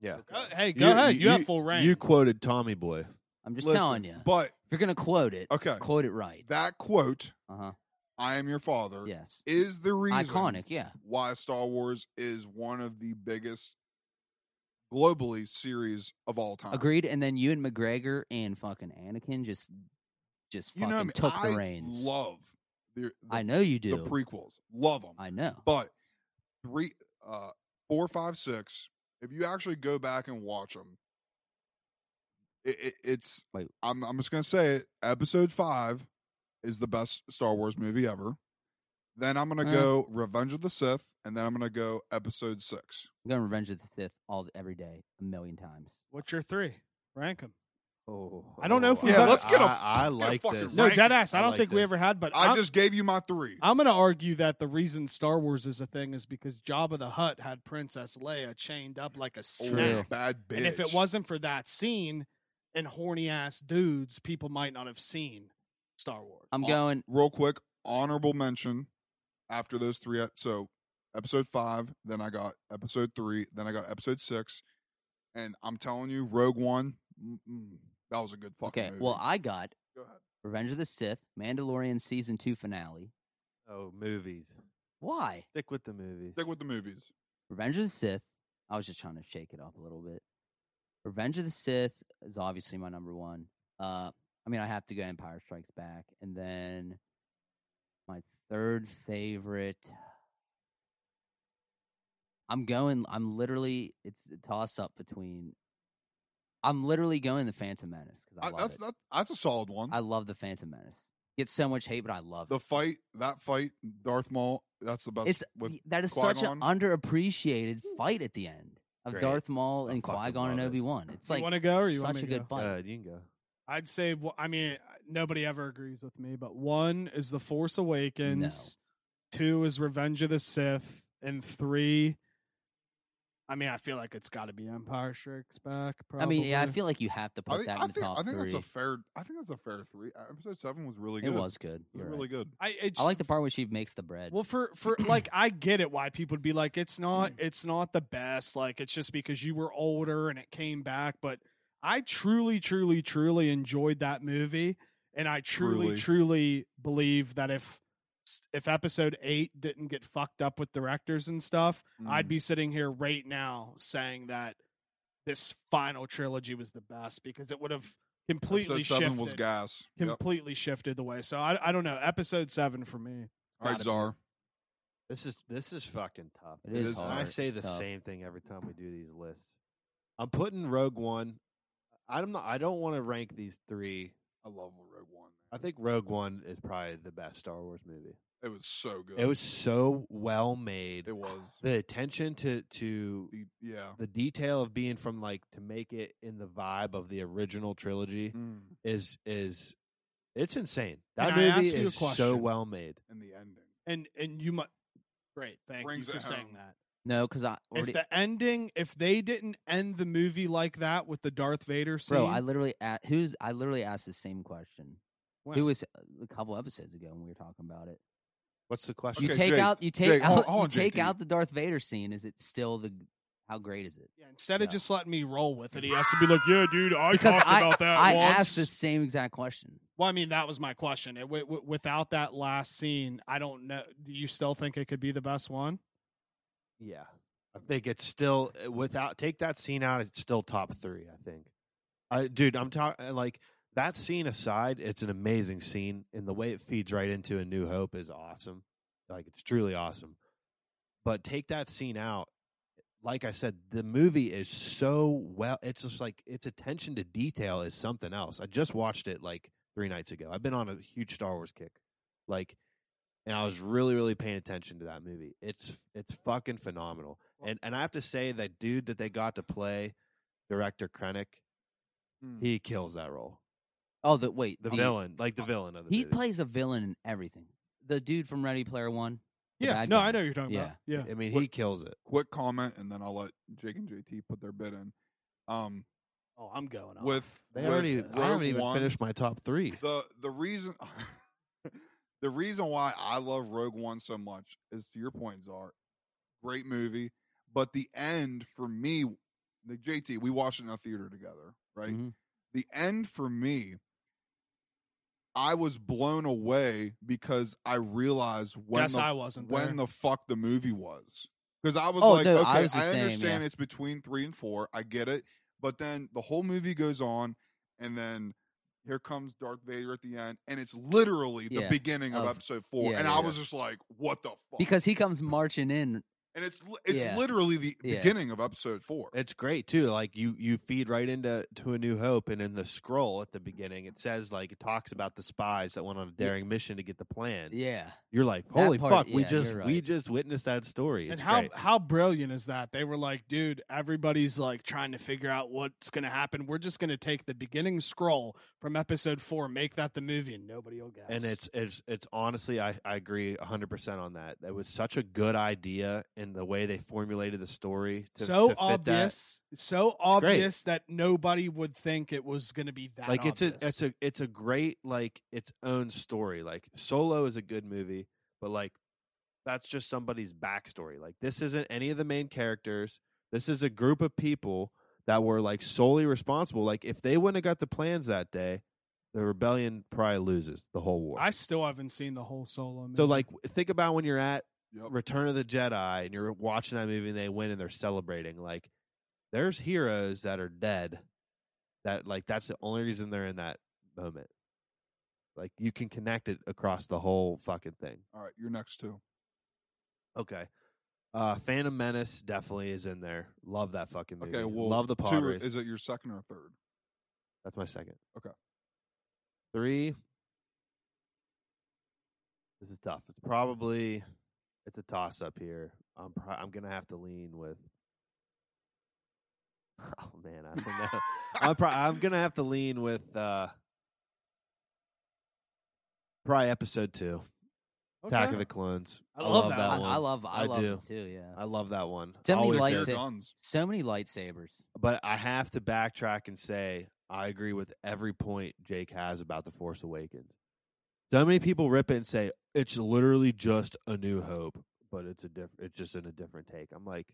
Speaker 3: yeah.
Speaker 4: Go- hey, go ahead. You, have full reign.
Speaker 3: You quoted Tommy Boy.
Speaker 1: I'm just
Speaker 6: listen,
Speaker 1: telling you.
Speaker 6: But
Speaker 1: if you're gonna quote it,
Speaker 6: okay,
Speaker 1: quote it right.
Speaker 6: that quote,
Speaker 1: Uh huh.
Speaker 6: "I am your father,"
Speaker 1: Yes.
Speaker 6: is the reason
Speaker 1: Iconic. Yeah.
Speaker 6: why Star Wars is one of the biggest globally series of all time.
Speaker 1: Agreed. And then you and McGregor and fucking Anakin just, just
Speaker 6: You
Speaker 1: fucking
Speaker 6: know, what I mean?
Speaker 1: took
Speaker 6: I
Speaker 1: the reins.
Speaker 6: Love the, the,
Speaker 1: I know you
Speaker 6: the
Speaker 1: do.
Speaker 6: prequels. Love them.
Speaker 1: I know.
Speaker 6: but three, uh, four, five, six. If you actually go back and watch them, it, it, it's.
Speaker 1: Wait.
Speaker 6: I'm I'm just gonna say it. Episode five is the best Star Wars movie ever. Then I'm
Speaker 4: Uh-huh.
Speaker 6: gonna
Speaker 1: Uh.
Speaker 6: go Revenge of the Sith, and then I'm gonna go Episode Six.
Speaker 1: I'm going to Revenge of the Sith all every day, a million times.
Speaker 4: What's your three? Rank them.
Speaker 3: Oh,
Speaker 4: I don't know if we've
Speaker 6: Yeah,
Speaker 4: ever-
Speaker 6: let's get a-
Speaker 3: I, I
Speaker 6: let's get a
Speaker 3: like
Speaker 6: fucking
Speaker 3: this.
Speaker 4: No,
Speaker 6: Rank
Speaker 4: dead ass. I
Speaker 3: I
Speaker 4: don't
Speaker 3: like
Speaker 4: think we
Speaker 3: this.
Speaker 4: ever had, but
Speaker 6: I
Speaker 4: I'm-
Speaker 6: just gave you my three.
Speaker 4: I'm going to argue that the reason Star Wars is a thing is because Jabba the Hutt had Princess Leia chained up like a
Speaker 6: Oh,
Speaker 4: snack.
Speaker 6: bad bitch.
Speaker 4: And if it wasn't for that scene and horny ass dudes, people might not have seen Star Wars.
Speaker 1: I'm
Speaker 6: Aw-
Speaker 1: going
Speaker 6: real quick, honorable mention after those three. ep- So episode five, then I got episode three, then I got episode six, and I'm telling you, Rogue One, mm-mm, that was a good fucking
Speaker 1: Okay,
Speaker 6: movie.
Speaker 1: well, I got
Speaker 6: Go ahead.
Speaker 1: Revenge of the Sith, Mandalorian season two finale.
Speaker 3: Oh, movies.
Speaker 1: Why?
Speaker 3: Stick with the movies.
Speaker 6: stick with the movies.
Speaker 1: Revenge of the Sith. I was just trying to shake it up a little bit. Revenge of the Sith is obviously my number one. Uh, I mean, I have to go Empire Strikes Back, and then my third favorite. I'm going. I'm literally. It's a toss up between. I'm literally going the Phantom Menace because I, love
Speaker 6: I, Uh, that's
Speaker 1: it.
Speaker 6: that, that's a solid one.
Speaker 1: I love the Phantom Menace. Gets so much hate, but I love
Speaker 6: the
Speaker 1: it.
Speaker 6: fight, that fight, Darth Maul, that's the best.
Speaker 1: It's
Speaker 6: with,
Speaker 1: y- that is such an
Speaker 6: Qui-Gon. Hmm.
Speaker 1: underappreciated fight at the end of
Speaker 3: Great.
Speaker 1: Darth Maul
Speaker 3: I
Speaker 1: and
Speaker 3: fucking
Speaker 1: Qui Gon and
Speaker 3: love it.
Speaker 1: Obi
Speaker 6: [LAUGHS]
Speaker 1: Wan. It's
Speaker 4: you
Speaker 1: like
Speaker 4: want to go or you want
Speaker 1: such
Speaker 4: me
Speaker 1: a
Speaker 4: to
Speaker 1: good
Speaker 4: go?
Speaker 1: fight.
Speaker 3: Uh, you can go.
Speaker 4: I'd say, well, I mean, nobody ever agrees with me, but one is The Force Awakens, two is Revenge of the Sith, and three. I mean, I feel like it's got to be Empire Strikes Back.
Speaker 1: I
Speaker 4: Probably.
Speaker 1: mean, yeah, I feel like you have to put
Speaker 6: I think,
Speaker 1: that
Speaker 6: I
Speaker 1: in the
Speaker 6: think,
Speaker 1: top
Speaker 6: I think
Speaker 1: three.
Speaker 6: that's a fair. I think that's a fair three. Uh, Episode seven was really
Speaker 1: it
Speaker 6: good.
Speaker 1: was good.
Speaker 6: It was
Speaker 1: You're right.
Speaker 6: really good.
Speaker 4: I, it's,
Speaker 1: I like the part where she makes the bread.
Speaker 4: Well, for
Speaker 6: [CLEARS THROAT]
Speaker 4: for like, I get it why people would be like, it's not, it's not the best. Like, it's just because you were older and it came back. But I truly, truly, truly enjoyed that movie, and I truly,
Speaker 6: Truly.
Speaker 4: truly believe that if if episode eight didn't get fucked up with directors and stuff, I'd
Speaker 6: Mm.
Speaker 4: be sitting here right now saying that this final trilogy was the best because it would have completely
Speaker 6: Episode seven
Speaker 4: shifted,
Speaker 6: was gas. Yep.
Speaker 4: completely shifted the way. So I, I don't know. Episode seven for me.
Speaker 6: All right, Czar.
Speaker 3: This is this is fucking tough.
Speaker 1: It is
Speaker 6: is
Speaker 3: And
Speaker 6: tough.
Speaker 3: I
Speaker 1: hard.
Speaker 3: say
Speaker 1: It's
Speaker 3: the
Speaker 1: tough.
Speaker 3: same thing every time we do these lists. I'm putting Rogue One. I'm not. I don't want to rank these three.
Speaker 6: I love Rogue One.
Speaker 3: I think Rogue One is probably the best Star Wars movie.
Speaker 6: it was so good.
Speaker 3: It was so well made.
Speaker 1: [SIGHS]
Speaker 6: It was.
Speaker 3: The attention to to
Speaker 6: The- yeah.
Speaker 3: the detail of being from like to make it in the vibe of the original trilogy
Speaker 6: Mm.
Speaker 3: is is it's insane. That
Speaker 4: Can I ask
Speaker 3: movie
Speaker 4: you a
Speaker 3: is so
Speaker 4: question?
Speaker 3: well made.
Speaker 6: And the ending.
Speaker 4: and and you might great thank
Speaker 6: Brings
Speaker 4: you for
Speaker 6: it
Speaker 4: saying
Speaker 6: home.
Speaker 4: that
Speaker 1: no, because I
Speaker 4: if
Speaker 1: already,
Speaker 4: the ending if they didn't end the movie like that with the darth vader scene
Speaker 1: bro, I literally a who's I literally asked the same question.
Speaker 4: When?
Speaker 1: Who was a couple episodes ago when we were talking about it?
Speaker 3: What's the question?
Speaker 1: You
Speaker 6: Okay,
Speaker 1: take
Speaker 6: Jake,
Speaker 1: out you take
Speaker 6: Jake, hold-
Speaker 1: out
Speaker 6: hold on,
Speaker 1: you take
Speaker 6: JT.
Speaker 1: out the Darth Vader scene. Is it still the how great is it?
Speaker 4: yeah, instead of
Speaker 1: Yeah.
Speaker 4: just letting me roll with it he has to
Speaker 1: [SIGHS]
Speaker 4: be like yeah dude i
Speaker 1: because
Speaker 4: talked
Speaker 1: I,
Speaker 4: about that
Speaker 1: I
Speaker 4: once.
Speaker 1: asked the same exact question.
Speaker 4: well i mean that was my question it, w- w- without that last scene i don't know do you still think it could be the best one
Speaker 3: Yeah. I think it's still uh, without take that scene out, it's still top three, I think. I dude, I'm talking like that scene aside, it's an amazing scene and the way it feeds right into a new hope is awesome. Like it's truly awesome. But take that scene out. Like I said, the movie is so well it's just like its attention to detail is something else. I just watched it like three nights ago. I've been on a huge Star Wars kick. Like and I was really, really paying attention to that movie. It's it's fucking phenomenal. And and I have to say that dude that they got to play, director Krennic, he kills that role.
Speaker 1: Oh, the wait,
Speaker 3: The, villain, like the
Speaker 1: uh,
Speaker 3: villain of the
Speaker 1: He
Speaker 3: movie.
Speaker 1: plays a villain in everything. The dude from Ready Player One. the
Speaker 4: yeah
Speaker 1: bad
Speaker 4: no
Speaker 1: guy.
Speaker 4: i know what you're talking about yeah
Speaker 3: I mean,
Speaker 6: What-
Speaker 3: he kills it.
Speaker 6: Quick comment, and then I'll let Jake and JT put their bid in. Um,
Speaker 4: oh i'm going on.
Speaker 6: with
Speaker 3: They
Speaker 6: with
Speaker 3: already.
Speaker 6: Rogue
Speaker 3: I haven't even
Speaker 6: One,
Speaker 3: finished my top three.
Speaker 6: the the reason [LAUGHS] the reason why I love Rogue One so much is to your point, Czar. Great movie, but the end for me, the JT, we watched it in a theater together, right?
Speaker 3: Mm-hmm.
Speaker 1: Mhm.
Speaker 6: The end for me, I was blown away because I realized when
Speaker 4: yes
Speaker 6: the
Speaker 4: i wasn't there.
Speaker 6: when the fuck the movie was. Because I was
Speaker 1: Oh,
Speaker 6: like,
Speaker 1: no,
Speaker 6: okay,
Speaker 1: I
Speaker 6: I,
Speaker 1: was the same,
Speaker 6: understand
Speaker 1: yeah.
Speaker 6: it's between three and four. I get it. But then the whole movie goes on, and then here comes Darth Vader at the end, and it's literally the
Speaker 1: Yeah,
Speaker 6: beginning of,
Speaker 1: of-
Speaker 6: episode four.
Speaker 1: yeah,
Speaker 6: and
Speaker 1: yeah,
Speaker 6: I
Speaker 1: yeah.
Speaker 6: was just like, what the fuck?
Speaker 1: Because he comes marching in
Speaker 6: and it's li- it's
Speaker 1: Yeah.
Speaker 6: literally the
Speaker 1: Yeah.
Speaker 6: beginning of episode four.
Speaker 3: It's great too. Like you you feed right into to a new hope, and in the scroll at the beginning, it says like it talks about the spies that went on a daring mission to get the plan.
Speaker 1: Yeah.
Speaker 3: You're like, holy
Speaker 1: part-
Speaker 3: fuck, we
Speaker 1: yeah,
Speaker 3: just
Speaker 1: you're
Speaker 3: we
Speaker 1: right.
Speaker 3: just witnessed that story.
Speaker 4: And
Speaker 3: It's
Speaker 4: how
Speaker 3: great.
Speaker 4: how brilliant is that? They were like, dude, everybody's like trying to figure out what's going to happen. We're just going to take the beginning scroll from episode four, make that the movie, and nobody will guess.
Speaker 3: and it's it's it's honestly I, I agree 100% on that that was such a good idea in the way they formulated the story to,
Speaker 4: so
Speaker 3: to fit
Speaker 4: obvious, so
Speaker 3: great.
Speaker 4: obvious that nobody would think it was going to be that.
Speaker 3: that. like it's a
Speaker 4: obvious.
Speaker 3: it's a it's a great like its own story like solo is a good movie but like that's just somebody's backstory like this isn't any of the main characters this is a group of people that were like solely responsible like if they wouldn't have got the plans that day the rebellion probably loses the whole war
Speaker 4: I still haven't seen the whole solo. Movie.
Speaker 3: So like think about when you're at
Speaker 6: Yep.
Speaker 3: Return of the Jedi and you're watching that movie and they win and they're celebrating. Like there's heroes that are dead. That like that's the only reason they're in that moment. Like you can connect it across the whole fucking thing.
Speaker 6: All right, you're next two.
Speaker 3: Okay. Uh Phantom Menace definitely is in there. Love that fucking movie.
Speaker 6: Okay, well,
Speaker 3: love the pod
Speaker 6: two,
Speaker 3: race.
Speaker 6: Is it your second or third?
Speaker 3: That's my second.
Speaker 6: Okay.
Speaker 3: Three. This is tough. It's probably it's a toss up here. I'm pro- I'm gonna have to lean with. [LAUGHS] Oh man, I don't know. I'm pro- I'm gonna have to lean with uh probably episode two, Attack of the Clones.
Speaker 4: I love that
Speaker 1: I,
Speaker 4: one.
Speaker 1: I love I,
Speaker 3: I
Speaker 1: love
Speaker 3: do.
Speaker 1: it too, yeah.
Speaker 3: I love that one.
Speaker 1: Tell me
Speaker 3: Always
Speaker 1: like
Speaker 3: do.
Speaker 6: Their
Speaker 1: it.
Speaker 6: guns.
Speaker 1: So many lightsabers.
Speaker 3: But I have to backtrack and say I agree with every point Jake has about The Force Awakens. So many people rip it and say it's literally just a new hope, but it's a different it's just in a different take. I'm like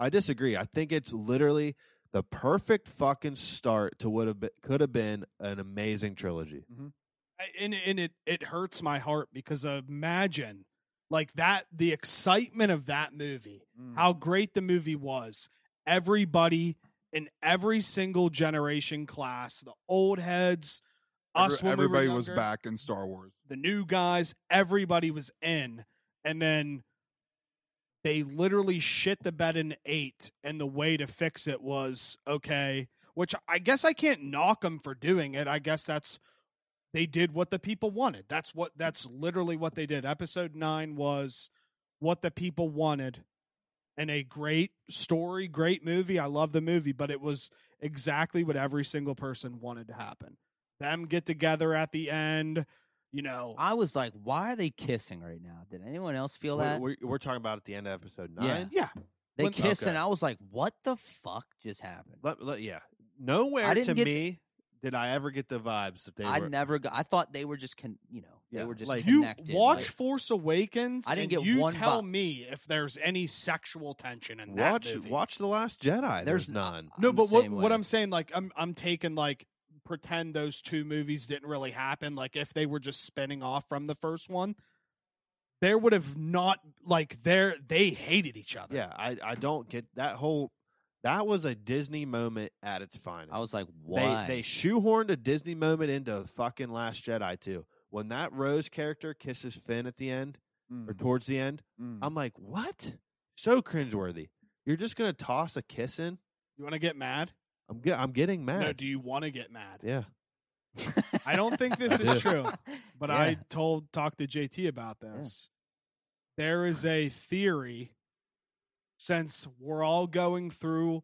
Speaker 3: I disagree. I think it's literally the perfect fucking start to what have been, could have been an amazing trilogy.
Speaker 4: I- and and it it hurts my heart because imagine like that the excitement of that movie,
Speaker 6: Mm. Mm-hmm.
Speaker 4: how great the movie was. Everybody in every single generation class, the old heads, us
Speaker 6: Every-
Speaker 4: when we were
Speaker 6: everybody was
Speaker 4: younger,
Speaker 6: back in Star Wars.
Speaker 4: the new guys, everybody was in, and then they literally shit the bed in eight, and the way to fix it was okay. Which I guess I can't knock them for doing it. I guess that's they did what the people wanted. That's what that's literally what they did. Episode nine was what the people wanted, and a great story, great movie. I love the movie, but it was exactly what every single person wanted to happen. Them get together at the end, you know.
Speaker 1: I was like, why are they kissing right now? Did anyone else feel
Speaker 3: We're-
Speaker 1: that?
Speaker 3: We're, we're talking about at the end of episode nine.
Speaker 1: Yeah.
Speaker 4: yeah,
Speaker 1: they
Speaker 4: when-
Speaker 1: kiss
Speaker 3: okay.
Speaker 1: and I was like, what the fuck just happened?
Speaker 3: Let, let- yeah. Nowhere
Speaker 1: I didn't
Speaker 3: to
Speaker 1: get-
Speaker 3: me did I ever get the vibes that they
Speaker 1: I
Speaker 3: were
Speaker 1: never got I thought they were just con- you know,
Speaker 3: Yeah,
Speaker 1: they were just
Speaker 3: like-
Speaker 4: you
Speaker 1: connected.
Speaker 4: watch
Speaker 1: like-
Speaker 4: Force Awakens.
Speaker 1: I didn't
Speaker 4: and
Speaker 1: get
Speaker 4: you
Speaker 1: one
Speaker 4: tell
Speaker 1: vi-
Speaker 4: me if there's any sexual tension in that
Speaker 3: Watch
Speaker 4: movie.
Speaker 3: watch The Last Jedi. There's,
Speaker 1: There's-
Speaker 3: none.
Speaker 4: No,
Speaker 1: I'm
Speaker 4: but
Speaker 1: uh, the
Speaker 4: what
Speaker 1: same
Speaker 4: what
Speaker 1: way.
Speaker 4: I'm saying, like I'm I'm taking like pretend those two movies didn't really happen. Like if they were just spinning off from the first one, there would have not like there they hated each other.
Speaker 3: Yeah, I, I don't get that whole. That was a Disney moment at its finest.
Speaker 1: I was like,
Speaker 3: they
Speaker 1: why? [LAUGHS]
Speaker 3: they shoehorned a Disney moment into fucking Last Jedi too. When that Rose character kisses Finn at the end or
Speaker 4: Mm.
Speaker 3: towards the end, I'm like, what? So cringeworthy. You're just gonna toss a kiss in?
Speaker 4: You want to get mad?
Speaker 3: I'm get, I'm getting
Speaker 4: No,
Speaker 3: mad.
Speaker 4: do you want to get mad?
Speaker 3: yeah,
Speaker 4: I don't think this
Speaker 3: Yeah.
Speaker 4: is true. but I
Speaker 1: Yeah.
Speaker 4: told talked to JT about this. There is a theory since we're all going through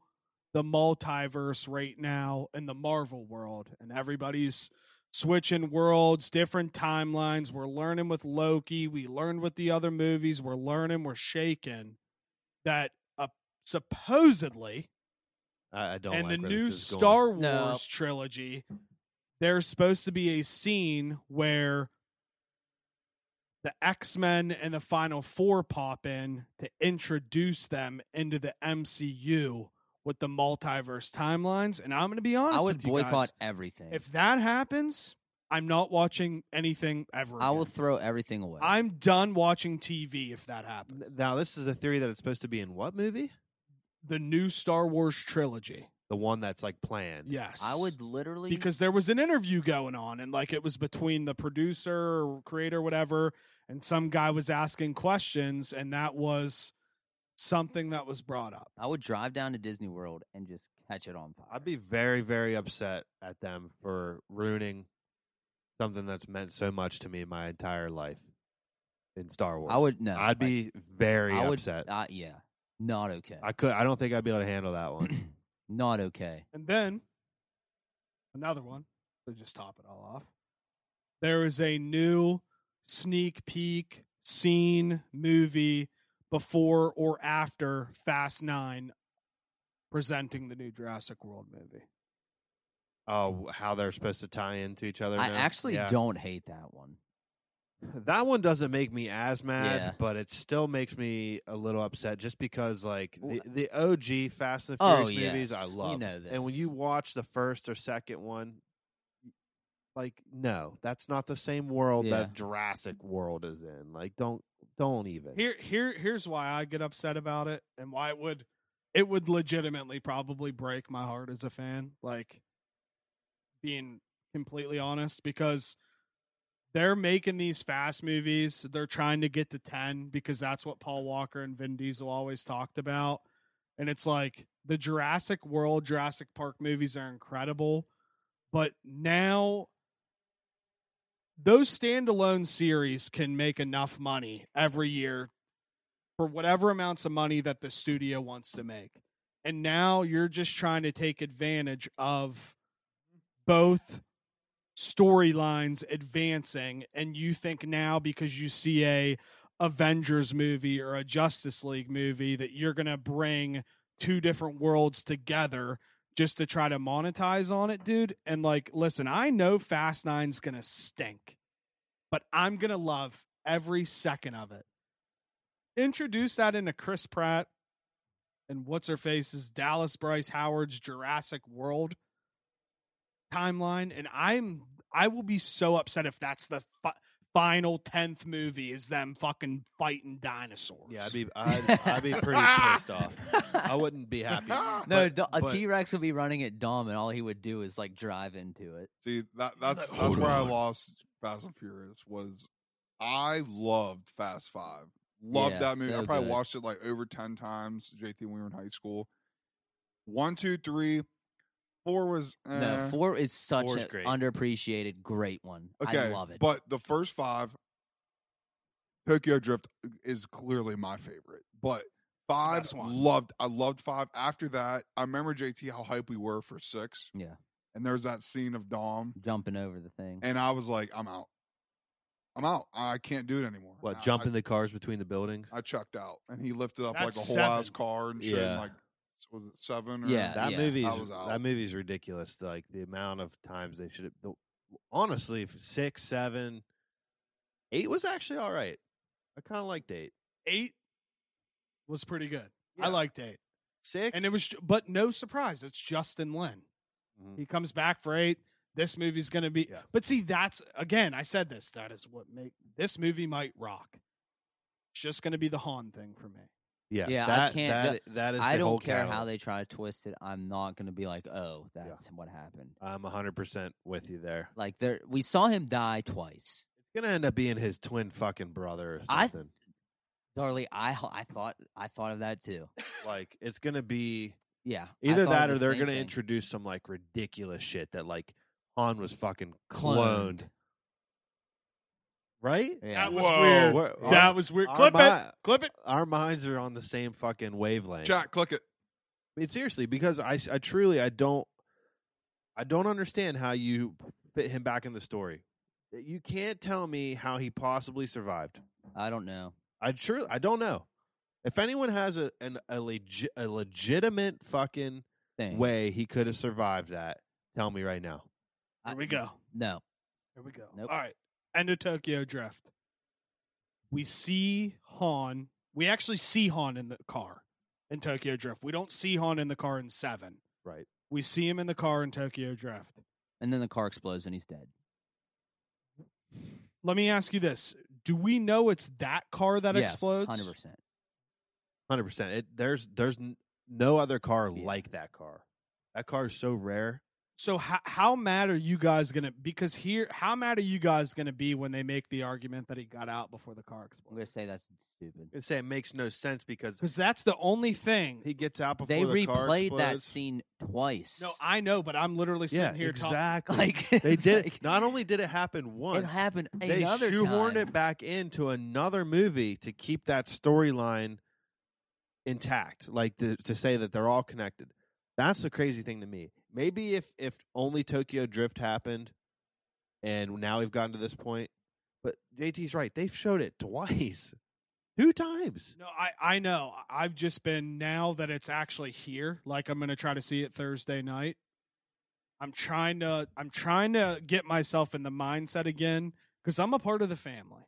Speaker 4: the multiverse right now in the Marvel world and everybody's switching worlds, different timelines. We're learning with Loki, we learned with the other movies, we're learning, we're shaken that uh, supposedly
Speaker 3: I, I don't.
Speaker 4: and
Speaker 3: like
Speaker 4: the
Speaker 3: where
Speaker 4: new
Speaker 3: this is going.
Speaker 4: Star Wars
Speaker 1: No.
Speaker 4: trilogy, there's supposed to be a scene where the X Men and the Final Four pop in to introduce them into the MCU with the multiverse timelines. And I'm going to be honest
Speaker 1: I would
Speaker 4: with you guys,
Speaker 1: boycott everything.
Speaker 4: if that happens, I'm not watching anything ever.
Speaker 1: I will
Speaker 4: again.
Speaker 1: throw everything away.
Speaker 4: I'm done watching TV if that happens.
Speaker 3: N- Now this is a theory that it's supposed to be in what movie?
Speaker 4: The new Star Wars trilogy.
Speaker 3: The one that's like planned.
Speaker 4: Yes.
Speaker 1: I would literally
Speaker 4: because there was an interview going on and like it was between the producer or creator whatever and some guy was asking questions and that was something that was brought up.
Speaker 1: I would drive down to Disney World and just catch it on fire.
Speaker 3: I'd be very, very upset at them for ruining something that's meant so much to me my entire life in Star Wars.
Speaker 1: I would no.
Speaker 3: I'd
Speaker 1: like,
Speaker 3: be very
Speaker 1: I would,
Speaker 3: upset.
Speaker 1: Uh, yeah, not okay.
Speaker 3: I could. I don't think I'd be able to handle that one.
Speaker 1: [CLEARS THROAT] not okay.
Speaker 4: And then another one to just top it all off. There is a new sneak peek scene movie before or after Fast Nine presenting the new Jurassic World movie.
Speaker 3: Oh, how they're supposed to tie into each other.
Speaker 1: I
Speaker 3: now.
Speaker 1: actually
Speaker 3: uh, Yeah.
Speaker 1: don't hate that one.
Speaker 3: That one doesn't make me as mad,
Speaker 1: Yeah.
Speaker 3: but it still makes me a little upset just because, like
Speaker 1: Well,
Speaker 3: the, the OG Fast and the
Speaker 1: Oh,
Speaker 3: Furious movies, I
Speaker 1: yes. You
Speaker 3: love.
Speaker 1: know
Speaker 3: And when
Speaker 1: this.
Speaker 3: you watch the first or second one, like no, that's not the same world
Speaker 1: Yeah.
Speaker 3: that Jurassic World is in. Like, don't don't even.
Speaker 4: Here here here's why I get upset about it and why it would it would legitimately probably break my heart as a fan, like being completely honest because they're making these fast movies. They're trying to get to 10 because that's what Paul Walker and Vin Diesel always talked about. And it's like the Jurassic World, Jurassic Park movies are incredible. But now those standalone series can make enough money every year for whatever amounts of money that the studio wants to make. And now you're just trying to take advantage of both storylines advancing and you think now because you see a Avengers movie or a Justice League movie that you're going to bring two different worlds together just to try to monetize on it, dude. And like, listen, I know Fast Nine's going to stink, but I'm going to love every second of it. Introduce that into Chris Pratt and what's her face's Dallas Bryce Howard's Jurassic World timeline, and I'm I will be so upset if that's the fi- final tenth movie is them fucking fighting dinosaurs.
Speaker 3: Yeah,
Speaker 1: [LAUGHS]
Speaker 3: I'd be I'd, I'd be pretty pissed off. I wouldn't
Speaker 1: [LAUGHS]
Speaker 3: be happy.
Speaker 6: No,
Speaker 1: No,
Speaker 3: but-
Speaker 1: do- a
Speaker 3: but-
Speaker 1: T Rex would be running at Dom, and all he would do is like drive into it.
Speaker 6: See, that that's that's where I lost Fast and Furious was I loved Fast Five. Loved
Speaker 1: Yeah,
Speaker 6: that movie. I
Speaker 1: so
Speaker 6: probably
Speaker 1: good.
Speaker 6: watched it like over ten times, JT when we were in high school. One, two, three, four was eh.
Speaker 1: no, four is such
Speaker 3: Four's
Speaker 1: an
Speaker 3: Uh-huh. great.
Speaker 1: underappreciated, great one.
Speaker 6: Okay,
Speaker 1: I love it.
Speaker 6: But the first five, Tokyo Drift uh, is clearly my favorite. But
Speaker 4: the
Speaker 6: five
Speaker 4: best one.
Speaker 6: loved I loved five. After that, I remember JT how hype we were for six.
Speaker 1: Yeah.
Speaker 6: And there's that scene of Dom
Speaker 1: jumping over the thing.
Speaker 6: and I was like, I'm out. I'm out. I can't do it anymore. I-
Speaker 3: What jumping the cars between the buildings?
Speaker 6: I, I chucked out, and he lifted up
Speaker 4: That's
Speaker 6: like a whole ass
Speaker 4: seven.
Speaker 6: car and shit.
Speaker 3: Yeah.
Speaker 6: And like s- was it seven? Or,
Speaker 1: Yeah.
Speaker 3: that
Speaker 1: Uh, yeah.
Speaker 3: movie's
Speaker 6: was out.
Speaker 3: that movie's ridiculous. Like the amount of times they should have. the- Honestly, if six, seven, eight was actually all right. I kind of liked eight.
Speaker 4: Eight was pretty good.
Speaker 3: Yeah.
Speaker 4: I liked eight.
Speaker 3: Six,
Speaker 4: And it was, ju- but no surprise, it's Justin Lin.
Speaker 3: Mhm.
Speaker 4: He comes back for eight. This movie's going to be,
Speaker 3: Yeah.
Speaker 4: but see, that's again, I said this. That is what make this movie might rock. It's just going to be the Han thing for me.
Speaker 3: yeah.
Speaker 1: Yeah, I
Speaker 3: that,
Speaker 1: can't-
Speaker 3: That, that is.
Speaker 1: I
Speaker 3: the whole
Speaker 1: don't care how
Speaker 3: catalog.
Speaker 1: they try to twist it. I'm not going to be like, oh, that's what happened.
Speaker 3: I'm 100 percent with you there.
Speaker 1: Like there, we saw him die twice.
Speaker 3: It's gonna end up being his twin fucking brother or
Speaker 1: I-
Speaker 3: something.
Speaker 1: Darlie, I ho- I thought I thought of that too.
Speaker 3: like it's gonna be
Speaker 1: Yeah, I
Speaker 3: Either
Speaker 1: thought
Speaker 3: that
Speaker 1: of
Speaker 3: or
Speaker 1: the
Speaker 3: they're
Speaker 1: same
Speaker 3: going to
Speaker 1: thing.
Speaker 3: introduce some like ridiculous shit that like Han was fucking cloned,
Speaker 1: Cloned.
Speaker 3: right?
Speaker 1: Yeah,
Speaker 4: That was weird.
Speaker 3: We're-
Speaker 4: that
Speaker 3: our-
Speaker 4: was weird.
Speaker 3: our
Speaker 4: Clip
Speaker 3: mi-
Speaker 4: it. Clip it.
Speaker 3: Our minds are on the same fucking wavelength.
Speaker 6: Jack, click it.
Speaker 3: I mean, seriously, because I, I truly, I don't, I don't understand how you fit him back in the story. You can't tell me how he possibly survived.
Speaker 1: I don't know.
Speaker 3: I truly, I don't know. If anyone has a an, a, legi- a legitimate fucking
Speaker 1: Thing.
Speaker 3: way he could have survived that, tell me right now.
Speaker 1: I-
Speaker 4: Here we go.
Speaker 1: No,
Speaker 4: Here we go.
Speaker 1: Nope.
Speaker 4: All right. End of Tokyo Drift. We see Han. We actually see Han in the car in Tokyo Drift. We don't see Han in the car in seven.
Speaker 3: Right.
Speaker 4: We see him in the car in Tokyo Drift.
Speaker 1: and then the car explodes and he's dead.
Speaker 4: Let me ask you this. Do we know it's that car that
Speaker 1: yes,
Speaker 4: explodes?
Speaker 1: Hundred percent.
Speaker 3: Hundred percent. It there's there's n- no other car
Speaker 1: Yeah.
Speaker 3: like that car. That car is so rare.
Speaker 4: So how how mad are you guys gonna? Because here, how mad are you guys gonna be when they make the argument that he got out before the car
Speaker 1: I'm
Speaker 4: exploded?
Speaker 1: gonna say that's stupid.
Speaker 3: I'd say it makes no sense because
Speaker 4: Because that's the only thing.
Speaker 3: he gets out before
Speaker 1: They
Speaker 3: the car
Speaker 1: replayed that
Speaker 3: explodes.
Speaker 1: scene twice.
Speaker 4: no, I know, but I'm literally sitting
Speaker 3: Yeah,
Speaker 4: here talking.
Speaker 1: [LAUGHS]
Speaker 3: exactly.
Speaker 1: like
Speaker 3: [LAUGHS] they
Speaker 1: it's
Speaker 3: did.
Speaker 1: like,
Speaker 3: it not only did it happen once,
Speaker 1: It happened
Speaker 3: they
Speaker 1: another
Speaker 3: shoehorned
Speaker 1: time.
Speaker 3: it back into another movie to keep that storyline intact, like to, to say that they're all connected. That's the crazy thing to me. Maybe if if only Tokyo Drift happened, and now we've gotten to this point, but JT's right. They've showed it twice, [LAUGHS] two times.
Speaker 4: No, I I know. I- I've just been now that it's actually here. Like I'm gonna try to see it Thursday night. I'm trying to I'm trying to get myself in the mindset again because I'm a part of the family.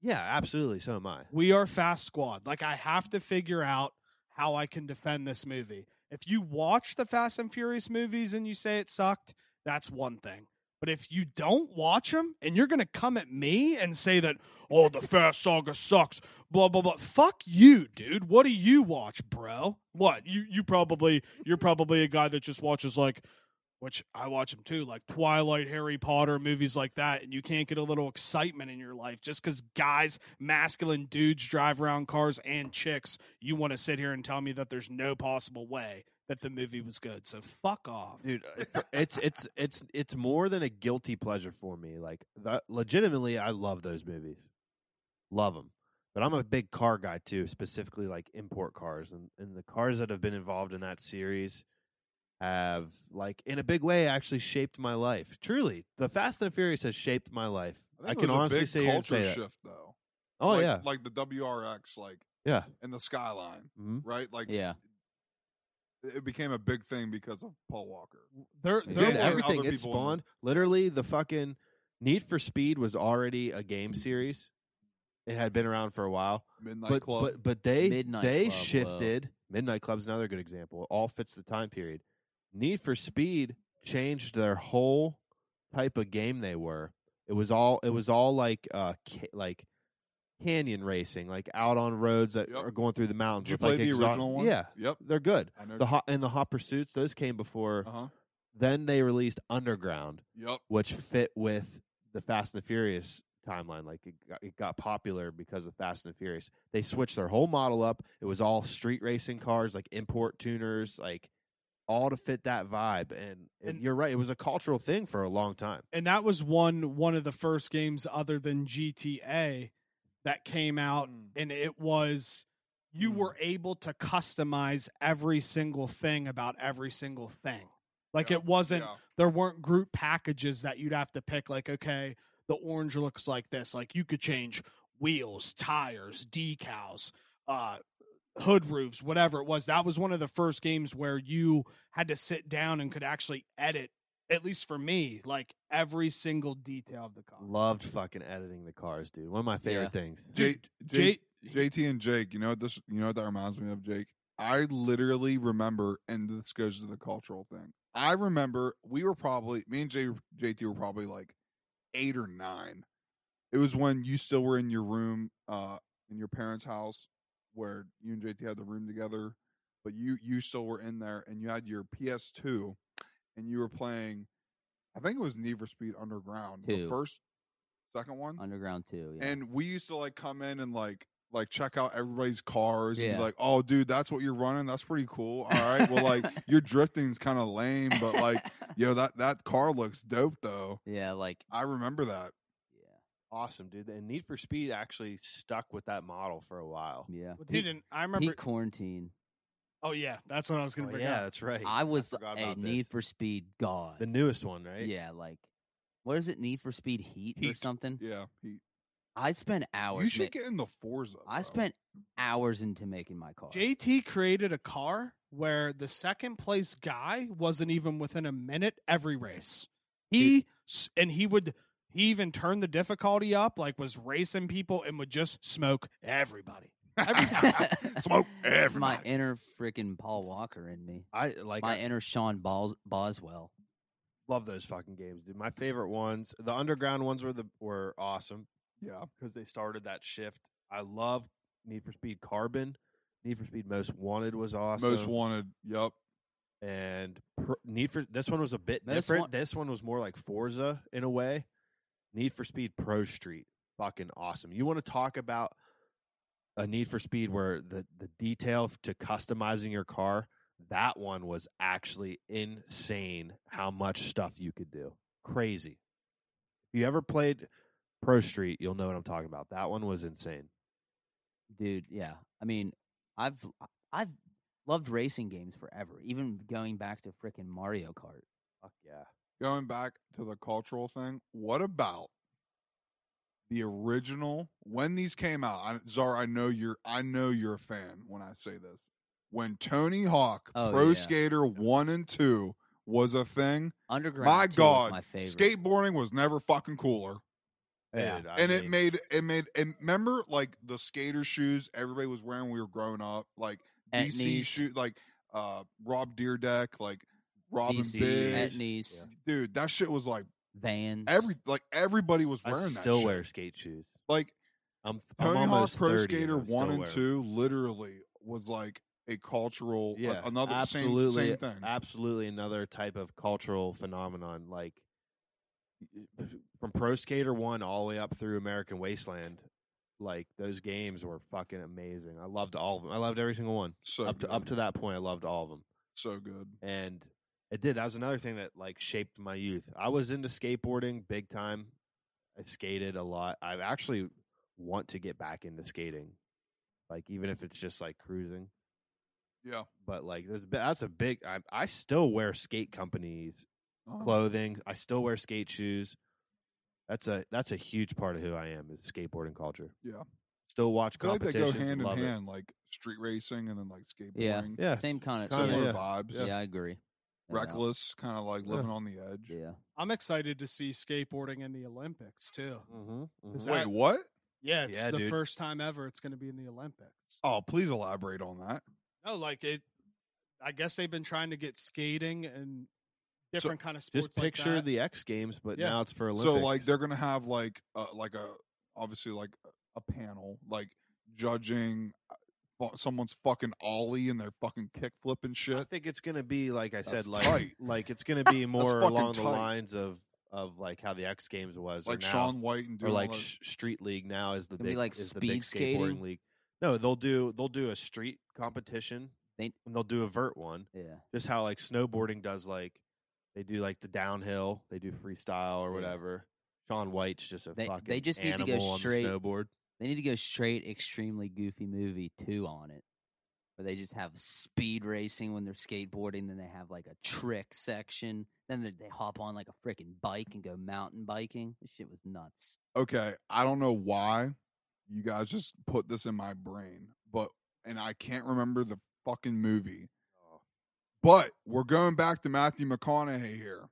Speaker 3: Yeah, absolutely. So am I.
Speaker 4: we are fast squad like i have to figure out how i can defend this movie if you watch the fast and furious movies and you say it sucked that's one thing but if you don't watch them and you're gonna come at me and say that oh the fast saga sucks blah blah blah fuck you dude what do you watch bro what you you probably you're probably a guy that just watches like which I watch them too, like Twilight, Harry Potter, movies like that, and you can't get a little excitement in your life just because guys, masculine dudes drive around cars and chicks. You want to sit here and tell me that there's no possible way that the movie was good. So fuck off.
Speaker 3: dude it- it's it's it's it's more than a guilty pleasure for me like that, legitimately i love those movies love them but i'm a big car guy too specifically like import cars and, and the cars that have been involved in that series have like in a big way actually shaped my life truly the fast and furious has shaped my life i,
Speaker 6: think it
Speaker 3: can
Speaker 6: was a
Speaker 3: honestly
Speaker 6: big
Speaker 3: say, here and
Speaker 6: culture
Speaker 3: say that.
Speaker 6: shift though.
Speaker 3: oh
Speaker 6: like,
Speaker 3: yeah
Speaker 6: like the WRX, like
Speaker 3: yeah
Speaker 6: and the Skyline,
Speaker 3: hmm
Speaker 6: right? Like
Speaker 1: Yeah,
Speaker 6: it became a big thing because of Paul Walker.
Speaker 4: There,
Speaker 3: Dude,
Speaker 4: there
Speaker 6: were
Speaker 3: everything
Speaker 6: other
Speaker 3: it
Speaker 6: people in the-
Speaker 3: spawned. Literally, the fucking Need for Speed was already a game series. It had been around for a while,
Speaker 6: Midnight
Speaker 3: but
Speaker 6: Club.
Speaker 3: but but they
Speaker 1: Midnight
Speaker 3: they
Speaker 1: Club, whoa.
Speaker 3: shifted. Midnight Club's another good example. It all fits the time period. Need for Speed changed their whole type of game they were. It was all it was all like uh ca- like canyon racing, like out on roads that
Speaker 6: Yep.
Speaker 3: are going through the mountains.
Speaker 6: Did you
Speaker 3: with,
Speaker 6: play
Speaker 3: like,
Speaker 6: the
Speaker 3: exo-
Speaker 6: original one?
Speaker 3: Yeah,
Speaker 6: Yep.
Speaker 3: they're good.
Speaker 6: I know.
Speaker 3: The hot and the hot pursuits, those came before.
Speaker 6: uh-huh.
Speaker 3: Then they released Underground,
Speaker 6: Yep.
Speaker 3: which fit with the Fast and the Furious timeline. Like it got, it got popular because of Fast and the Furious. They switched their whole model up. It was all street racing cars, like import tuners, like all to fit that vibe. And, and,
Speaker 4: And-
Speaker 3: you're right, it was a cultural thing for a long time.
Speaker 4: and that was one one of the first games other than GTA that came out
Speaker 6: Mm.
Speaker 4: and it was you were able to customize every single thing about every single thing. Like
Speaker 6: Yeah.
Speaker 4: it wasn't
Speaker 6: Yeah.
Speaker 4: there weren't group packages that you'd have to pick like okay, the orange looks like this. Like you could change wheels, tires, decals, uh hood roofs, whatever it was. That was one of the first games where you had to sit down and could actually edit at least for me, like every single detail of the car.
Speaker 3: Loved fucking editing the cars, dude. One of my favorite
Speaker 1: Yeah.
Speaker 3: things.
Speaker 6: J- J-
Speaker 4: J-
Speaker 6: JT and Jake, you know what this you know what that reminds me of, Jake? I literally remember, and this goes to the cultural thing. I remember we were probably me and J- JT were probably like eight or nine. It was when you still were in your room, uh, in your parents' house where you and JT had the room together, but you you still were in there and you had your PS2 and you were playing I think it was Need for Speed Underground. The
Speaker 1: Two.
Speaker 6: first second one?
Speaker 1: Underground Two. Yeah.
Speaker 6: and we used to like come in and like like check out everybody's cars and
Speaker 1: Yeah.
Speaker 6: be like, "Oh, dude, that's what you're running. That's pretty cool. All right,
Speaker 1: [LAUGHS]
Speaker 6: well, like your drifting's kind of lame, but like, yo, that that car looks dope though.
Speaker 1: yeah, like
Speaker 6: I remember that.
Speaker 3: Awesome, dude. And Need for Speed actually stuck with that model for a while.
Speaker 1: yeah, yeah.
Speaker 4: Dude, and I remember.
Speaker 1: Peak quarantine.
Speaker 4: oh yeah, that's what I was gonna
Speaker 3: Oh,
Speaker 4: bring
Speaker 3: yeah,
Speaker 4: up.
Speaker 3: that's right.
Speaker 1: I was
Speaker 3: forgot
Speaker 1: a
Speaker 3: about this.
Speaker 1: Need for Speed god.
Speaker 3: the newest one, right?
Speaker 1: Yeah, like what is it? Need for Speed Heat, or
Speaker 6: Heat.
Speaker 1: something?
Speaker 6: Yeah, he,
Speaker 1: I spent hours.
Speaker 6: you should
Speaker 1: ma-
Speaker 6: get in the Forza.
Speaker 1: I
Speaker 6: bro.
Speaker 1: spent hours into making my car. [LAUGHS]
Speaker 4: JT created a car where the second place guy wasn't even within a minute every race. He s and he would he even turned the difficulty up, like was racing people and would just smoke everybody.
Speaker 3: [LAUGHS]
Speaker 4: Every [LAUGHS] time.
Speaker 6: [LAUGHS] Smoke
Speaker 1: It's my
Speaker 6: everybody.
Speaker 1: inner freaking Paul Walker in me.
Speaker 3: I like
Speaker 1: my
Speaker 3: I-
Speaker 1: inner Sean Bos- Boswell.
Speaker 3: love those fucking games, dude. My favorite ones, the underground ones were the were awesome
Speaker 6: Yeah,
Speaker 3: because they started that shift. I love Need for Speed Carbon. Need for Speed Most Wanted was awesome.
Speaker 6: most wanted. Yep.
Speaker 3: and pr- Need for this one was a bit
Speaker 1: This
Speaker 3: different.
Speaker 1: one-
Speaker 3: this one was more like Forza in a way. Need for Speed Pro Street, fucking awesome. You want to talk about a Need for Speed where the the detail f- to customizing your car? That one was actually insane. How much stuff you could do, crazy. If you ever played Pro Street, you'll know what I'm talking about. That one was insane.
Speaker 1: dude yeah i mean i've i've loved racing games forever even going back to freaking mario kart
Speaker 3: Fuck yeah.
Speaker 6: Going back to the cultural thing, what about the original when these came out? I, Czar, I know you're I know you're a fan when I say this. When Tony Hawk
Speaker 1: Oh,
Speaker 6: Pro
Speaker 1: yeah.
Speaker 6: Skater 1 and 2 was a thing,
Speaker 1: underground
Speaker 6: My
Speaker 1: 2 was
Speaker 6: God,
Speaker 1: my favorite
Speaker 6: skateboarding was never fucking cooler.
Speaker 1: yeah
Speaker 6: [LAUGHS]
Speaker 3: Dude, I
Speaker 6: and it
Speaker 3: mean-
Speaker 6: made it made and remember like the skater shoes everybody was wearing when we were growing up like DC
Speaker 1: Etnies.
Speaker 6: shoe like uh Rob Deerdeck like Robin
Speaker 1: DCs,
Speaker 6: Biggs
Speaker 1: Etnies,
Speaker 6: dude that shit was like
Speaker 1: vans
Speaker 6: every like everybody was
Speaker 3: I
Speaker 6: wearing
Speaker 3: still
Speaker 6: that shit.
Speaker 3: wear skate shoes.
Speaker 6: like
Speaker 3: I'm th- I'm
Speaker 6: Tony Hawk
Speaker 3: almost
Speaker 6: Pro
Speaker 3: 30
Speaker 6: Skater
Speaker 3: I'm still
Speaker 6: 1 and
Speaker 3: wearing-
Speaker 6: 2 literally was like a cultural a- another same
Speaker 3: absolutely,
Speaker 6: same thing
Speaker 3: Absolutely, another type of cultural phenomenon. Like from Pro Skater One all the way up through American Wasteland, like those games were fucking amazing. I loved all of them. I loved every single one
Speaker 6: so
Speaker 3: up to
Speaker 6: good.
Speaker 3: up to that point. I loved all of them,
Speaker 6: so good
Speaker 3: and it did. That was another thing that like shaped my youth. I was into skateboarding big time. I skated a lot. I actually want to get back into skating, like even if it's just like cruising.
Speaker 6: yeah
Speaker 3: but like there's a bi- that's a big I, I still wear skate companies
Speaker 6: Oh,
Speaker 3: clothing i still wear skate shoes that's a that's a huge part of who i am is skateboarding culture
Speaker 6: Yeah.
Speaker 3: still watch
Speaker 6: I feel like they go
Speaker 3: competitions
Speaker 6: hand in
Speaker 3: love it.
Speaker 6: hand like street racing and then like
Speaker 1: Yeah.
Speaker 6: skateboarding
Speaker 3: yeah
Speaker 1: same kind of
Speaker 3: Kinda,
Speaker 6: similar
Speaker 1: yeah,
Speaker 3: yeah.
Speaker 6: vibes
Speaker 1: yeah, i agree No doubt.
Speaker 6: reckless, kind of like
Speaker 3: Yeah.
Speaker 6: living on the edge.
Speaker 1: yeah
Speaker 4: I'm excited to see skateboarding in the Olympics too.
Speaker 3: Mhm,
Speaker 4: Is
Speaker 3: mhm.
Speaker 6: Wait,
Speaker 4: that-
Speaker 6: what?
Speaker 4: Yeah, it's
Speaker 3: Yeah,
Speaker 4: the
Speaker 3: dude.
Speaker 4: first time ever it's going to be in the Olympics.
Speaker 6: Oh, please elaborate on that.
Speaker 4: No, like it. I guess they've been trying to get skating and different kind of sports.
Speaker 3: just picture
Speaker 4: like that.
Speaker 3: the x games but
Speaker 4: Yeah.
Speaker 3: now it's for olympics
Speaker 6: So, like, they're gonna have like, uh, like a obviously like a panel, like judging uh, fu- someone's fucking ollie and their fucking kickflip and
Speaker 3: i
Speaker 6: shit.
Speaker 3: think it's gonna be like i said
Speaker 6: That's
Speaker 3: like
Speaker 6: tight.
Speaker 3: like it's
Speaker 6: [LAUGHS]
Speaker 3: gonna be more
Speaker 6: fucking
Speaker 3: along the
Speaker 6: tight.
Speaker 3: lines of of like how the x games was
Speaker 6: Like
Speaker 3: or now,
Speaker 6: Sean White and
Speaker 3: or
Speaker 6: doing all
Speaker 3: like
Speaker 6: that-
Speaker 3: sh- street league now is the
Speaker 1: It'll be
Speaker 3: big
Speaker 1: like
Speaker 3: is the big
Speaker 1: speed skating?
Speaker 3: skateboarding league. No, they'll do they'll do a street competition.
Speaker 1: They-
Speaker 3: and they'll do a vert one.
Speaker 1: yeah
Speaker 3: Just how like snowboarding does like they do like the downhill, they do freestyle or
Speaker 1: Yeah.
Speaker 3: whatever. Sean White's just a
Speaker 1: They-
Speaker 3: fucking
Speaker 1: they just need to go
Speaker 3: animal on the
Speaker 1: straight-
Speaker 3: snowboard.
Speaker 1: They need to go straight extremely goofy movie two on it. Where they just have speed racing when they're skateboarding, then they have like a trick section, then they, they hop on like a freaking bike and go mountain biking. This shit was nuts.
Speaker 6: okay, I don't know why you guys just put this in my brain, but and I can't remember the fucking movie. But we're going back to Matthew McConaughey here.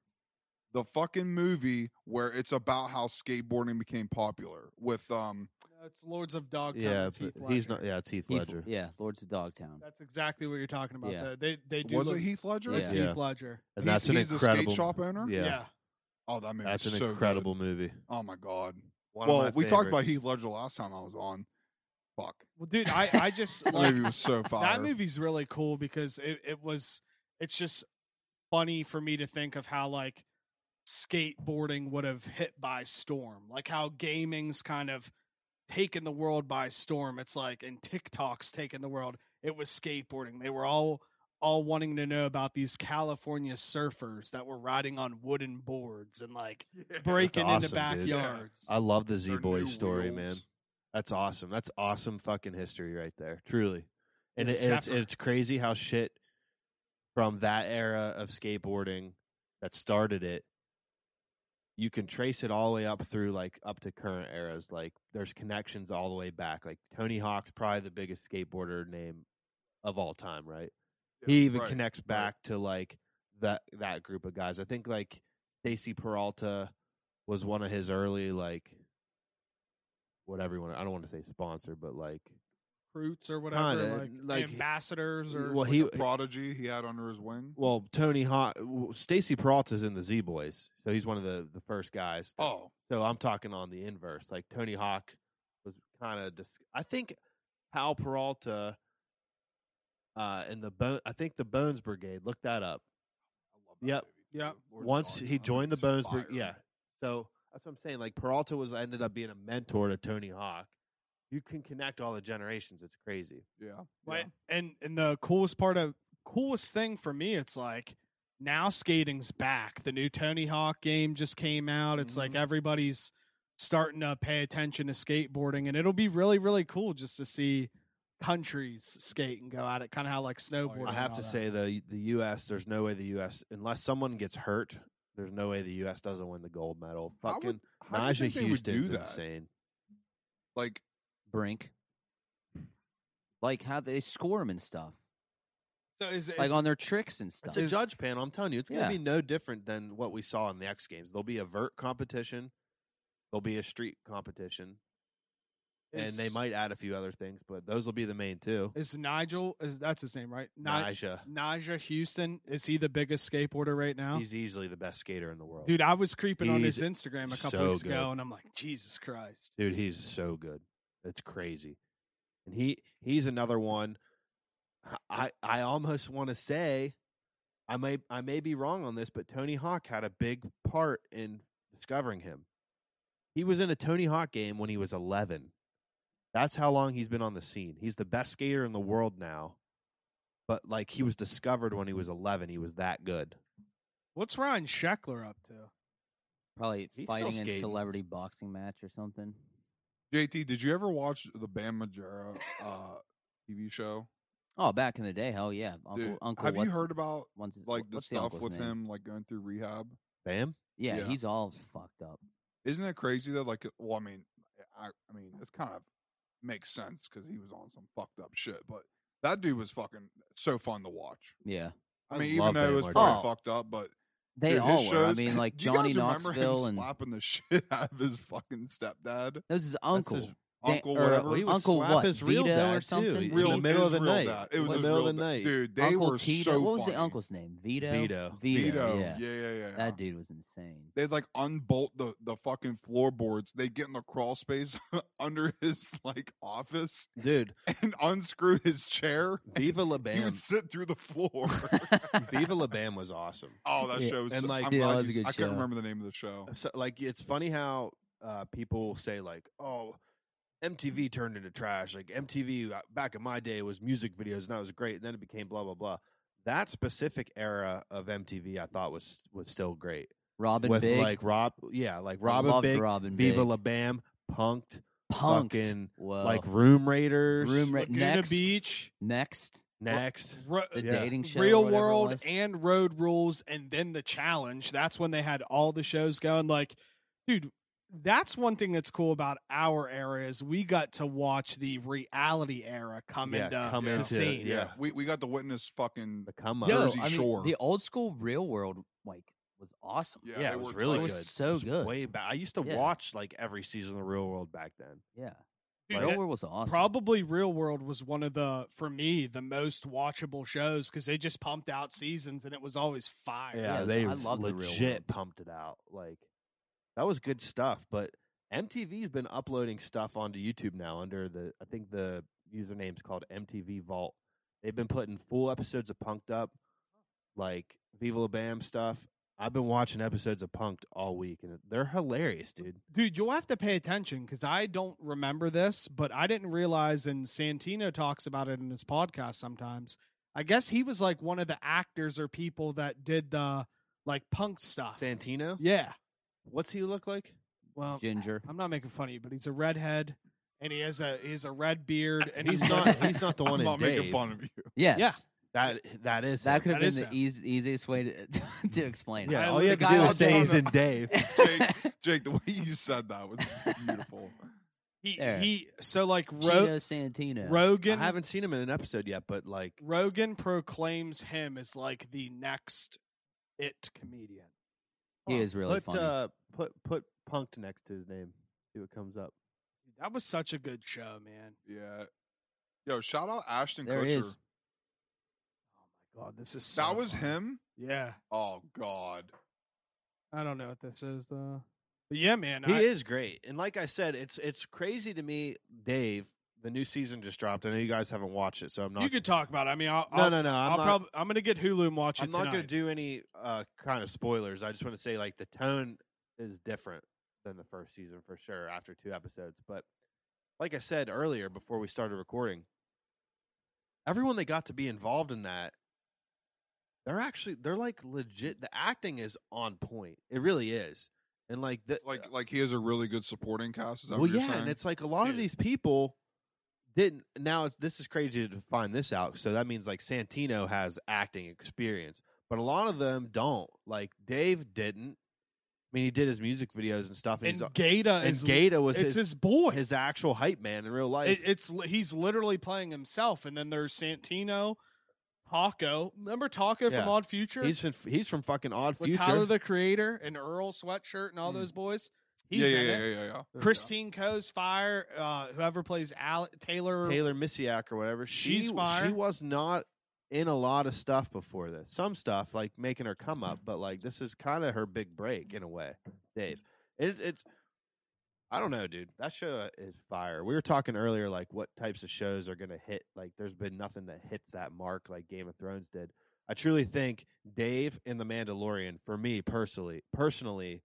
Speaker 6: The fucking movie where it's about how skateboarding became popular with um
Speaker 4: No, it's Lords of Dogtown.
Speaker 3: yeah,
Speaker 4: it's Heath
Speaker 3: but he's
Speaker 4: Ledger.
Speaker 3: not yeah, it's Heath
Speaker 1: Heath-
Speaker 3: Ledger.
Speaker 1: yeah, Lords of Dogtown.
Speaker 4: That's exactly what you're talking about.
Speaker 1: Yeah.
Speaker 4: though. They they do.
Speaker 6: was
Speaker 4: look-
Speaker 6: it Heath Ledger?
Speaker 4: It's
Speaker 3: Yeah.
Speaker 4: Heath Ledger.
Speaker 3: And
Speaker 6: He's-
Speaker 3: that's an
Speaker 6: he's the skate
Speaker 3: incredible
Speaker 6: shop owner?
Speaker 3: Yeah.
Speaker 4: yeah.
Speaker 6: Oh, that movie
Speaker 3: That's
Speaker 6: was
Speaker 3: an
Speaker 6: so good.
Speaker 3: incredible movie.
Speaker 6: Oh my god.
Speaker 3: One of
Speaker 6: well,
Speaker 3: my
Speaker 6: we talked about
Speaker 3: favorites.
Speaker 6: Heath Ledger last time I was on. Fuck.
Speaker 4: Well, dude, I I
Speaker 6: [LAUGHS]
Speaker 4: just
Speaker 6: That
Speaker 4: like
Speaker 6: movie was
Speaker 3: [LAUGHS]
Speaker 6: so fire.
Speaker 4: That movie's really cool because it, it was it's just funny for me to think of how like skateboarding would have hit by storm. Like how gaming's kind of taken the world by storm. It's like and TikTok's taken the world. It was skateboarding. They were all all wanting to know about these California surfers that were riding on wooden boards and
Speaker 3: [LAUGHS]
Speaker 4: like breaking into
Speaker 3: awesome, dude. Yeah.
Speaker 4: backyards.
Speaker 3: I love the Z
Speaker 6: Their
Speaker 3: Boy
Speaker 6: new
Speaker 3: story, man.
Speaker 6: wheels.
Speaker 3: That's awesome. That's awesome fucking history right there. Truly. And,
Speaker 4: Yeah,
Speaker 3: it, and it's
Speaker 4: Zephyr.
Speaker 3: it's crazy how shit from that era of skateboarding that started it you can trace it all the way up through like up to current eras. Like there's connections all the way back. Like Tony Hawk's probably the biggest skateboarder name of all time, right? he even
Speaker 6: Right.
Speaker 3: connects back to like that that group of guys. I think like Stacy Peralta was one of his early like whatever you want. I don't want to say sponsor, but like
Speaker 4: Recruits or whatever,
Speaker 3: Kinda,
Speaker 4: like,
Speaker 3: like-
Speaker 4: ambassadors or
Speaker 3: well
Speaker 6: Like
Speaker 3: he
Speaker 6: a prodigy he had under his wing.
Speaker 3: well Tony Hawk Stacy Peralta's in the Z Boys, so he's one of the the first guys. that-
Speaker 6: Oh,
Speaker 3: So I'm talking on the inverse. Like Tony Hawk was kind of. Dis- I think Hal Peralta uh, uh, and the bone. I think the Bones Brigade. Look that up. Yep.
Speaker 4: Yep.
Speaker 3: Once he joined the Bones Brigade, yeah. So that's what I'm saying. Like Peralta was ended up being a mentor to Tony Hawk. You can connect all the generations. It's crazy.
Speaker 6: Yeah.
Speaker 4: Like, and and the coolest part of coolest thing for me, it's like now skating's back. The new Tony Hawk game just came out. It's like everybody's starting to pay attention to skateboarding, and it'll be really really cool just to see countries skate and go at it, kind of how like snowboarding.
Speaker 3: I
Speaker 4: and
Speaker 3: have
Speaker 4: all
Speaker 3: to
Speaker 4: that.
Speaker 3: say the the U.S. There's no way the U.S. unless someone gets hurt. There's no way the U.S. doesn't win the gold medal.
Speaker 6: How would-
Speaker 3: Fucking
Speaker 6: how do you
Speaker 3: Najee
Speaker 6: think they would do
Speaker 3: Houston's
Speaker 6: that?
Speaker 3: insane.
Speaker 6: Like
Speaker 1: Brink. Like how they score them and stuff,
Speaker 4: so is, is,
Speaker 1: like on their tricks and stuff.
Speaker 3: It's a judge panel. I'm telling you, it's going to
Speaker 1: Yeah.
Speaker 3: be no different than what we saw in the X Games. There'll be a vert competition, there'll be a street competition, and
Speaker 4: is-
Speaker 3: they might add a few other things, but those will be the main two.
Speaker 4: is Nigel is that's his name right? Ni-
Speaker 3: Naja,
Speaker 4: Naja Houston is he the biggest skateboarder right now?
Speaker 3: he's easily the best skater in the world,
Speaker 4: Dude, I was creeping on
Speaker 3: He's
Speaker 4: his Instagram a couple
Speaker 3: so
Speaker 4: weeks
Speaker 3: good.
Speaker 4: ago, and I'm like, Jesus Christ!
Speaker 3: Dude, he's so good. It's crazy, and he he's another one. I I almost want to say, I may I may be wrong on this, but Tony Hawk had a big part in discovering him. He was in a Tony Hawk game when he was 11. That's how long he's been on the scene. He's the best skater in the world now. But like he was discovered when he was 11, he was that good.
Speaker 4: What's Ryan Sheckler up to?
Speaker 1: Probably
Speaker 3: He's still
Speaker 1: fighting in
Speaker 3: skating.
Speaker 1: celebrity boxing match or something.
Speaker 6: JT, did you ever watch the Bam Majera uh, TV show?
Speaker 1: Oh, back in the day, hell yeah, Uncle
Speaker 6: Dude,
Speaker 1: Uncle.
Speaker 6: have you
Speaker 1: what's-
Speaker 6: heard about
Speaker 1: what's his-
Speaker 6: like the
Speaker 1: what's
Speaker 6: stuff
Speaker 1: uncle's
Speaker 6: with
Speaker 1: name?
Speaker 6: him like going through rehab?
Speaker 3: Bam?
Speaker 1: Yeah,
Speaker 6: Yeah.
Speaker 1: he's all fucked up.
Speaker 6: Isn't that crazy though? Like, well, I mean, eh, I, I mean, it's kind of makes sense because he was on some fucked up shit, but that dude was fucking so fun to watch.
Speaker 1: Yeah,
Speaker 6: I,
Speaker 3: I
Speaker 6: mean, even
Speaker 3: love
Speaker 6: though
Speaker 3: Bam
Speaker 6: it was
Speaker 3: Margera.
Speaker 6: probably
Speaker 1: Oh.
Speaker 6: fucked up, but
Speaker 1: they
Speaker 6: dude, his
Speaker 1: all were. I
Speaker 6: shows- [LAUGHS]
Speaker 1: mean, like
Speaker 6: do you
Speaker 1: Johnny
Speaker 6: guys remember him
Speaker 1: Knoxville and that
Speaker 6: slapping the [LAUGHS] shit out of his fucking stepdad,
Speaker 1: was his uncle.
Speaker 3: his
Speaker 1: Dan-
Speaker 6: uncle,
Speaker 1: or
Speaker 6: whatever.
Speaker 3: Well, uh, he would
Speaker 1: Uncle
Speaker 3: slap
Speaker 1: what,
Speaker 3: his real
Speaker 1: Vito
Speaker 3: dad,
Speaker 1: or
Speaker 3: too.
Speaker 1: something?
Speaker 3: He-
Speaker 6: real
Speaker 3: in the middle of
Speaker 6: his
Speaker 3: the
Speaker 6: real
Speaker 3: night.
Speaker 6: dad. It
Speaker 3: In
Speaker 6: was
Speaker 3: the
Speaker 6: his
Speaker 3: middle of
Speaker 6: real
Speaker 3: the
Speaker 6: dad.
Speaker 3: night.
Speaker 6: dude. They
Speaker 1: Uncle
Speaker 6: were
Speaker 1: Tito.
Speaker 6: so
Speaker 1: what was the
Speaker 6: funny.
Speaker 1: uncle's name? Vito.
Speaker 3: Vito.
Speaker 1: Vito.
Speaker 6: Vito.
Speaker 1: Yeah.
Speaker 6: yeah, yeah, yeah.
Speaker 1: that dude was
Speaker 6: [LAUGHS]
Speaker 1: insane. [LAUGHS]
Speaker 6: They'd like unbolt the the fucking floorboards. They'd get in the crawl space [LAUGHS] under his like office
Speaker 3: Dude,
Speaker 6: and unscrew his chair.
Speaker 3: Viva La
Speaker 6: [LAUGHS] He
Speaker 3: Bam.
Speaker 6: [LAUGHS] would sit through the floor.
Speaker 1: [LAUGHS]
Speaker 3: Viva La Bam was awesome.
Speaker 6: oh, that
Speaker 1: Yeah,
Speaker 6: show was
Speaker 3: and,
Speaker 6: so,
Speaker 3: like,
Speaker 6: I'm
Speaker 1: yeah,
Speaker 6: glad
Speaker 1: that was
Speaker 6: you
Speaker 1: a good
Speaker 6: s- I couldn't
Speaker 1: show.
Speaker 6: remember the name of the show.
Speaker 3: So, like it's funny how uh, people say like, "Oh, MTV turned into trash." Like MTV uh, back in my day was music videos, and that was great. And then it became blah blah blah. That specific era of MTV, I thought was was still great
Speaker 1: Robin
Speaker 3: with
Speaker 1: Big.
Speaker 3: like Rob, yeah, like
Speaker 1: I
Speaker 3: Robin
Speaker 1: loved
Speaker 3: Big,
Speaker 1: Robin
Speaker 3: Viva
Speaker 1: Big.
Speaker 3: La Bam, Punked,
Speaker 1: Punked.
Speaker 3: fucking,
Speaker 1: Whoa.
Speaker 3: like Room Raiders,
Speaker 1: Room Ra-
Speaker 4: Laguna
Speaker 1: next.
Speaker 4: Beach,
Speaker 1: Next.
Speaker 3: next.
Speaker 4: ro-
Speaker 6: Uh,
Speaker 1: The
Speaker 3: Yeah.
Speaker 1: dating show. or
Speaker 4: real
Speaker 1: whatever it
Speaker 4: world,
Speaker 1: was.
Speaker 4: and road rules, and then the challenge. That's when they had all the shows going. Like, dude, that's one thing that's cool about our era is we got to watch the reality era come
Speaker 3: yeah,
Speaker 4: into
Speaker 3: come
Speaker 6: the
Speaker 3: into
Speaker 4: scene.
Speaker 3: yeah,
Speaker 6: We we got to witness fucking
Speaker 3: the come up.
Speaker 6: Yo,
Speaker 3: Jersey
Speaker 6: Jersey
Speaker 1: I mean,
Speaker 6: Shore.
Speaker 1: the old school real world like was awesome.
Speaker 6: Yeah,
Speaker 3: Yeah,
Speaker 6: they
Speaker 3: it was
Speaker 6: were
Speaker 3: really
Speaker 6: tight.
Speaker 1: It
Speaker 3: good.
Speaker 1: was so good.
Speaker 3: Way back, I used to
Speaker 1: Yeah.
Speaker 3: watch like every season of the Real World back then.
Speaker 1: Yeah.
Speaker 4: Dude,
Speaker 1: real
Speaker 4: that-
Speaker 1: world was awesome.
Speaker 4: Probably Real World was one of the, for me, the most watchable shows because they just pumped out seasons and it was always fire.
Speaker 3: Yeah,
Speaker 1: it was-
Speaker 3: they
Speaker 1: I love the Real
Speaker 3: legit
Speaker 1: World.
Speaker 3: pumped it out. Like that was good stuff. But MTV's been uploading stuff onto YouTube now under the I think the username's called MTV Vault. They've been putting full episodes of Punked up, like Viva La Bam stuff. I've been watching episodes of Punked all week, and they're hilarious, dude.
Speaker 4: Dude, you'll have to pay attention because I don't remember this, but I didn't realize, and Santino talks about it in his podcast sometimes. I guess he was like one of the actors or people that did the like punk stuff.
Speaker 3: Santino,
Speaker 4: Yeah.
Speaker 3: what's he look like?
Speaker 4: Well,
Speaker 1: Ginger.
Speaker 4: I'm not making fun of you, but he's a redhead and he has a he has a red beard and
Speaker 3: He's not. He's [LAUGHS] not the
Speaker 6: [LAUGHS] I'm
Speaker 3: one.
Speaker 6: not
Speaker 3: in
Speaker 6: making
Speaker 3: Dave.
Speaker 6: fun of you. [LAUGHS]
Speaker 1: Yes.
Speaker 3: That that is
Speaker 1: That
Speaker 3: him.
Speaker 1: could have
Speaker 4: That
Speaker 1: been
Speaker 4: is
Speaker 1: the
Speaker 4: him.
Speaker 1: eas- easiest way to, [LAUGHS] to explain it.
Speaker 3: Yeah,
Speaker 4: I
Speaker 3: all you have
Speaker 4: look-
Speaker 3: to
Speaker 1: the
Speaker 3: do
Speaker 1: guy
Speaker 3: is say
Speaker 6: on
Speaker 3: he's
Speaker 6: the-
Speaker 3: in Dave. [LAUGHS]
Speaker 1: [LAUGHS]
Speaker 6: Jake, Jake, the way you said that was beautiful.
Speaker 4: he,
Speaker 1: There.
Speaker 4: he so like
Speaker 1: Chino
Speaker 4: Ro-
Speaker 1: Santino.
Speaker 4: Rogan
Speaker 3: I haven't seen him in an episode yet, but like
Speaker 4: Rogan proclaims him as like the next it comedian.
Speaker 1: he is really
Speaker 3: put
Speaker 1: funny.
Speaker 3: uh, put put punked next to his name. See what comes up.
Speaker 4: That was such a good show, man.
Speaker 6: Yeah. Yo, shout out Ashton
Speaker 1: There
Speaker 6: Kutcher.
Speaker 1: he is.
Speaker 4: Oh my god, this is so
Speaker 6: That was
Speaker 4: funny.
Speaker 6: him.
Speaker 4: Yeah.
Speaker 6: Oh God.
Speaker 4: I don't know what this is though. But yeah, man.
Speaker 3: he
Speaker 4: I,
Speaker 3: is great, and like I said, it's it's crazy to me, Dave, the new season just dropped. I know you guys haven't watched it, so I'm not.
Speaker 4: you could talk about. it. I mean, I'll,
Speaker 3: No,
Speaker 4: I'll,
Speaker 3: no, no. I'm
Speaker 4: I'll
Speaker 3: not,
Speaker 4: probably I'm gonna get Hulu and watch it.
Speaker 3: I'm not
Speaker 4: tonight.
Speaker 3: going to do any uh, kind of spoilers. I just want to say, like, the tone is different than the first season for sure after two episodes. But like I said earlier before we started recording, everyone that got to be involved in that, they're actually, they're like legit. The acting is on point. It really is. And like, the,
Speaker 6: Like like he has a really good supporting cast. Is that
Speaker 3: well,
Speaker 6: what you're
Speaker 3: yeah,
Speaker 6: saying?
Speaker 3: and it's like a lot of these people didn't. Now it's this is crazy to find this out. So that means like Santino has acting experience, but a lot of them don't. Like Dave didn't. I mean, he did his music videos and stuff, and,
Speaker 4: And
Speaker 3: he's,
Speaker 4: Gata
Speaker 3: and
Speaker 4: is
Speaker 3: Gata was
Speaker 4: it's his,
Speaker 3: his, his
Speaker 4: boy.
Speaker 3: actual hype man in real life.
Speaker 4: It, it's li- he's literally playing himself, and then there's Santino, Taco. Remember Taco
Speaker 3: Yeah.
Speaker 4: from Odd Future?
Speaker 3: he's from, he's from fucking Odd
Speaker 4: with
Speaker 3: Future. Hmm.
Speaker 4: Tyler the Creator and Earl Sweatshirt and all those boys. He's
Speaker 6: yeah,
Speaker 4: in
Speaker 6: yeah,
Speaker 4: it.
Speaker 6: yeah, yeah, yeah, yeah.
Speaker 4: Christine Coe's Fire. Uh, whoever plays Ale- Taylor,
Speaker 3: Taylor Misiak or whatever. She,
Speaker 4: She's
Speaker 3: She
Speaker 4: fire.
Speaker 3: was not in a lot of stuff before this. Some stuff like making her come up, but like this is kind of her big break in a way. Dave, it, it's I don't know, dude. That show is fire. We were talking earlier, like what types of shows are gonna hit. Like there's been nothing that hits that mark like Game of Thrones did. I truly think Dave and The Mandalorian, for me personally, personally,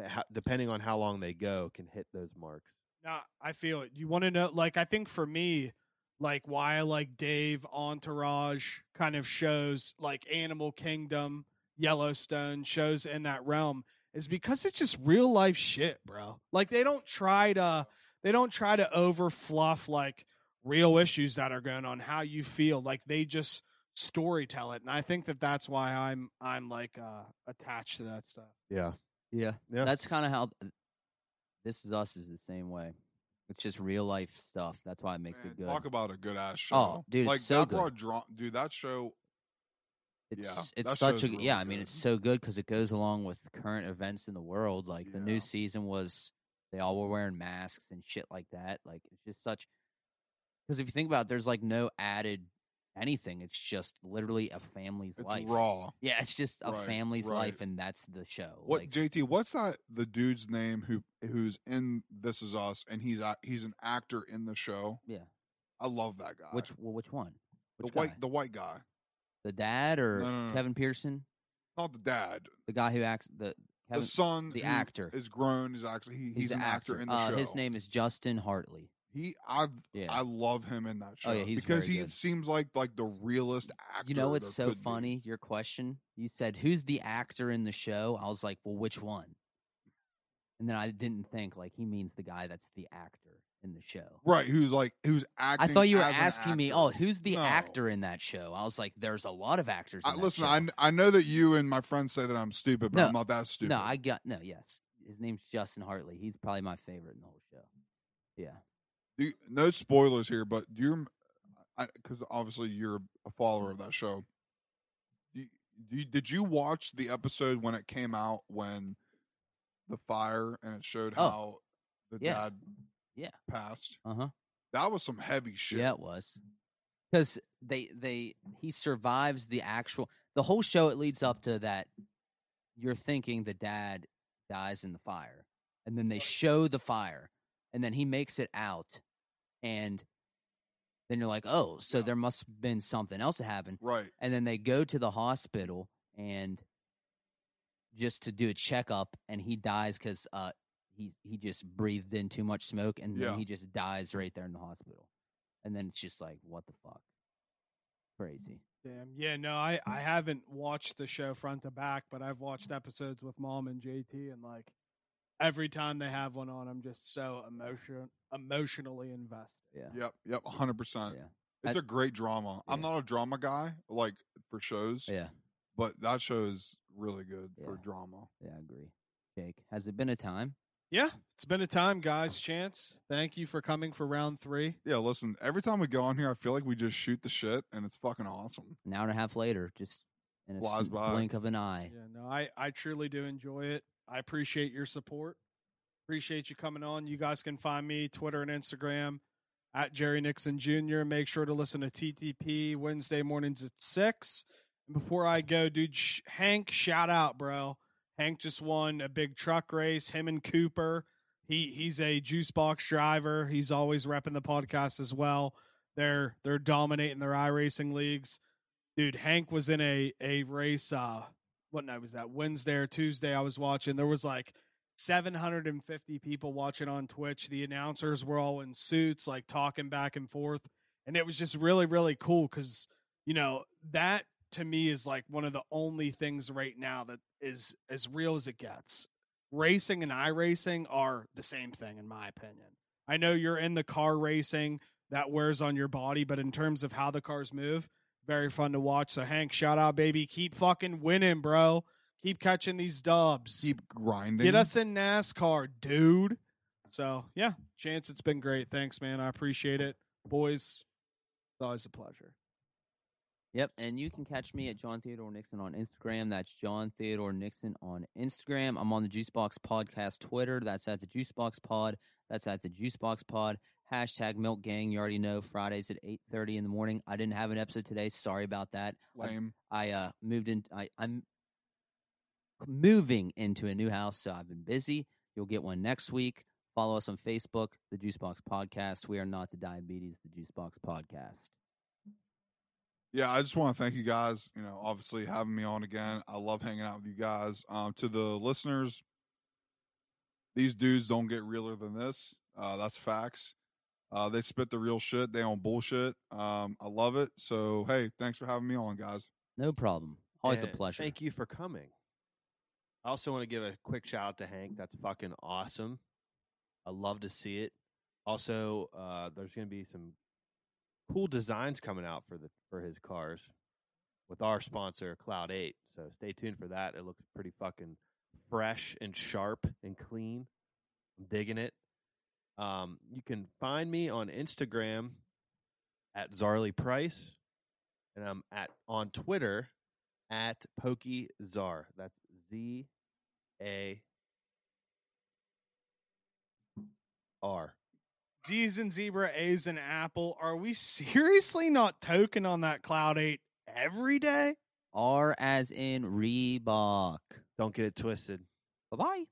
Speaker 3: eh, ho- depending on how long they go, can hit those marks.
Speaker 4: Nah, I feel it. You want to know, like, I think for me, like, why I like Dave Entourage kind of shows, like Animal Kingdom, Yellowstone, shows in that realm, is because it's just real life shit, bro. Like, they don't try to, they don't try to over fluff, like, real issues that are going on, how you feel. Like, they just storytell it. And I think that that's why I'm, I'm like, uh, attached to that stuff.
Speaker 3: Yeah,
Speaker 1: Yeah.
Speaker 3: Yeah.
Speaker 1: That's kind of how th- This Is Us is the same way. It's just real life stuff. That's why it makes
Speaker 6: Man,
Speaker 1: it good.
Speaker 6: Talk about a good ass show.
Speaker 1: Oh, dude, it's
Speaker 6: like
Speaker 1: so
Speaker 6: that
Speaker 1: good.
Speaker 6: brought dra- dude. That show.
Speaker 1: it's
Speaker 6: yeah,
Speaker 1: it's
Speaker 6: that
Speaker 1: such
Speaker 6: show's
Speaker 1: a
Speaker 6: really
Speaker 1: yeah. I mean,
Speaker 6: good.
Speaker 1: it's so good because it goes along with current events in the world. Like the
Speaker 6: Yeah.
Speaker 1: new season was, they all were wearing masks and shit like that. Like it's just such. Because if you think about, it, there's like no added anything. It's just literally a family's
Speaker 6: It's
Speaker 1: life.
Speaker 6: raw.
Speaker 1: Yeah, it's just a
Speaker 6: Right,
Speaker 1: family's
Speaker 6: right.
Speaker 1: life, and that's the show.
Speaker 6: What
Speaker 1: like,
Speaker 6: JT? What's that? The dude's name who who's in This Is Us, and he's a, he's an actor in the show.
Speaker 1: Yeah.
Speaker 6: I love that guy.
Speaker 1: which well, which one? Which
Speaker 6: uh, the white
Speaker 1: guy?
Speaker 6: the white guy,
Speaker 1: the dad or
Speaker 6: No, no, no.
Speaker 1: Kevin Pearson,
Speaker 6: not the dad.
Speaker 1: the guy who acts the Kevin,
Speaker 6: the son,
Speaker 1: the
Speaker 6: who
Speaker 1: actor.
Speaker 6: is grown. Is actually he, he's,
Speaker 1: the
Speaker 6: an actor, in the
Speaker 1: uh,
Speaker 6: show.
Speaker 1: His name is Justin Hartley.
Speaker 6: He I
Speaker 1: Yeah.
Speaker 6: I love him in that show
Speaker 1: Oh, yeah, he's
Speaker 6: because
Speaker 1: very
Speaker 6: he
Speaker 1: good.
Speaker 6: seems like like the realest actor.
Speaker 1: You know
Speaker 6: there
Speaker 1: what's so
Speaker 6: could be.
Speaker 1: funny? Your question. You said who's the actor in the show? I was like, well, which one? And then I didn't think like he means the guy that's the actor in the show.
Speaker 6: Right? Who's like who's
Speaker 1: I
Speaker 6: acting?
Speaker 1: thought you were
Speaker 6: as an
Speaker 1: asking me,
Speaker 6: actor.
Speaker 1: oh, who's the
Speaker 6: No.
Speaker 1: actor in that show? I was like, there's a lot of actors. In
Speaker 6: I,
Speaker 1: that
Speaker 6: listen,
Speaker 1: show.
Speaker 6: I, kn- I know that you and my friends say that I'm stupid, but
Speaker 1: No,
Speaker 6: I'm not that stupid.
Speaker 1: no, I got no. Yes, his name's Justin Hartley. He's probably my favorite in the whole show. Yeah,
Speaker 6: Do you- no spoilers here, but do you? Because obviously you're a follower of that show. Do you, do you- did you watch the episode when it came out when the fire and it showed
Speaker 1: Oh.
Speaker 6: how the
Speaker 1: Yeah.
Speaker 6: dad
Speaker 1: Yeah.
Speaker 6: passed?
Speaker 1: uh huh.
Speaker 6: That was some heavy shit.
Speaker 1: Yeah, it was because they they he survives the actual the whole show. It leads up to that. You're thinking the dad dies in the fire, and then they show the fire, and then he makes it out, and then you're like, oh, so there must have been something else that happened.
Speaker 6: Right.
Speaker 1: And then they go to the hospital and just to do a checkup, and he dies because uh he he just breathed in too much smoke, and then
Speaker 6: Yeah.
Speaker 1: he just dies right there in the hospital and then it's just like, what the fuck? Crazy.
Speaker 4: Damn. Yeah, no, I, I haven't watched the show front to back, but I've watched episodes with mom and JT and like every time they have one on, I'm just so emotion emotionally invested.
Speaker 1: Yeah.
Speaker 6: Yep. Yep. 100%.
Speaker 1: Yeah.
Speaker 6: It's
Speaker 1: I-
Speaker 6: a great drama. I'm
Speaker 1: Yeah.
Speaker 6: not a drama guy, like for shows,
Speaker 1: Yeah.
Speaker 6: but that show is really good for
Speaker 1: Yeah.
Speaker 6: drama.
Speaker 1: Yeah, I agree. Jake, has it been a time?
Speaker 4: Yeah. It's been a time, guys. Chance, thank you for coming for round three.
Speaker 6: Yeah, listen, every time we go on here, I feel like we just shoot the shit and it's fucking awesome.
Speaker 1: An hour and a half later, just in a
Speaker 6: Flies
Speaker 1: sn-
Speaker 6: by.
Speaker 1: blink of an eye.
Speaker 4: Yeah, no, I, I truly do enjoy it. I appreciate your support. Appreciate you coming on. You guys can find me Twitter and Instagram at Jerry Nixon Jr. Make sure to listen to TTP Wednesday mornings at six. And before I go, dude, sh- Hank, shout out, bro. Hank just won a big truck race. Him and Cooper. He he's a juice box driver. He's always repping the podcast as well. They're they're dominating their iRacing leagues. Dude, Hank was in a a race uh what night was that? Wednesday or Tuesday I was watching. There was like 750 people watching on Twitch. The announcers were all in suits, like talking back and forth. And it was just really, really cool because, you know, that to me is like one of the only things right now that is as real as it gets. Racing and iRacing are the same thing, in my opinion. I know you're in the car racing that wears on your body, but in terms of how the cars move, very fun to watch. So, Hank, shout out, baby. Keep fucking winning, bro. Keep catching these dubs.
Speaker 6: Keep grinding.
Speaker 4: Get us in NASCAR, dude. So yeah, Chance, it's been great. Thanks, man. I appreciate it, boys. It's always a pleasure.
Speaker 1: Yep, and you can catch me at John Theodore Nixon on Instagram. That's John Theodore Nixon on Instagram. I'm on the Juicebox Podcast Twitter. That's at the Juicebox Pod. That's at the Juicebox Pod. Hashtag Milk Gang. You already know Fridays at 8:30 in the morning. I didn't have an episode today. Sorry about that. I,
Speaker 6: Lame.
Speaker 1: I uh, moved in. I, I'm moving into a new house, so I've been busy. You'll get one next week. Follow us on Facebook, the Juicebox Podcast. We are not the Diabetes, the Juicebox Podcast.
Speaker 6: yeah, I just want to thank you guys. You know, obviously having me on again. I love hanging out with you guys. Um, to the listeners, these dudes don't get realer than this. Uh, that's facts. Uh, they spit the real shit. They don't bullshit. Um, I love it. So hey, thanks for having me on, guys.
Speaker 1: No problem. Always a
Speaker 3: And
Speaker 1: pleasure.
Speaker 3: Thank you for coming. I also want to give a quick shout out to Hank. That's fucking awesome. I love to see it. Also, uh, there's going to be some cool designs coming out for the for his cars with our sponsor Cloud Eight. So stay tuned for that. It looks pretty fucking fresh and sharp and clean. I'm digging it. Um, you can find me on Instagram at Zarly Price, and I'm at on Twitter at Pokey Czar. That's Z A R.
Speaker 4: D's and zebra, A's and apple. Are we [LAUGHS] seriously not token on that cloud eight every day?
Speaker 1: R as in Reebok.
Speaker 3: Don't get it twisted.
Speaker 1: Bye bye.